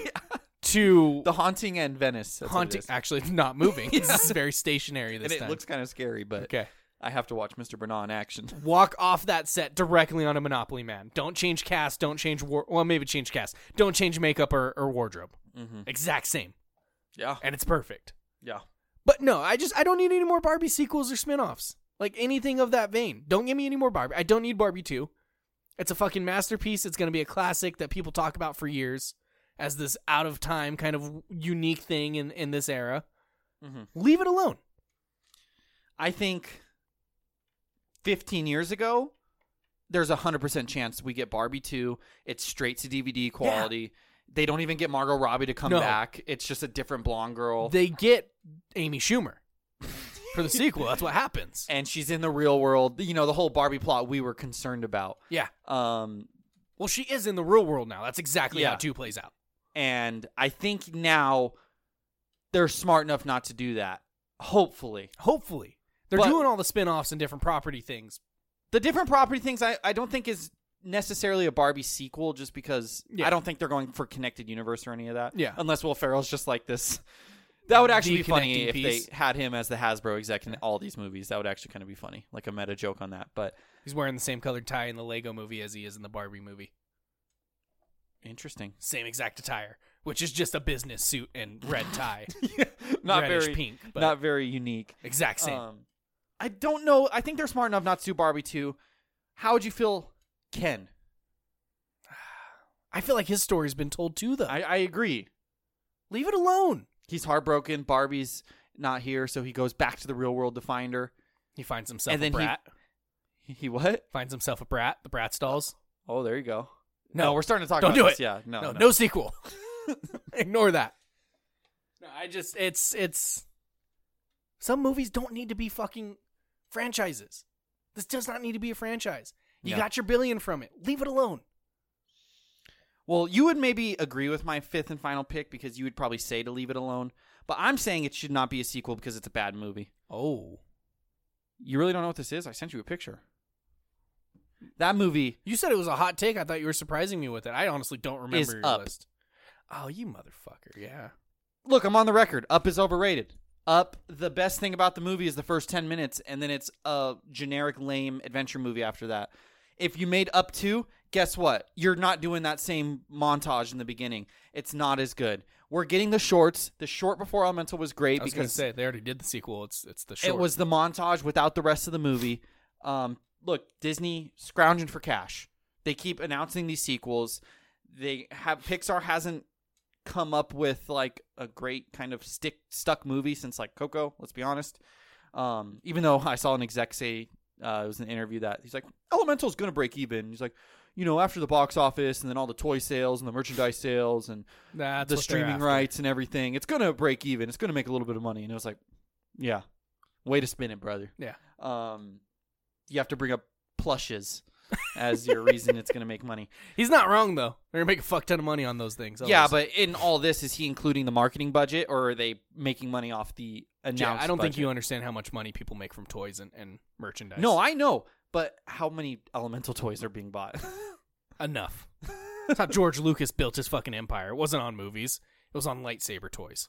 Speaker 2: to
Speaker 1: The haunting and Venice. That's what it
Speaker 2: haunting.
Speaker 1: is.
Speaker 2: Actually, it's not moving. This is very stationary
Speaker 1: and
Speaker 2: this
Speaker 1: it
Speaker 2: time.
Speaker 1: looks kind of scary, but
Speaker 2: okay.
Speaker 1: I have to watch Mr. Bernard in action.
Speaker 2: Walk off that set directly on a Monopoly man. Don't change cast. Don't change war. Well, maybe change cast. Don't change makeup or, or wardrobe. Exact same,
Speaker 1: Yeah,
Speaker 2: and it's perfect.
Speaker 1: yeah.
Speaker 2: But no, I just I don't need any more Barbie sequels or spin-offs. Like anything of that vein. Don't give me any more Barbie. I don't need Barbie 2. It's a fucking masterpiece. It's going to be a classic that people talk about for years as this out of time kind of unique thing in in this era.
Speaker 1: Mhm.
Speaker 2: Leave it alone.
Speaker 1: I think 15 years ago, there's a 100% chance we get Barbie 2. It's straight to DVD quality. They don't even get Margot Robbie to come
Speaker 2: No.
Speaker 1: back. It's just a different blonde girl.
Speaker 2: They get Amy Schumer for the sequel. That's what happens.
Speaker 1: and she's in the real world. You know, the whole Barbie plot we were concerned about.
Speaker 2: Yeah.
Speaker 1: Um,
Speaker 2: Well, she is in the real world now. That's exactly how
Speaker 1: Yeah.
Speaker 2: 2 plays out.
Speaker 1: and I think now they're smart enough not to do that. Hopefully.
Speaker 2: Hopefully. They're
Speaker 1: But-
Speaker 2: doing all the spin-offs and different property things.
Speaker 1: The different property things I, I don't think is necessarily a Barbie sequel just because
Speaker 2: Yeah.
Speaker 1: I don't think they're going for connected universe or any of that.
Speaker 2: Yeah.
Speaker 1: Unless Will Ferrell's just like this. That would actually be funny
Speaker 2: Deconnecting
Speaker 1: if
Speaker 2: piece.
Speaker 1: they had him as the Hasbro exec in all these movies. That would actually kind of be funny, like a meta joke on that. But
Speaker 2: He's wearing the same colored tie in the Lego movie as he is in the Barbie movie.
Speaker 1: interesting.
Speaker 2: same exact attire, which is just a business suit and red tie.
Speaker 1: Not
Speaker 2: Reddish
Speaker 1: very
Speaker 2: pink, but-
Speaker 1: not very unique.
Speaker 2: exact same.
Speaker 1: Um, I don't know. I think they're smart enough not to do Barbie two. How would you feel, Ken?
Speaker 2: I feel like his story's been told too, though.
Speaker 1: I, I agree.
Speaker 2: Leave it alone.
Speaker 1: He's heartbroken. Barbie's not here, so he goes back to the real world to find her.
Speaker 2: He finds himself
Speaker 1: And then
Speaker 2: a
Speaker 1: he-
Speaker 2: brat.
Speaker 1: He what?
Speaker 2: Finds himself a brat. The brat stalls.
Speaker 1: Oh, there you go.
Speaker 2: No,
Speaker 1: we're starting to talk
Speaker 2: Don't
Speaker 1: about
Speaker 2: do
Speaker 1: this.
Speaker 2: it.
Speaker 1: Yeah, no,
Speaker 2: no, no, sequel. Ignore that. No, I just it's it's some movies don't need to be fucking franchises. This does not need to be a franchise. You
Speaker 1: Yeah.
Speaker 2: got your billion from it. Leave it alone.
Speaker 1: Well, you would maybe agree with my fifth and final pick because you would probably say to leave it alone. But I'm saying it should not be a sequel because it's a bad movie.
Speaker 2: Oh.
Speaker 1: You really don't know what this is? I sent you a picture. That movie
Speaker 2: You said it was a hot take. I thought you were surprising me with it. I honestly don't remember
Speaker 1: Is
Speaker 2: your
Speaker 1: Up.
Speaker 2: list. Oh, you motherfucker. Yeah.
Speaker 1: look, I'm on the record. Up is overrated. Up, the best thing about the movie is the first 10 minutes, and then it's a generic, lame adventure movie after that. If you made Up 2, guess what? You're not doing that same montage in the beginning. It's not as good. We're getting the shorts. The short before Elemental was great
Speaker 2: I was going to
Speaker 1: because
Speaker 2: say they already did the sequel. It's it's the short.
Speaker 1: it was the montage without the rest of the movie. Um, look, Disney scrounging for cash. They keep announcing these sequels. They have Pixar hasn't come up with like a great kind of stick stuck movie since like Coco. Let's be honest. Um, even though I saw an exec say uh, it was an interview that he's like Elemental's gonna break even. He's like, you know, after the box office and then all the toy sales and the merchandise sales and
Speaker 2: That's
Speaker 1: the
Speaker 2: what they're
Speaker 1: streaming
Speaker 2: after.
Speaker 1: rights and everything. It's gonna break even. It's gonna make a little bit of money. And it was like, yeah, way to spin it, brother.
Speaker 2: Yeah.
Speaker 1: Um, you have to bring up plushes as your reason it's gonna make money.
Speaker 2: He's not wrong though. They're going to make a fuck ton of money on those things.
Speaker 1: Yeah,
Speaker 2: Otherwise-
Speaker 1: but in all this, is he including the marketing budget, or are they making money off the announced?
Speaker 2: Yeah, I don't think
Speaker 1: budget?
Speaker 2: you understand how much money people make from toys and, and merchandise.
Speaker 1: No, I know, but how many elemental toys are being bought?
Speaker 2: enough. That's how George Lucas built his fucking empire. It wasn't on movies. It was on lightsaber toys.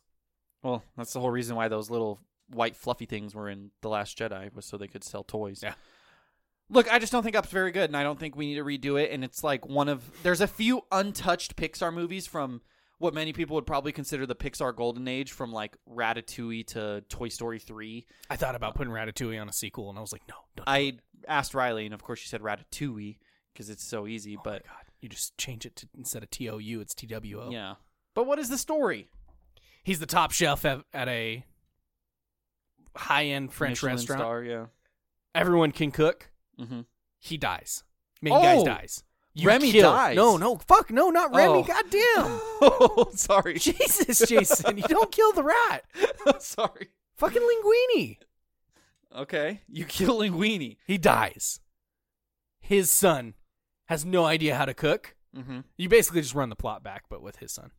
Speaker 1: well, that's the whole reason why those little white fluffy things were in the Last Jedi was so they could sell toys.
Speaker 2: Yeah.
Speaker 1: Look, I just don't think Up's very good, and I don't think we need to redo it. And it's like one of there's a few untouched Pixar movies from what many people would probably consider the Pixar golden age, from like Ratatouille to Toy Story three.
Speaker 2: I thought about putting Ratatouille on a sequel, and I was like, no, don't. do
Speaker 1: I asked Riley, and of course she said Ratatouille because it's so easy.
Speaker 2: it. oh my
Speaker 1: but
Speaker 2: God, Oh. you just change it to instead of T O U, it's T W O.
Speaker 1: yeah, but what is the story?
Speaker 2: He's the top chef at, at a high end French
Speaker 1: Michelin
Speaker 2: restaurant.
Speaker 1: star, yeah.
Speaker 2: Everyone can cook.
Speaker 1: Mm-hmm.
Speaker 2: He dies. Main
Speaker 1: Oh!
Speaker 2: guy dies. You
Speaker 1: Remy
Speaker 2: kill-
Speaker 1: dies.
Speaker 2: No, no, fuck, no, not Remy.
Speaker 1: Oh.
Speaker 2: Goddamn.
Speaker 1: oh, sorry,
Speaker 2: Jesus, Jason, you don't kill the rat.
Speaker 1: sorry.
Speaker 2: Fucking linguini.
Speaker 1: Okay, you kill Linguini.
Speaker 2: He dies. His son has no idea how to cook.
Speaker 1: Mm-hmm.
Speaker 2: You basically just run the plot back, but with his son.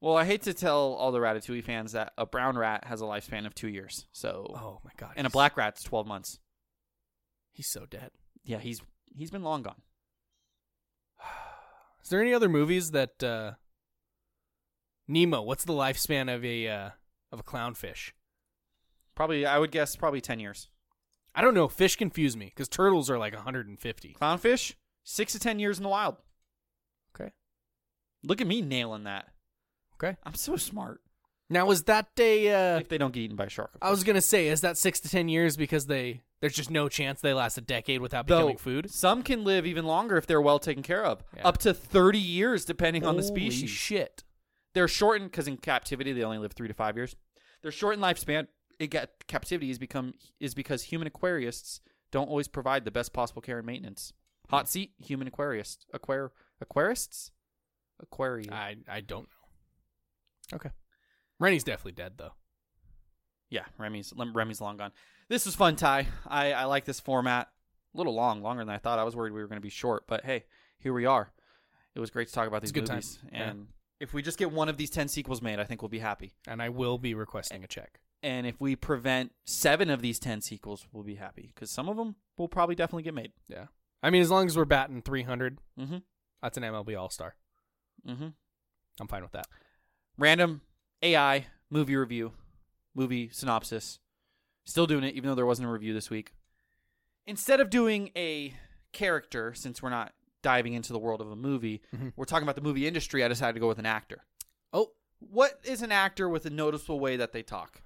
Speaker 1: Well, I hate to tell all the Ratatouille fans that a brown rat has a lifespan of two years. So,
Speaker 2: Oh my god.
Speaker 1: and a
Speaker 2: he's-
Speaker 1: black rat's twelve months.
Speaker 2: He's so dead.
Speaker 1: Yeah, he's he's been long gone.
Speaker 2: Is there any other movies that uh Nemo, what's the lifespan of a uh of a clownfish?
Speaker 1: Probably, I would guess probably ten years.
Speaker 2: I don't know, fish confuse me cuz turtles are like 150.
Speaker 1: Clownfish, six to ten years in the wild.
Speaker 2: Okay.
Speaker 1: Look at me nailing that.
Speaker 2: Okay.
Speaker 1: I'm so smart.
Speaker 2: Now is that a uh
Speaker 1: if they don't get eaten by a shark, of
Speaker 2: I was
Speaker 1: course.
Speaker 2: going to say is that 6 to 10 years because they there's just no chance they last a decade without becoming food?
Speaker 1: Some can live even longer if they're well taken care of,
Speaker 2: Yeah.
Speaker 1: up to thirty years depending on the
Speaker 2: Holy
Speaker 1: species.
Speaker 2: Shit.
Speaker 1: they're shortened because in captivity they only live three to five years. Their shortened lifespan it got, captivity is become is because human aquarists don't always provide the best possible care and maintenance. Hot seat, human aquarist, aquar aquarists, aquarium.
Speaker 2: I I don't know. Okay. Rennie's definitely dead though.
Speaker 1: yeah, Remy's Lem- Remy's long gone. This was fun, Ty. I I like this format. A little long, longer than I thought. I was worried we were going to be short, but hey, here we are. It was great to talk about
Speaker 2: It's
Speaker 1: these
Speaker 2: a good time.
Speaker 1: movies,
Speaker 2: Yeah.
Speaker 1: and if we just get one of these ten sequels made, I think we'll be happy.
Speaker 2: And I will be requesting a check.
Speaker 1: and if we prevent seven of these ten sequels, we'll be happy because some of them will probably definitely get made.
Speaker 2: Yeah. I mean, as long as we're batting 300,
Speaker 1: Mm-hmm.
Speaker 2: that's an MLB All Star.
Speaker 1: Mm-hmm.
Speaker 2: I'm fine with that.
Speaker 1: Random AI movie review, movie synopsis. Still doing it, even though there wasn't a review this week. Instead of doing a character, since we're not diving into the world of a movie,
Speaker 2: Mhm.
Speaker 1: we're talking about the movie industry. I decided to go with an actor.
Speaker 2: Oh,
Speaker 1: What is an actor with a noticeable way that they talk?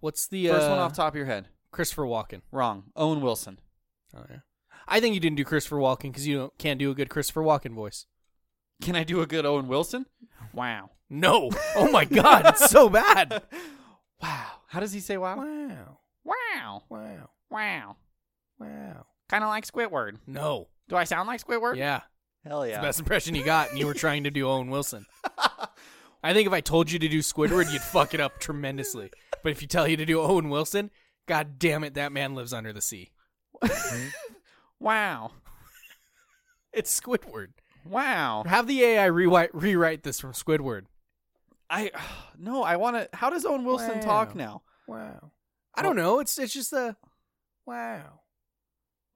Speaker 2: what's the
Speaker 1: First
Speaker 2: uh,
Speaker 1: one off top of your head.
Speaker 2: Christopher Walken?
Speaker 1: Wrong. Owen Wilson.
Speaker 2: Oh yeah. I think you didn't do Christopher Walken because you don't, can't do a good Christopher Walken voice.
Speaker 1: Can I do a good Owen Wilson? Wow.
Speaker 2: No. Oh my God, it's so bad.
Speaker 1: Wow. How does he say wow?
Speaker 2: Wow.
Speaker 1: Wow.
Speaker 2: Wow.
Speaker 1: Wow.
Speaker 2: Wow.
Speaker 1: Kind of like Squidward.
Speaker 2: No.
Speaker 1: Do I sound like Squidward?
Speaker 2: Yeah.
Speaker 1: Hell
Speaker 2: It's
Speaker 1: yeah.
Speaker 2: the best impression you got, and you were trying to do Owen Wilson. I think if I told you to do Squidward, you'd fuck it up tremendously. But if you tell you to do Owen Wilson, god damn it, that man lives under the sea.
Speaker 1: Wow.
Speaker 2: It's Squidward.
Speaker 1: Wow.
Speaker 2: Have the AI rewrite rewrite this from Squidward.
Speaker 1: I no, I want to. How does Owen Wilson
Speaker 2: Wow.
Speaker 1: talk now?
Speaker 2: Wow. I don't know. It's it's just the wow.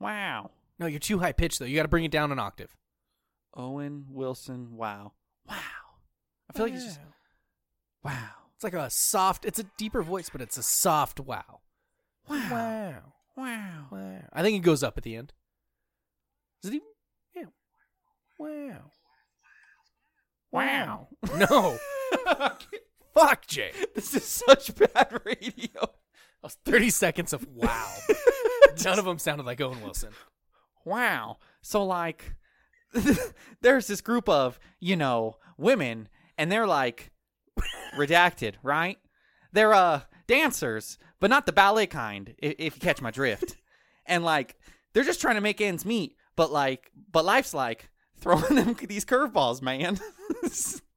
Speaker 1: Wow.
Speaker 2: No, you're too high pitched though. You got to bring it down an octave.
Speaker 1: Owen Wilson. Wow. Wow. I feel like he's just wow.
Speaker 2: It's like a soft. It's a deeper voice, but it's a soft wow.
Speaker 1: Wow.
Speaker 2: Wow.
Speaker 1: Wow.
Speaker 2: Wow. I think it goes up at the end. Is it even? Yeah. Wow. Wow. No. Fuck, Jay.
Speaker 1: this is such bad radio.
Speaker 2: That was 30 seconds of wow. None of them sounded like Owen Wilson.
Speaker 1: Wow. So like there's this group of, you know, women and they're like redacted, right? They're uh dancers, but not the ballet kind, if, if you catch my drift. and like they're just trying to make ends meet, but like but life's like throwing them these curveballs, man.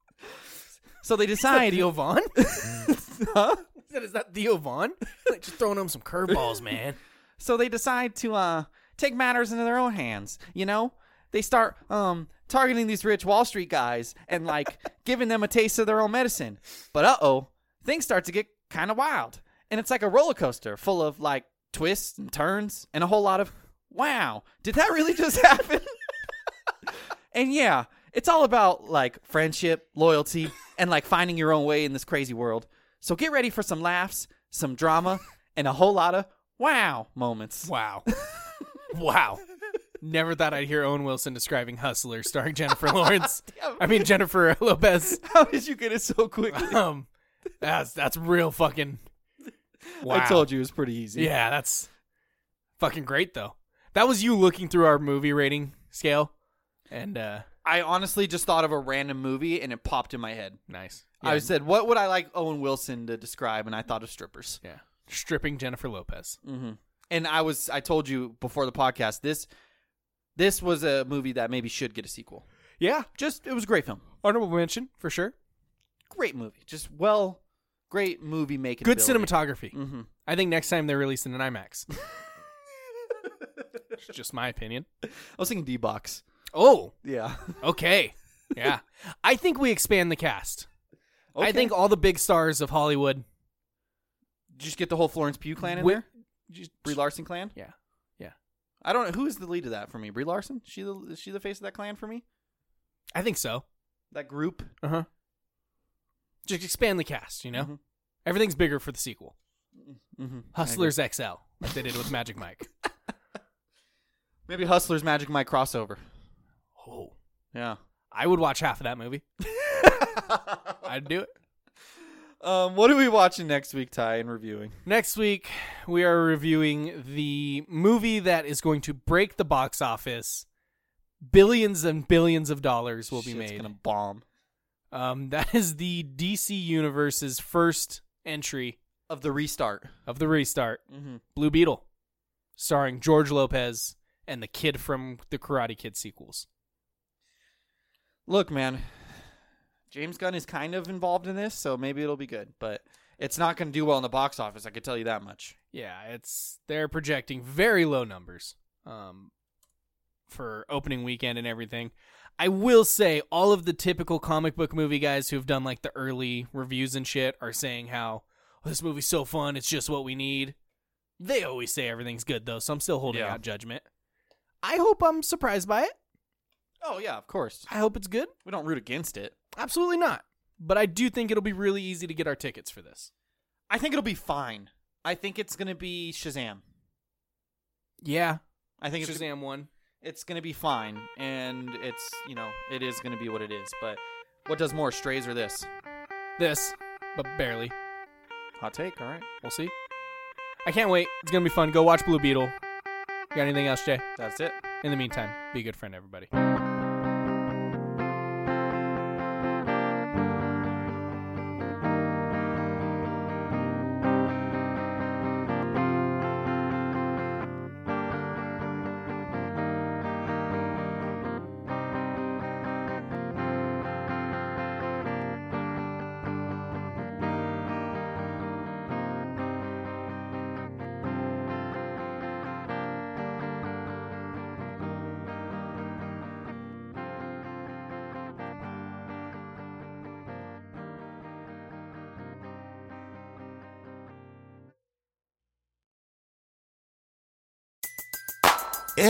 Speaker 1: so they decide
Speaker 2: Theo Vaughn?
Speaker 1: Huh?
Speaker 2: I said, Is that Theo Vaughn? Like, just throwing him some curveballs, man.
Speaker 1: So they decide to uh, take matters into their own hands. You know, they start um, targeting these rich Wall Street guys and like giving them a taste of their own medicine. But uh oh, things start to get kind of wild, and it's like a roller coaster full of like twists and turns and a whole lot of wow. Did that really just happen? and yeah, it's all about like friendship, loyalty, and like finding your own way in this crazy world. So get ready for some laughs, some drama, and a whole lot of wow moments.
Speaker 2: Wow. wow. Never thought I'd hear Owen Wilson describing Hustler starring Jennifer Lawrence. I mean, Jennifer Lopez.
Speaker 1: How did you get it so quickly?
Speaker 2: Um, that's, that's real fucking. Wow.
Speaker 1: I told you it was pretty easy.
Speaker 2: Yeah, that's fucking great though. That was you looking through our movie rating scale, and uh
Speaker 1: I honestly just thought of a random movie and it popped in my head.
Speaker 2: nice.
Speaker 1: I said, "What would I like Owen Wilson to describe?" And I thought of strippers.
Speaker 2: yeah, stripping Jennifer Lopez.
Speaker 1: Mm. And I was I told you before the podcast this this was a movie that maybe should get a sequel.
Speaker 2: Yeah,
Speaker 1: Just it was a great film.
Speaker 2: honorable mention for sure.
Speaker 1: Great movie. Just well great movie making.
Speaker 2: Good
Speaker 1: ability.
Speaker 2: cinematography.
Speaker 1: Mm-hmm.
Speaker 2: I think next time they're releasing an IMAX. it's just my opinion.
Speaker 1: I was thinking D-Box.
Speaker 2: Oh,
Speaker 1: Yeah.
Speaker 2: okay, yeah. I think we expand the cast. I
Speaker 1: Okay.
Speaker 2: think all the big stars of Hollywood.
Speaker 1: just get the whole Florence Pugh clan in
Speaker 2: Wi-
Speaker 1: there.
Speaker 2: Just,
Speaker 1: Brie Larson clan.
Speaker 2: yeah, yeah.
Speaker 1: I don't know who is the lead of that for me. Brie Larson. She the is she the face of that clan for me?
Speaker 2: I think so.
Speaker 1: That group.
Speaker 2: Uh huh. Just expand the cast, you know?
Speaker 1: Mhm.
Speaker 2: Everything's bigger for the sequel.
Speaker 1: Mm-hmm.
Speaker 2: Hustlers XL, like they did with Magic Mike.
Speaker 1: Maybe Hustlers Magic Mike crossover.
Speaker 2: Oh.
Speaker 1: Yeah.
Speaker 2: I would watch half of that movie. I'd do it.
Speaker 1: Um, what are we watching next week, Ty, and reviewing?
Speaker 2: Next week, we are reviewing the movie that is going to break the box office. Billions and billions of dollars will be
Speaker 1: Shit's
Speaker 2: made.
Speaker 1: gonna bomb.
Speaker 2: Um, that is the DC Universe's first entry
Speaker 1: Of the restart.
Speaker 2: of the restart.
Speaker 1: Mhm.
Speaker 2: Blue Beetle, starring George Lopez and the kid from the Karate Kid sequels.
Speaker 1: Look, man, James Gunn is kind of involved in this, so maybe it'll be good, but it's not gonna do well in the box office. I can tell you that much.
Speaker 2: Yeah, it's they're projecting very low numbers um, for opening weekend and everything. I will say all of the typical comic book movie guys who've done like the early reviews and shit are saying how "Oh, this movie's so fun, it's just what we need. They always say everything's good though, so I'm still holding
Speaker 1: Yeah.
Speaker 2: out judgment. I hope I'm surprised by it.
Speaker 1: Oh yeah, of course.
Speaker 2: I hope it's good.
Speaker 1: We don't root against it.
Speaker 2: Absolutely not. But I do think it'll be really easy to get our tickets for this.
Speaker 1: I think it'll be fine. I think it's gonna be Shazam.
Speaker 2: Yeah.
Speaker 1: I think it's
Speaker 2: Shazam one.
Speaker 1: it's gonna be fine, and it's you know it is gonna be what it is. But what does more, Strays or this?
Speaker 2: This, but barely.
Speaker 1: Hot take. All right,
Speaker 2: We'll see. I can't wait. It's going to be fun. Go watch Blue Beetle. Got anything else, Jay?
Speaker 1: that's it.
Speaker 2: In the meantime, be a good friend, everybody.